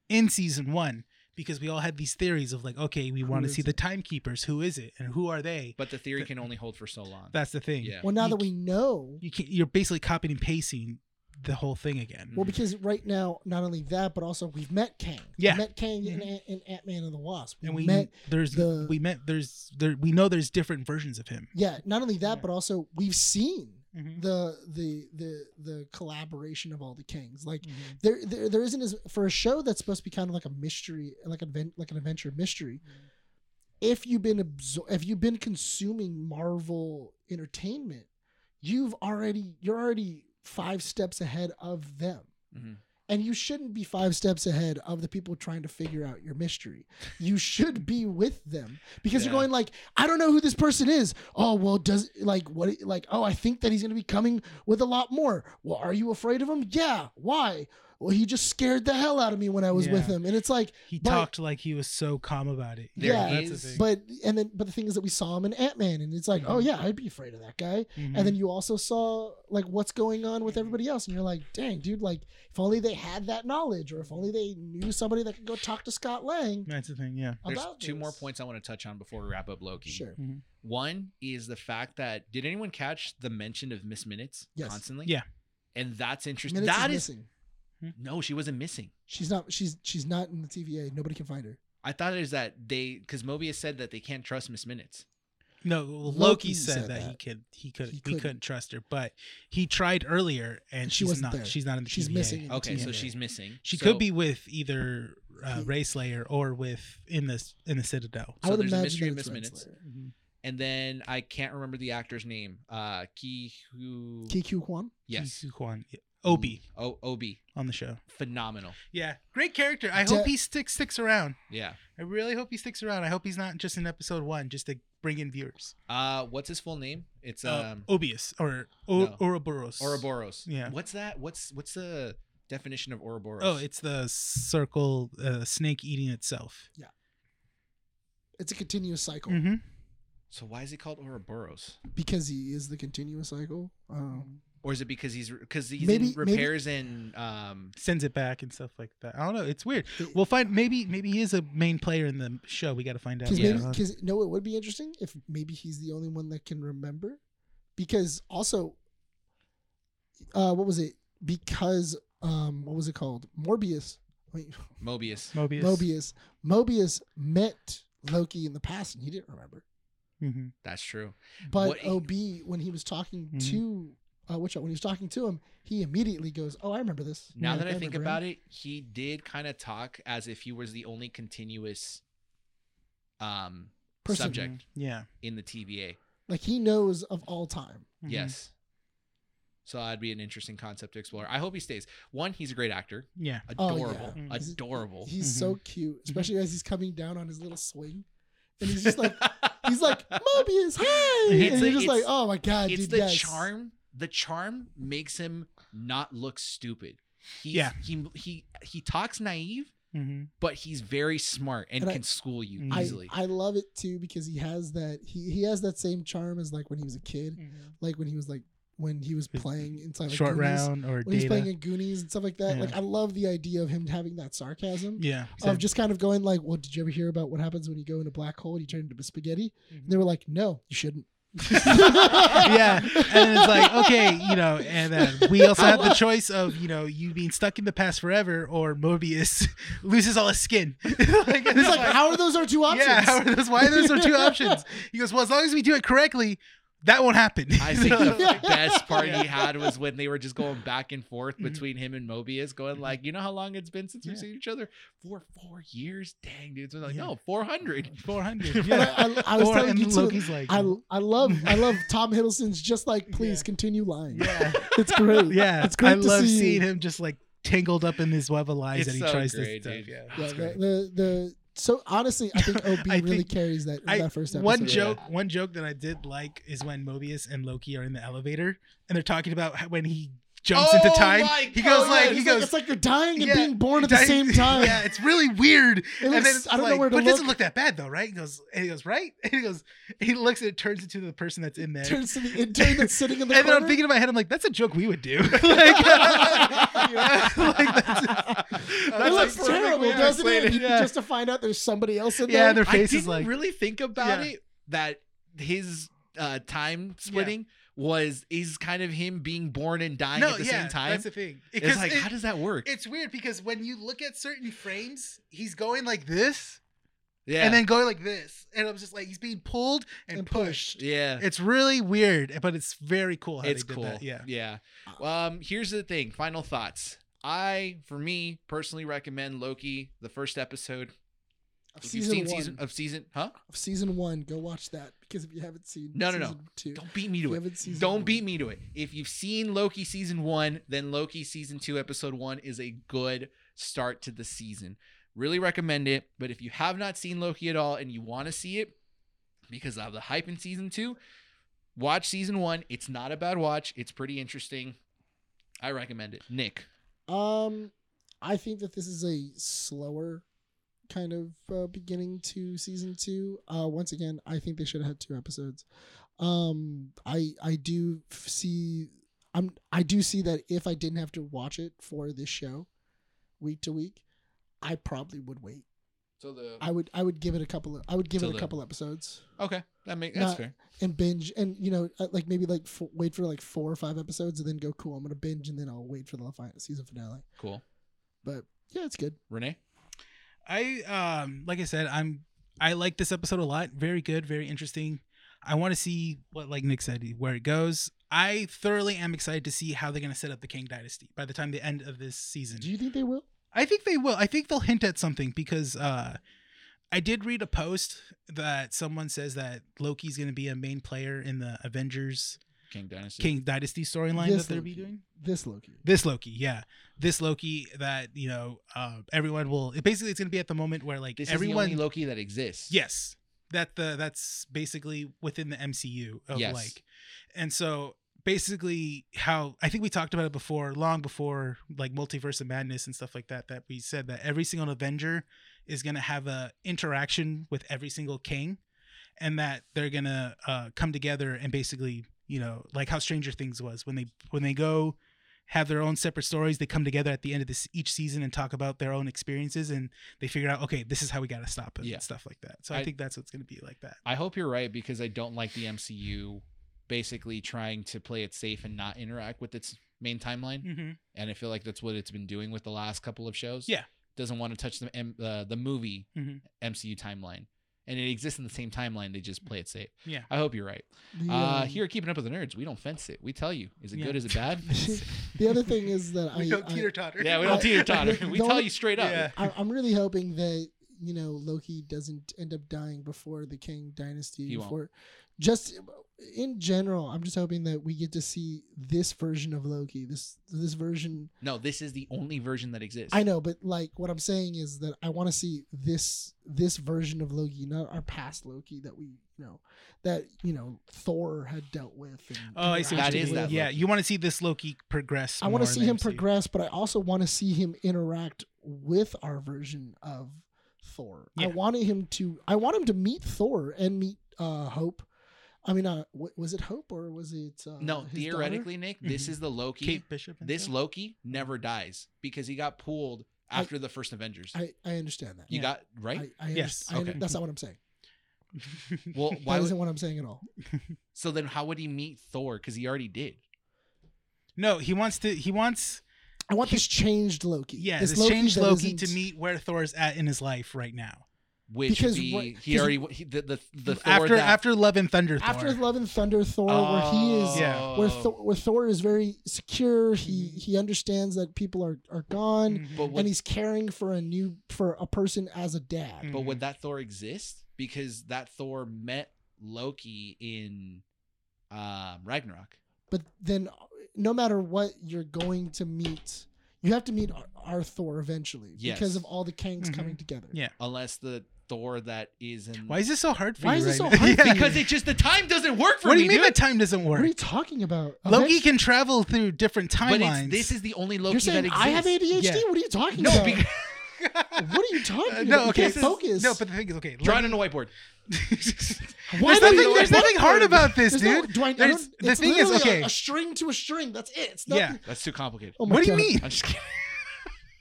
in season one because we all had these theories of like, okay, we Who want to is see the it? timekeepers. Who is it, and who are they? but the theory Th- can only hold for so long. That's the thing. yeah. Well, now You that we know, You can, you're basically copying and pasting the whole thing again. well, because right now, not only that, but also we've met Kang. Yeah. Mm-hmm. we met Kang and Ant- and Ant Man and the Wasp. We, and we met. there's the- we met there's there we know there's different versions of him. Yeah, not only that, Yeah. but also we've seen the the the the collaboration of all the Kangs. Like Mm-hmm. there, there there isn't as for a show that's supposed to be kind of like a mystery, like advent, like an adventure mystery. If you've been absor- if you've been consuming Marvel entertainment, you've already you're already five steps ahead of them. Mhm. And you shouldn't be five steps ahead of the people trying to figure out your mystery. You should be with them because Yeah. you're going like, I don't know who this person is. Oh well, does like what? Like oh, I think that he's going to be coming with a lot more. Well, are you afraid of him? Yeah. Why? Well, he just scared the hell out of me when I was with Yeah. him, and it's like, He But- talked like he was so calm about it. There Yeah, that's the is- thing. but and then but the thing is that we saw him in Ant Man, and it's like, oh Mhm. yeah, I'd be afraid of that guy. Mhm. And then Mm-hmm. you also saw like what's going on with everybody else, and you're like, dang, dude, like if only they had that knowledge, or if only they knew somebody that could go talk to Scott Lang that's the thing. Yeah. There's about two more this. points I want to touch on before we wrap up Loki. Sure. One is the fact that did anyone catch the mention of Miss Minutes Yes. constantly? Yeah. And that's interesting. Minutes That is is, missing. no, she wasn't missing. She's not. She's she's not in the TVA. Nobody can find her. I thought it was that they because Mobius said that they can't trust Miss Minutes. No, Loki, Loki said, said that, that. he could he could He we couldn't. couldn't trust her, but he tried earlier and She she's wasn't not there. she's not in the She's TVA. missing. in the Okay, so TVA. she's missing. She So- could be with either uh, He- Race Layer or with in this in the Citadel. So there's a imagine mystery that of it's Miss Renslayer. Minutes. Mm-hmm. And then I can't remember the actor's name. Uh Ki who Kikyu Kwan. Yes. Ji Kwan, yeah, Obi Oh Obi. on the show. Phenomenal. Yeah, great character. I Da- hope he sticks sticks around. Yeah. I really hope he sticks around. I hope he's not just in episode one just to bring in viewers. Uh what's his full name? It's Uh, um Obius or o- no. Ouroboros. Ouroboros. Yeah. What's that? What's what's the definition of Ouroboros? Oh, it's the circle uh, snake eating itself. It's a continuous cycle Mm-hmm. so why is he called Ouroboros? because he is the continuous cycle. Um, Or is it because he's because he's in Maybe- maybe- repairs and um sends it back and stuff like that. I don't know. It's weird. We'll find maybe maybe he is a main player in the show. We got to find out. Because Yeah. maybe, because no, it would be interesting if maybe he's the only one that can remember. Because also, uh, what was it? Because um, what was it called? Morbius. Wait, Mobius? Mobius. Mobius. Mobius met Loki in the past, and he didn't remember. Mhm. That's true. But What- Mm-hmm. Ob, when he was talking Mhm. to uh, which when he was talking to him, he immediately goes, "Oh, I remember this." Now that I think about it, he did kind of talk as if he was the only continuous um Person. subject Mm-hmm. Yeah. in the TVA. like he knows of all time. Mhm. Yes. So that'd be an interesting concept to explore. I hope he stays. One, he's a great actor. Yeah. Oh, Adorable. yeah. Mm. Adorable. He's Mm-hmm. so cute, especially as he's coming down on his little swing, and he's just like, he's like Mobius, hey, (laughs) It's and a- you're just like, it's- oh my god, it's dude, the yes. charm. The charm makes him not look stupid. He's, Yeah. He he he talks naive, Mm-hmm. but he's very smart and, And I- can school you I- I, easily. I love it too because he has that he, he has that same charm as like when he was a kid, like when he was like when he was His playing inside like Short Goonies, round or Mm-hmm. when he's playing data. in Goonies and stuff like that. Yeah. Like I love the idea of him having that sarcasm. Yeah. Of just kind of going like, well, did you ever hear about what happens when you go in a black hole and you turn into spaghetti? Mm-hmm. And they were like, no, you shouldn't. (laughs) yeah. And it's (laughs) like, okay, you know, and uh, we also have the choice of, you know, you being stuck in the past forever or Mobius (laughs) loses all his skin. (laughs) like, And (laughs) it's like, how are those our two options? Yeah, how are those, why are those are (laughs) two options? He goes, well, as long as we do it correctly, that won't happen. (laughs) I think the (laughs) Yeah. best part he had was when they were just going back and forth between him and Mobius, going like, "You know how long it's been since we've Mm-hmm. Yeah. seen each other? For four years, dang, dudes." We're like, Yeah. "No, four hundred. 400. And Yeah. I, I, I was Or- telling and you too. Loki's like, I, I love I love Tom Hiddleston's just like please Yeah. continue lying. yeah. It's great. Yeah. (laughs) It's great I to love see you. seeing him just like tangled up in this web of lies It's that he so tries great, to stuff. dude. Yeah. Yeah, it's the, great. the the so honestly, I think OB (laughs) I really think- carries that I- that first episode. one joke one joke that i did like is when mobius and loki are in the elevator and they're talking about how- when he jumps Oh into time my he God. goes like Oh, it's he like, goes it's like you're dying and yeah, being born at the "Di- (laughs) same time. yeah it's really weird It and then looks, it's I don't like, know where to but it look. doesn't look that bad though right he goes and he goes right (laughs) and he goes he looks and it turns into the person that's in there Turns to the intern that's sitting in (laughs) the and then corner. i'm thinking in my head i'm like that's a joke we would (laughs) do (laughs) like, you know, like, (laughs) that's- it That's looks like terrible, doesn't perfectly it? explated, You- yeah. Just to find out there's somebody else in yeah there. their I face didn't is like really think about Yeah. it that his uh, time splitting was is kind of him being born and dying no at the yeah same time. that's the thing It's Because like, it- how does that work? it's weird because when you look at certain frames, he's going like this Yeah, and then going like this. And I'm just like, he's being pulled and, And pushed. pushed. yeah. It's really weird, but it's very cool how it's they did cool. that. Yeah. Yeah. Um, here's the thing. Final thoughts. I, for me, personally recommend Loki, the first episode. Of If you've season seen one, season of season, huh? of season one, go watch that because if you haven't seen No, no, season no. two, Don't beat me if you to it. haven't seen Don't beat me to it. If you've seen Loki season one, then Loki season two, episode one is a good start to the season. Really recommend it. But if you have not seen Loki at all and you want to see it because of the hype in season two, watch season one. It's not a bad watch. It's pretty interesting. I recommend it. Nick. Um, I think that this is a slower kind of uh, beginning to season two. Uh, once again, I think they should have had two episodes. Um, I I do f- see, I'm I do see that if I didn't have to watch it for this show, week to week, I probably would wait. So the I would I would give it a couple of I would give So it a the- couple episodes Okay, that makes that's Not- fair. and binge and you know uh, like maybe like f- wait for like four or five episodes and then go cool I'm gonna binge and then I'll wait for the final season finale. Cool. But yeah, it's good. Renee, I um like I said, I'm I like this episode a lot. Very good, very interesting. I want to see what like Nick said, where it goes. I thoroughly am excited to see how they're gonna set up the Kang Dynasty by the time the end of this season. Do you think they will? I think they will. I think they'll hint at something because uh, I did read a post that someone says that Loki's going to be a main player in the Avengers King Dynasty. King Dynasty storyline This that they'll be Loki. doing. This Loki. This Loki, yeah, this Loki that you know uh, everyone will. It basically, it's going to be at the moment where like This everyone. is the only Loki that exists. yes, that the that's basically within the MCU of Yes. like, and so basically how I think we talked about it before, long before like multiverse of madness and stuff like that, that we said that every single Avenger is gonna have a interaction with every single king, and that they're gonna uh, come together and basically, you know, like how Stranger Things was when they when they go have their own separate stories, they come together at the end of this each season and talk about their own experiences, and they figure out okay, this is how we gotta stop it Yeah. and stuff like that. So I, I- think that's what's gonna be like that. I hope you're right because I don't like the MCU basically trying to play it safe and not interact with its main timeline. Mm-hmm. And I feel like that's what it's been doing with the last couple of shows. Yeah. Doesn't want to touch the M- uh, the movie Mhm. MCU timeline. and it exists in the same timeline. They just play it safe. Yeah. I hope you're right. The, Uh, um, (laughs) here at Keeping Up with the Nerds, we don't fence it. We tell you, is it Yeah. good? Is (laughs) it bad? the other thing is (laughs) that We don't I, I, teeter totter. yeah, we (laughs) don't I- (laughs) teeter totter. We the tell only- you straight up. Yeah. I, I'm really hoping that you know Loki doesn't end up dying before the King Dynasty. He won't. before, just in general, I'm just hoping that we get to see this version of Loki. This this version. No, this is the only version that exists. I know, but like what I'm saying is that I want to see this this version of Loki, not our past Loki that we you know that you know Thor had dealt with. And Oh, I see. what That you is mean. that Yeah, Loki. you want to see this Loki progress. I want to more in see the him MCU. progress, but I also want to see him interact with our version of Thor. I Yeah. wanted him to. I want him to meet Thor and meet uh, Hope. I mean, uh, w- was it Hope or was it? Uh, no, his Mm-hmm. theoretically, Nick, this Mhm. is the Loki. Kate Bishop. and this stuff? Loki never dies because he got pulled I- after the first Avengers. daughter? I I understand that. you Yeah. got right. I, I Yes. underst- I under- Okay. that's not what I'm saying. (laughs) (laughs) well, That why? Would, not what I'm saying at all. so then, how would he meet Thor? Because he already did. (laughs) no, he wants to. He wants. I want this changed Loki. Yeah, this this, Loki changed that Loki to isn't- meet where Thor's at in his life right now. Which Because be what- he 'cause- already he, the the the Thor after that, after Love and Thunder. Thor. after Love and Thunder, Thor, where he Oh. is. Yeah. Where Thor, where Thor is very secure, he Mhm. he understands that people are, are gone, Mhm. But and would, he's caring for a new for a person as a dad. Mm. but would that Thor exist? Because that Thor met Loki in um, Ragnarok. But then, no matter what, you're going to meet. You have to meet Ar- Arthur eventually Yes. because of all the Kangs Mhm. coming together. Yeah. Unless the Thor that is in Why is this so hard for Why you? is this right so (laughs) now? hard for you? because it just the time doesn't work for What do me. you mean the dude. time doesn't What are you work? talking about? Loki Eventually- can travel through different But timelines. (laughs) it's, this is the only Loki You're that saying exists. I have ADHD. Yeah. What are you talking no, about? because, (laughs) what are you talking Uh, about? no, You okay. can't this is- focus. No, but the thing is, okay. drawn on a whiteboard. Why there's do we nothing, need there's a nothing hard whiteboard? about this, There's no- dude. do I- I There's- don't- the it's thing is, literally a- okay. A, string to a string. That's it. It's not. Yeah. That's too complicated. Oh my what do you God. mean? I'm just kidding.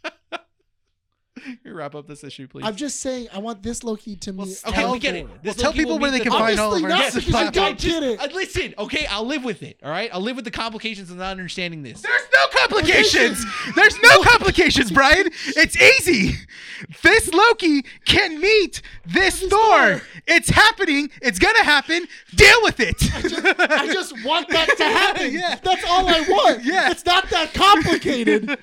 (laughs) Can we wrap up this issue, please. I'm just saying. I want this Loki to Well, meet. okay, all we get it. four. This Well, tell Loki will people where meet they the can find all of Obviously our. (laughs) not, Yes, Yes, because I but don't just- get it. uh, listen, okay, I'll live with it. All right, I'll live with the complications of not understanding this. There's no complications. There's no complications, Brian. It's easy. This Loki can meet this Thor. It's happening. It's gonna happen. Deal with (laughs) I it. just want that to (laughs) happen. Yeah. That's all I want. Yeah. It's not that complicated.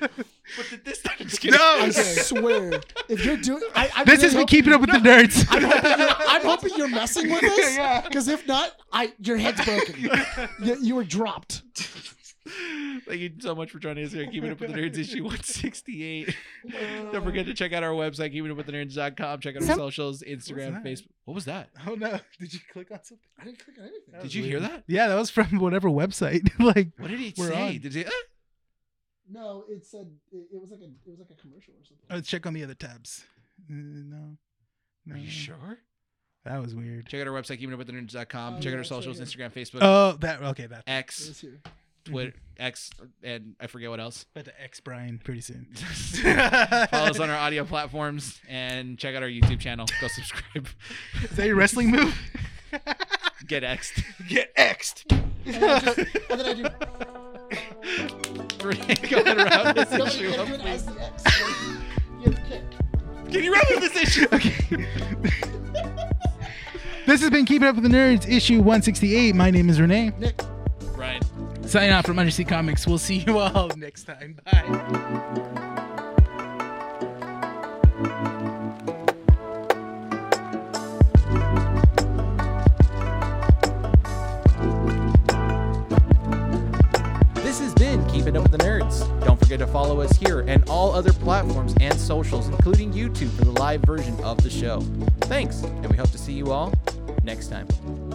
But th- this time, just kidding. I No. swear. If you're doing I, I'm This has really been hoping- keeping up with the nerds. I'm hoping, you're, I'm hoping you're messing with this. Yeah. Because if not, I your head's broken. you, you were dropped. Thank you so much for joining us here at Keeping Up with the Nerds issue 168. Uh, Don't forget to check out our website, keepingupwiththenerd.com. Check out our Some- socials, Instagram, that? Facebook. What was that? Oh no! Did you click on something? I didn't click on anything. Did you hear that? Yeah, that was from whatever website. (laughs) like, What did he We're say? on. Did he? uh? No, it said it, it was like a it was like a commercial or something. oh, check on the other tabs. Uh, no. no. Are you sure? That was weird. Check out our website, keepingupwiththenerd.com. Oh, check yeah, out our it's right socials, here. Instagram, Facebook, Oh, that okay. That It X, was here. Twitter, X, and I forget what else. but the ex Brian pretty (laughs) soon. Follow (laughs) us on our audio platforms and check out our YouTube channel. Go subscribe. (laughs) Is that your wrestling move? (laughs) Get (laughs) X'd. Get exed. (laughs) And then I, just, and then I do. Renee, go ahead and wrap this No, issue you up. do it as the X. You have to kick. Can you wrap up this issue? This has been Keeping Up with the Nerds, issue 168. My name is Renee. Nick. Right. Sign off from Undersea Comics. We'll see you all next time. Bye. This has been Keeping Up with the Nerds. Don't forget to follow us here and all other platforms and socials, including YouTube for the live version of the show. Thanks, and we hope to see you all next time.